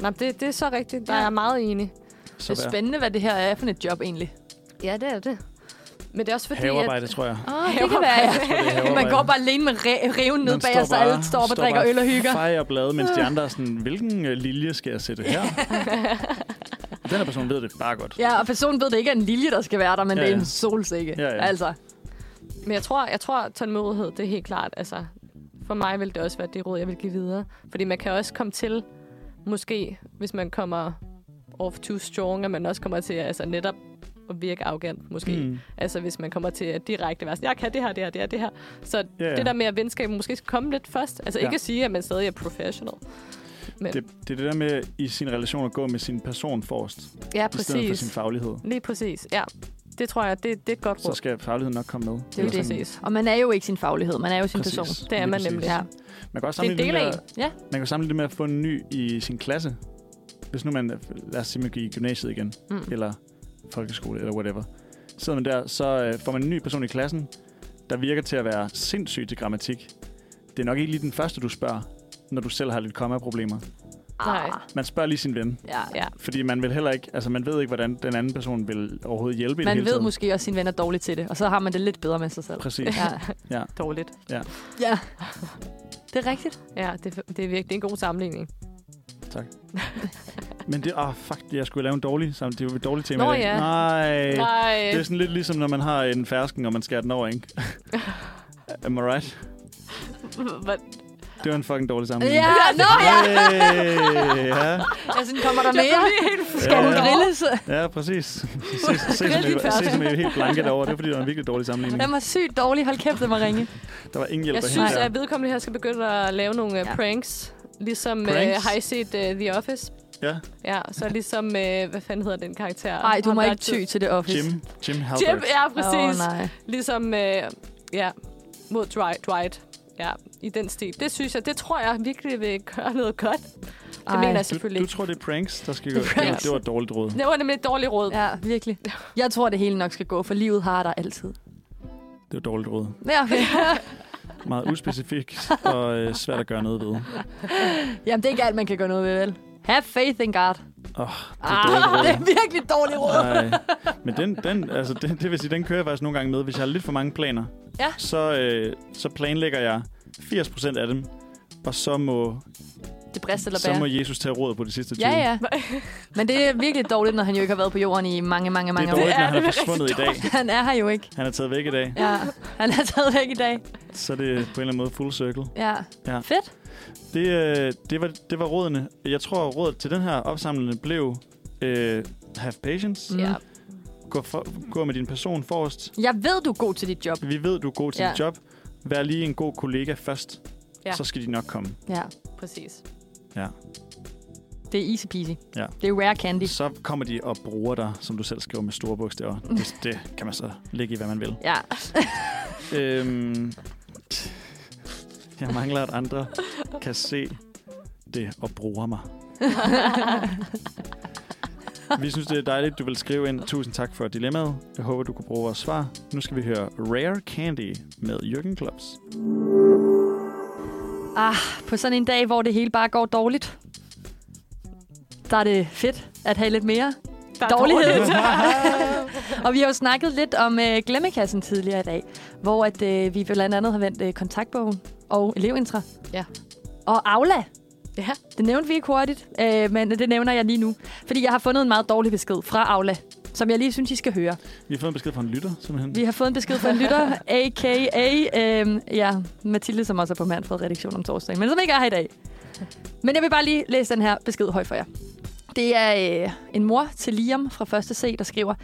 Nå, men det, det er så rigtigt. Der
Ja.
er jeg meget enig.
Det
Så
er spændende, hvad det her er for et job egentlig.
Ja, det er det. Men det er også fordi,
Havearbejde, tror jeg.
Oh, det kan være, ja.
tror, det er havearbejde.
Man går bare alene med re- reven ned
Man
bag os, og alle står op og drikker
bare
øl og hygger. Ah.
Fejrer blade, mens de andre er sådan, hvilken øh, lilje skal jeg sætte her? Den her person ved det bare godt.
Ja, og personen ved, det ikke er en lilje, der skal være der, men
Ja,
ja, ja. det er
ja.
en solsikke.
Ja, ja.
Altså,
at, men jeg tror, jeg tror tålmodighed, det er helt klart. Altså, for mig vil det også være det råd, jeg vil give videre. Fordi man kan også komme til, måske, hvis man kommer off too strong, at man også kommer til altså, netop at virke arrogant, måske. Mm.
Mm.
Altså, hvis man kommer til at direkte være sådan, jeg kan det her, det her, det her, det her. Så yeah.
Ja, ja.
det der med, at venskab måske skal komme lidt først. Altså,
Ja.
ikke at sige, at man stadig er professional.
øh.
Men,
Det, det er det der med i sin relation at gå med sin person forrest,
ja,
i stedet for
præcis.
sin faglighed.
Lige præcis, ja. Det tror jeg, det, det er et godt
Så
råd.
skal fagligheden nok komme med. Det
er jo
Lige
det.
præcis.
og man er jo ikke sin faglighed, man er jo sin Præcis. person.
Det er man nemlig.
Ja.
Man kan også
Det er en
sammenligne det
del af
med,
en.
Ja.
Man kan jo sammenligne det med at få en ny i sin klasse. Hvis nu man, lad os sige, man gik i gymnasiet igen,
Mm.
mm. eller folkeskole, eller whatever. Sidder man der, så øh, får man en ny person i klassen, der virker til at være sindssyg til grammatik. Det er nok ikke lige den første, du spørger, når du selv har lidt komma-problemer.
Nej.
Ah,
Man spørger lige sin ven,
ja.
Ja.
fordi man vil heller ikke, altså man ved ikke, hvordan den anden person vil overhovedet hjælpe i det
Man
hele
ved
taget.
måske også, at sine venner er dårlige til det, og så har man det lidt bedre med sig selv.
Præcis.
Ja,
Dårligt.
ja. det er rigtigt.
Ja, det, det er virkelig det er en god sammenligning.
Men det, ah oh, fuck, jeg skulle lave en dårlig sammen. Det er jo et dårligt tema
Nå
i dag.
ja.
Nej.
Nej.
Øh, Det er sådan lidt ligesom, når man har en fersken, og man skærer den over, ikke? Am I right? Det var en fucking dårlig sammenligning.
Ja, nå ja!
Hey, ja.
Altså, kommer der mere? Skal
Ja.
hun grilles?
ja, præcis. Se, se, som
Rigtig
jeg, se, som jeg er helt blanke derovre. Det er, fordi det var en virkelig dårlig
Den
sammenligning.
var sygt dårlig. Hold kæft, den var ringe.
Der var ingen hjælp
Jeg
at
synes,
hente
at vedkommende her skal begynde at lave nogle
Ja.
ja. pranks. Ligesom øh,
Pranks?
har I set øh, The Office?
der. Ja,
Ja, så ligesom, øh, hvad fanden hedder den karakter?
Nej, du
Ham,
må
der
ikke ty til det office.
Jim, Jim Halpert.
Jim, ja, præcis.
Åh,
Oh,
nej.
ligesom, øh, ja, mod Dwi- Dwight. Ja, i den stil. Det synes jeg, det tror jeg virkelig vil gøre noget godt. Det
Ej.
Ej. mener jeg
Du,
selvfølgelig
du
ikke.
tror, det er pranks, der skal gå?
Det er
Ja,
pranks.
det var et dårligt råd.
Det var nemlig et dårligt råd. Ja.
Ja, virkelig. Jeg tror, det hele nok skal gå, for livet har der altid.
Det var et dårligt råd.
Ja, okay.
Meget uspecifikt og øh, svært at gøre noget ved.
Jamen, det er ikke alt, man kan gøre noget ved, vel? Have faith in God.
Åh, det er et dårligt
Ah,
råd.
det er virkelig dårligt råd.
Nej. Men den, den, altså, den, det vil sige, den kører jeg faktisk nogle gange med. Hvis jeg har lidt for mange planer,
Ja.
så, øh, så planlægger jeg 80% af dem, og så må,
Det brister eller
så
bærer.
må Jesus tage råd på de sidste 20.
Ja, ja. Men det er virkelig dårligt, når han jo ikke har været på jorden i mange, mange,
Det
mange
er
år.
dårligt, når
Ja,
han
det
er
er
forsvundet i dag.
Han er her jo ikke.
Han er taget væk i dag.
Ja, han er taget væk i dag.
Så er det på en eller anden måde full circle.
Ja.
Ja.
Fedt.
Det, øh, det, var, det var rådene. Jeg tror, rådet til den her opsamlende blev øh, have
Mm.
patience.
Ja. Mm.
Gå, for, gå med din person forrest.
Jeg ved, du er god til dit job.
Vi ved, du er god til
Ja.
dit job. Vær lige en god kollega først.
Ja.
Så skal de nok komme.
Ja.
Præcis.
Det er easy peasy.
Ja.
Det er rare candy.
Så kommer de og bruger dig, som du selv skriver med store bogstaver. Det, det kan man så lægge i, hvad man vil.
Ja.
Øhm, jeg mangler, at andre kan se det og bruger mig. Vi synes, det er dejligt, du vil skrive ind. Tusind tak for dilemmaet. Jeg håber, du kunne bruge vores svar. Nu skal vi høre Rare Candy med Jürgen Klops.
På sådan en dag, hvor det hele bare går dårligt, der er det fedt at have lidt mere dårlighed. og vi har jo snakket lidt om øh, glemmekassen tidligere i dag, hvor at, øh, vi blandt andet har vendt øh, kontaktbogen og elevintra.
Ja.
Og Aula.
Ja.
Det nævnte vi ikke hurtigt, øh, men det nævner jeg lige nu. Fordi jeg har fundet en meget dårlig besked fra Aula, som jeg lige synes, I skal høre.
Vi har fået en besked fra en lytter, simpelthen.
Vi har fået en besked fra en lytter, a.k.a. Øhm, ja, Mathilde, som også er på Manfred Redaktion om torsdagen, men som ikke er her i dag. Men jeg vil bare lige læse den her besked højt for jer. Det er øh, en mor til Liam fra 1. C, der skriver,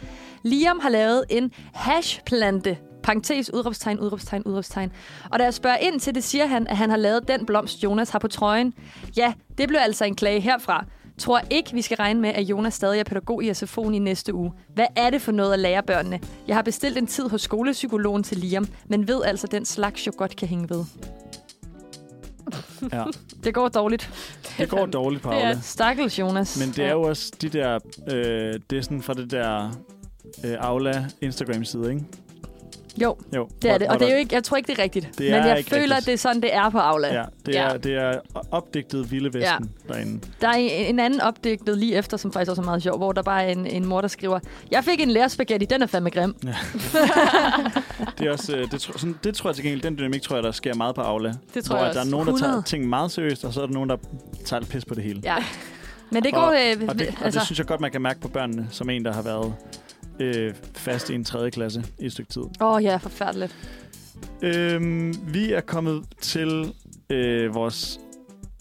Liam har lavet en hashplante, parentes, udråbstegn, udråbstegn, udråbstegn. Og da jeg spørger ind til det, siger han, at han har lavet den blomst, Jonas har på trøjen. Ja, det blev altså en klage herfra. Tror ikke, vi skal regne med, at Jonas stadig er pædagog i SFO'en i næste uge. Hvad er det for noget at lære børnene? Jeg har bestilt en tid hos skolepsykologen til Liam, men ved altså, at den slags jo godt kan hænge ved.
Ja.
Det går dårligt.
Det går dårligt på
Det
Aula.
er stakkels, Jonas.
Men det er jo også de der... Øh, det er sådan fra det der øh, Aula Instagram-side, ikke?
Jo,
Jo.
det er
hvor-
det.
hvor
Og det er
der-
jo ikke, jeg tror ikke, det er rigtigt.
Det
men
er
jeg
ikke
føler,
rigtigt.
at det er sådan, det er på Aula.
Ja, det er, ja. det er opdigtet Vilde Vesten ja. derinde.
Der er en anden opdigtet lige efter, som faktisk også er meget sjov, hvor der bare er en, en mor, der skriver, jeg fik en lærerspaghetti, den er fandme grim.
Det, er også, øh, det, tro, sådan, det tror jeg til gengæld, den dynamik tror jeg, der sker meget på Aula.
Det tror
hvor
jeg
at der
også.
er nogen, der tager
100.
ting meget seriøst, og så er der nogen, der tager lidt pis på det hele.
Ja. Men det går... øh,
Og det, og
altså,
det synes jeg godt, man kan mærke på børnene, som en, der har været øh, fast i en tredje klasse i et stykke tid.
Åh oh, ja, forfærdeligt.
Øhm, vi er kommet til øh, vores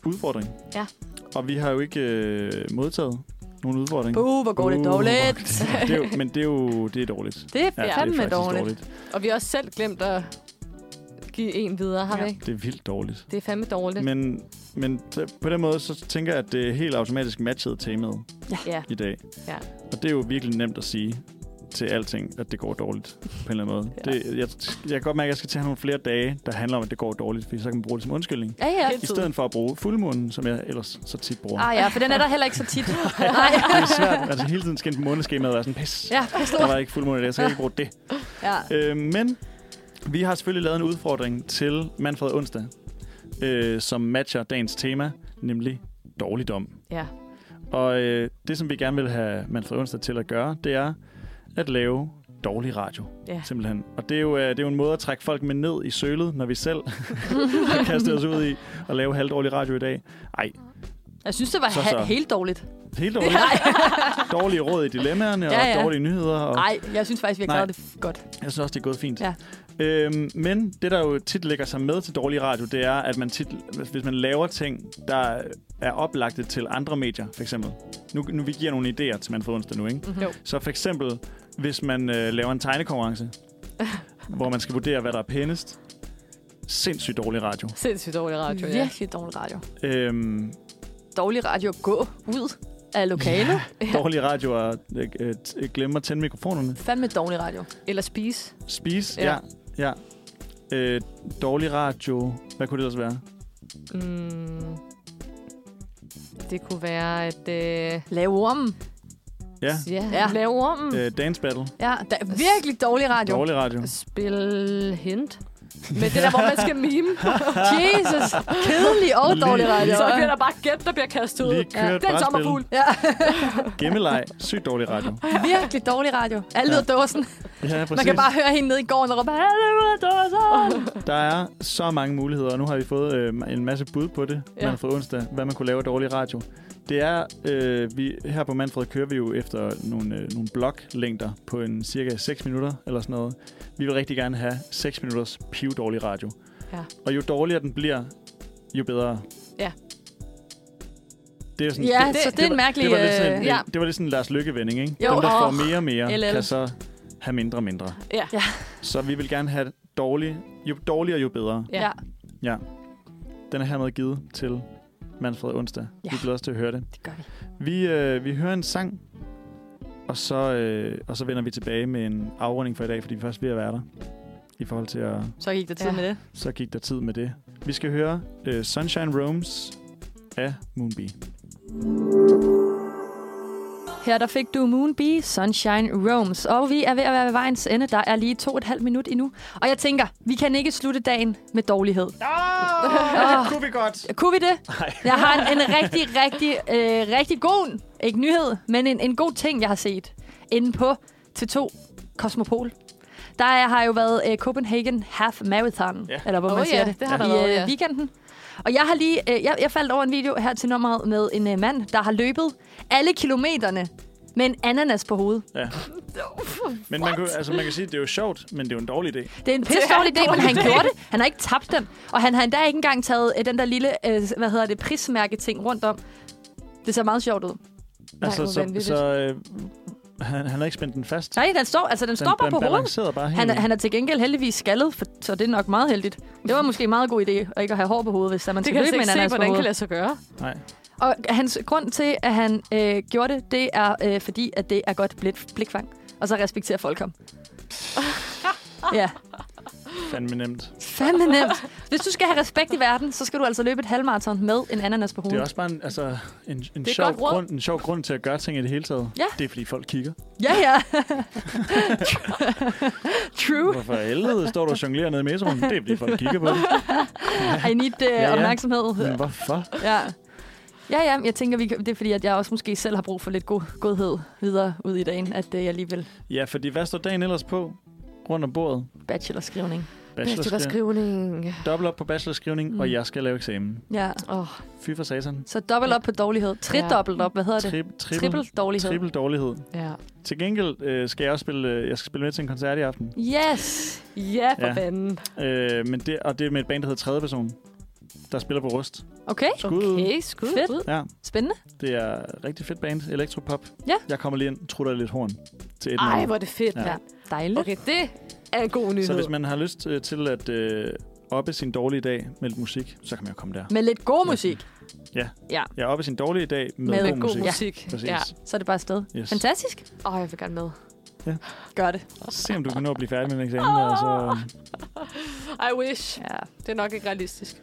udfordring.
Ja.
Og vi har jo ikke øh, modtaget nogen udfordring.
Buh, hvor går det
Uh,
dårligt.
Det er jo, men det er jo det er dårligt.
Det er
Ja, det er
fandme
faktisk
dårligt.
Og vi har også selv glemt at give en videre, har ja. vi ikke?
Det er vildt dårligt.
Det er fandme dårligt.
Men, men t- på den måde, så tænker jeg, at det er helt automatisk matchet temaet
Ja.
i dag.
Ja.
Og det er jo virkelig nemt at sige til alting, at det går dårligt på en eller anden måde.
Ja.
Det, jeg, jeg kan godt mærke, at jeg skal tage nogle flere dage, der handler om, at det går dårligt, fordi så kan man bruge det som undskyldning.
Ja, ja.
I stedet for at bruge fuldmånen, som jeg ellers så tit bruger.
Ah ja, for den er der heller ikke så tit. Nej.
Det er svært. Altså hele tiden skal en måneskemaet være sådan, pis,
Ja, pas nu.
der var ikke fuldmåne i dag, så jeg kan ikke bruge det.
Ja.
Øh, men vi har selvfølgelig lavet en udfordring til Manfred Onsdag, øh, som matcher dagens tema, nemlig dårligdom.
Ja.
Og øh, det, som vi gerne vil have Manfred Onsdag til at gøre, det er at lave dårlig radio,
Ja.
simpelthen. Og det er, jo, øh, det er jo en måde at trække folk med ned i sølet, når vi selv har kastet os ud i at lave halvdårlig radio i dag. Ej,
Jeg synes, det var
Så, så.
he- helt dårligt.
helt dårligt. dårlige råd i dilemmaerne, og
Ja,
ja,
ja.
ja. dårlige nyheder. Og
Nej, jeg synes faktisk, vi har
Nej.
klaret det f- godt.
Jeg synes også, det er gået fint.
Ja.
Øhm, men det, der jo tit lægger sig med til dårlig radio, det er, at man tit, hvis man laver ting, der er oplagte til andre medier, for eksempel. Nu, nu vi giver nogle idéer til man får onsdag nu, ikke?
Mhm. Jo.
Så for eksempel, hvis man øh, laver en tegnekonkurrence, hvor man skal vurdere, hvad der er pænest. Sindssygt dårlig radio.
Sindssygt dårlig radio, ja.
Virkelig dårlig radio.
Øhm,
Dårlig radio at gå ud af lokalet.
dårlig radio og øh, øh, t- glemme at tænde mikrofonerne.
Fandme dårlig radio.
Eller spise.
Spise,
Ja.
ja. ja. Øh, dårlig radio. Hvad kunne det ellers være?
Mm. Det kunne være, at... Øh,
Lave ormen.
Ja.
ja,
Ja.
ja. lave om.
Øh, dance battle.
Ja, der er virkelig dårlig radio.
Dårlig radio.
Altså.
Spil hint. Men det der, hvor man skal mime.
Jesus. Kedelig og dårlig
Lige-
radio.
så bliver der bare gæt, der bliver kastet ud.
Lige kørt
Den
brætspil.
sommerfugl.
Ja,
Gemmeleg. Sygt dårlig radio.
virkelig dårlig radio. Alle
Ja.
lyder dåsen.
Ja, præcis.
Man kan bare høre hende nede i gården og råbe, alle lyder dåsen.
Der er så mange muligheder, og nu har vi fået øh, en masse bud på det. Ja.
Ja.
Manfred onsdag, hvad man kunne lave af dårlig radio. Det er, øh, vi, her på Manfred kører vi jo efter nogle, øh, nogle bloklængder på en cirka 6 minutter eller sådan noget. Vi vil rigtig gerne have 6 minutters pivdårlig radio.
Ja.
Og jo dårligere den bliver, jo bedre.
Ja.
Det er sådan,
Ja, så det er en mærkelig...
Det var lidt sådan,
øh,
øh,
ja.
det var lidt sådan Lars Lykkevending, ikke?
Jo.
Jo. Dem, der får
Åh,
mere og mere,
LL.
kan så have mindre og mindre.
Ja.
Ja.
Så vi vil gerne have dårlig, jo dårligere, jo bedre.
Ja.
Ja.
Den er hermed givet til Manfred Onsdag. Ja.
Ja.
Vi bliver også til at høre det.
Det gør vi.
Vi, øh, vi hører en sang, og så, øh, og så vender vi tilbage med en afrunding for i dag, fordi vi er først ved at være der. I forhold til at,
Så gik der tid
Ja.
ja. med det.
så gik der tid med det. Vi skal høre øh, Sunshine Roams af Moonbee.
Her der fik du Moonbee, Sunshine Roams. Og vi er ved at være ved vejens ende. Der er lige to og et halvt minut endnu. Og jeg tænker, vi kan ikke slutte dagen med dårlighed.
Oh, kunne vi godt.
Kunne vi det? Nej. Jeg har en, en rigtig, rigtig, øh, rigtig god, ikke nyhed, men en, en god ting, jeg har set inde på T2 Cosmopol. Der er- har jo været øh, Copenhagen Half Marathon,
Ja.
ja. eller hvor
Åh
man siger
Oh, ja,
det,
det har der
i
været,
øh,
ja.
weekenden. Og jeg har lige, øh, jeg, jeg faldt over en video her til nummeret med en øh, mand, der har løbet alle kilometerne med en ananas på hovedet.
Ja. Men man kan, altså, man kan sige, at det er jo sjovt, men det er jo en dårlig idé.
Det er en pisse dårlig idé, men han gjorde det. Han har ikke tabt den. Og han har endda ikke engang taget øh, den der lille, øh, hvad hedder det, prismærke-ting rundt om. Det ser meget sjovt ud.
Altså,
hvor
så,
vanvittigt.
så øh, han, han har ikke spændt den fast.
Nej, den står, altså, den
den,
står
den
bare på hovedet.
balancerede bare helt.
Han, er- han er til gengæld heldigvis skaldet, for, så det er nok meget heldigt. Det var måske en meget god idé at ikke at have hår på hovedet, hvis man
Det
skal
kan jeg
løbe
altså
med en
ikke se,
ananas på
hvordan kan
hovedet.
lade sig
Nej.
gøre.
Og hans grund til, at han øh, gjorde det, det er øh, fordi, at det er godt blik, blikfang. Og så respekterer folk ham. ja,
Fandme nemt.
fandme nemt. Hvis du skal have respekt i verden, så skal du altså løbe et halvmarathon med en ananas på
Det er
hovedet.
også bare en, altså, en, en,
er et
sjov
godt råd.
grund, en sjov grund til at gøre ting i det hele taget.
Ja.
Det er, fordi folk kigger.
Ja, ja. True.
Hvorfor helvede står du og jonglerer nede i metroen? Det er, fordi folk kigger på det.
I need øh,
Ja, ja.
opmærksomhed.
Men hvorfor?
Ja. Ja, ja, jeg tænker, vi, kan- det er fordi, at jeg også måske selv har brug for lidt god, godhed videre ud i dagen, at øh, jeg lige vil
Ja, fordi hvad står dagen ellers på? Rundt om bordet.
bachelorskrivning.
Bachelorskrivning.
skrivning.
Dobbelt op på bachelorskrivning, mm.
Mm.
og jeg skal lave eksamen.
Ja,
Åh,
Fy for satan.
så dobbelt op på dårlighed. Tredobbelt op, hvad hedder det?
Trip, trippel,
Triple dårlighed.
trippel dårlighed.
ja.
Til gengæld øh, skal jeg også spille, øh, jeg skal spille med til en koncert i aften.
Yes!
Ja, for
Ja.
ja. fanden.
Øh, men det, og det er med et band, der hedder Tredje Person, der spiller på Rust.
Okay,
Skud.
Okay, skud.
Fedt.
ud.
Ja,
spændende.
det er rigtig fedt band. Elektropop.
Ja.
Jeg kommer lige ind, trutter lidt horn til et
Ej,
nummer.
hvor er det fedt,
Ja.
ja.
Dejligt. Okay.
Okay, det er en god nyhed.
Så hvis man har lyst øh, til at øh, oppe sin dårlige dag med lidt musik, så kan man jo komme der.
Med lidt god musik,
Jeg er oppe sin dårlige dag med,
Med
god,
god
musik.
musik.
Præcis.
Ja.
så er det bare afsted.
Yes.
Fantastisk.
Åh, jeg vil gerne med.
Gør det.
Se om du kan nå at blive færdig med den eksamen. Og så... øh,
I wish.
Ja.
Det er nok ikke realistisk.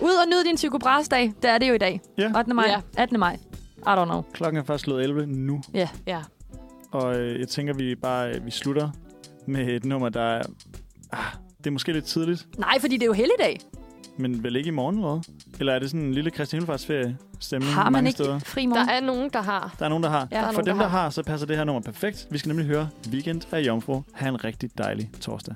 Ud og nyd din psykobras-dag. Det er det jo i dag.
Ja.
8. maj.
Ja.
18. maj. I don't know.
Klokken er først slået 11 nu,
Ja.
og øh, jeg tænker, vi bare øh, vi slutter med et nummer, der er... Ah, det er måske lidt tidligt,
Nej, fordi det er jo helligdag.
men vel ikke i morgen, eller? Eller er det sådan en lille Kristi Himmelfartsferie stemning
Har man
mange
ikke
steder?
fri morgen?
Der er nogen, der har.
Der er nogen, der har.
Ja, der er
For
nogen,
dem,
der
der har, så passer det her nummer perfekt. Vi skal nemlig høre Weekend af Jomfru. Ha' en rigtig dejlig torsdag.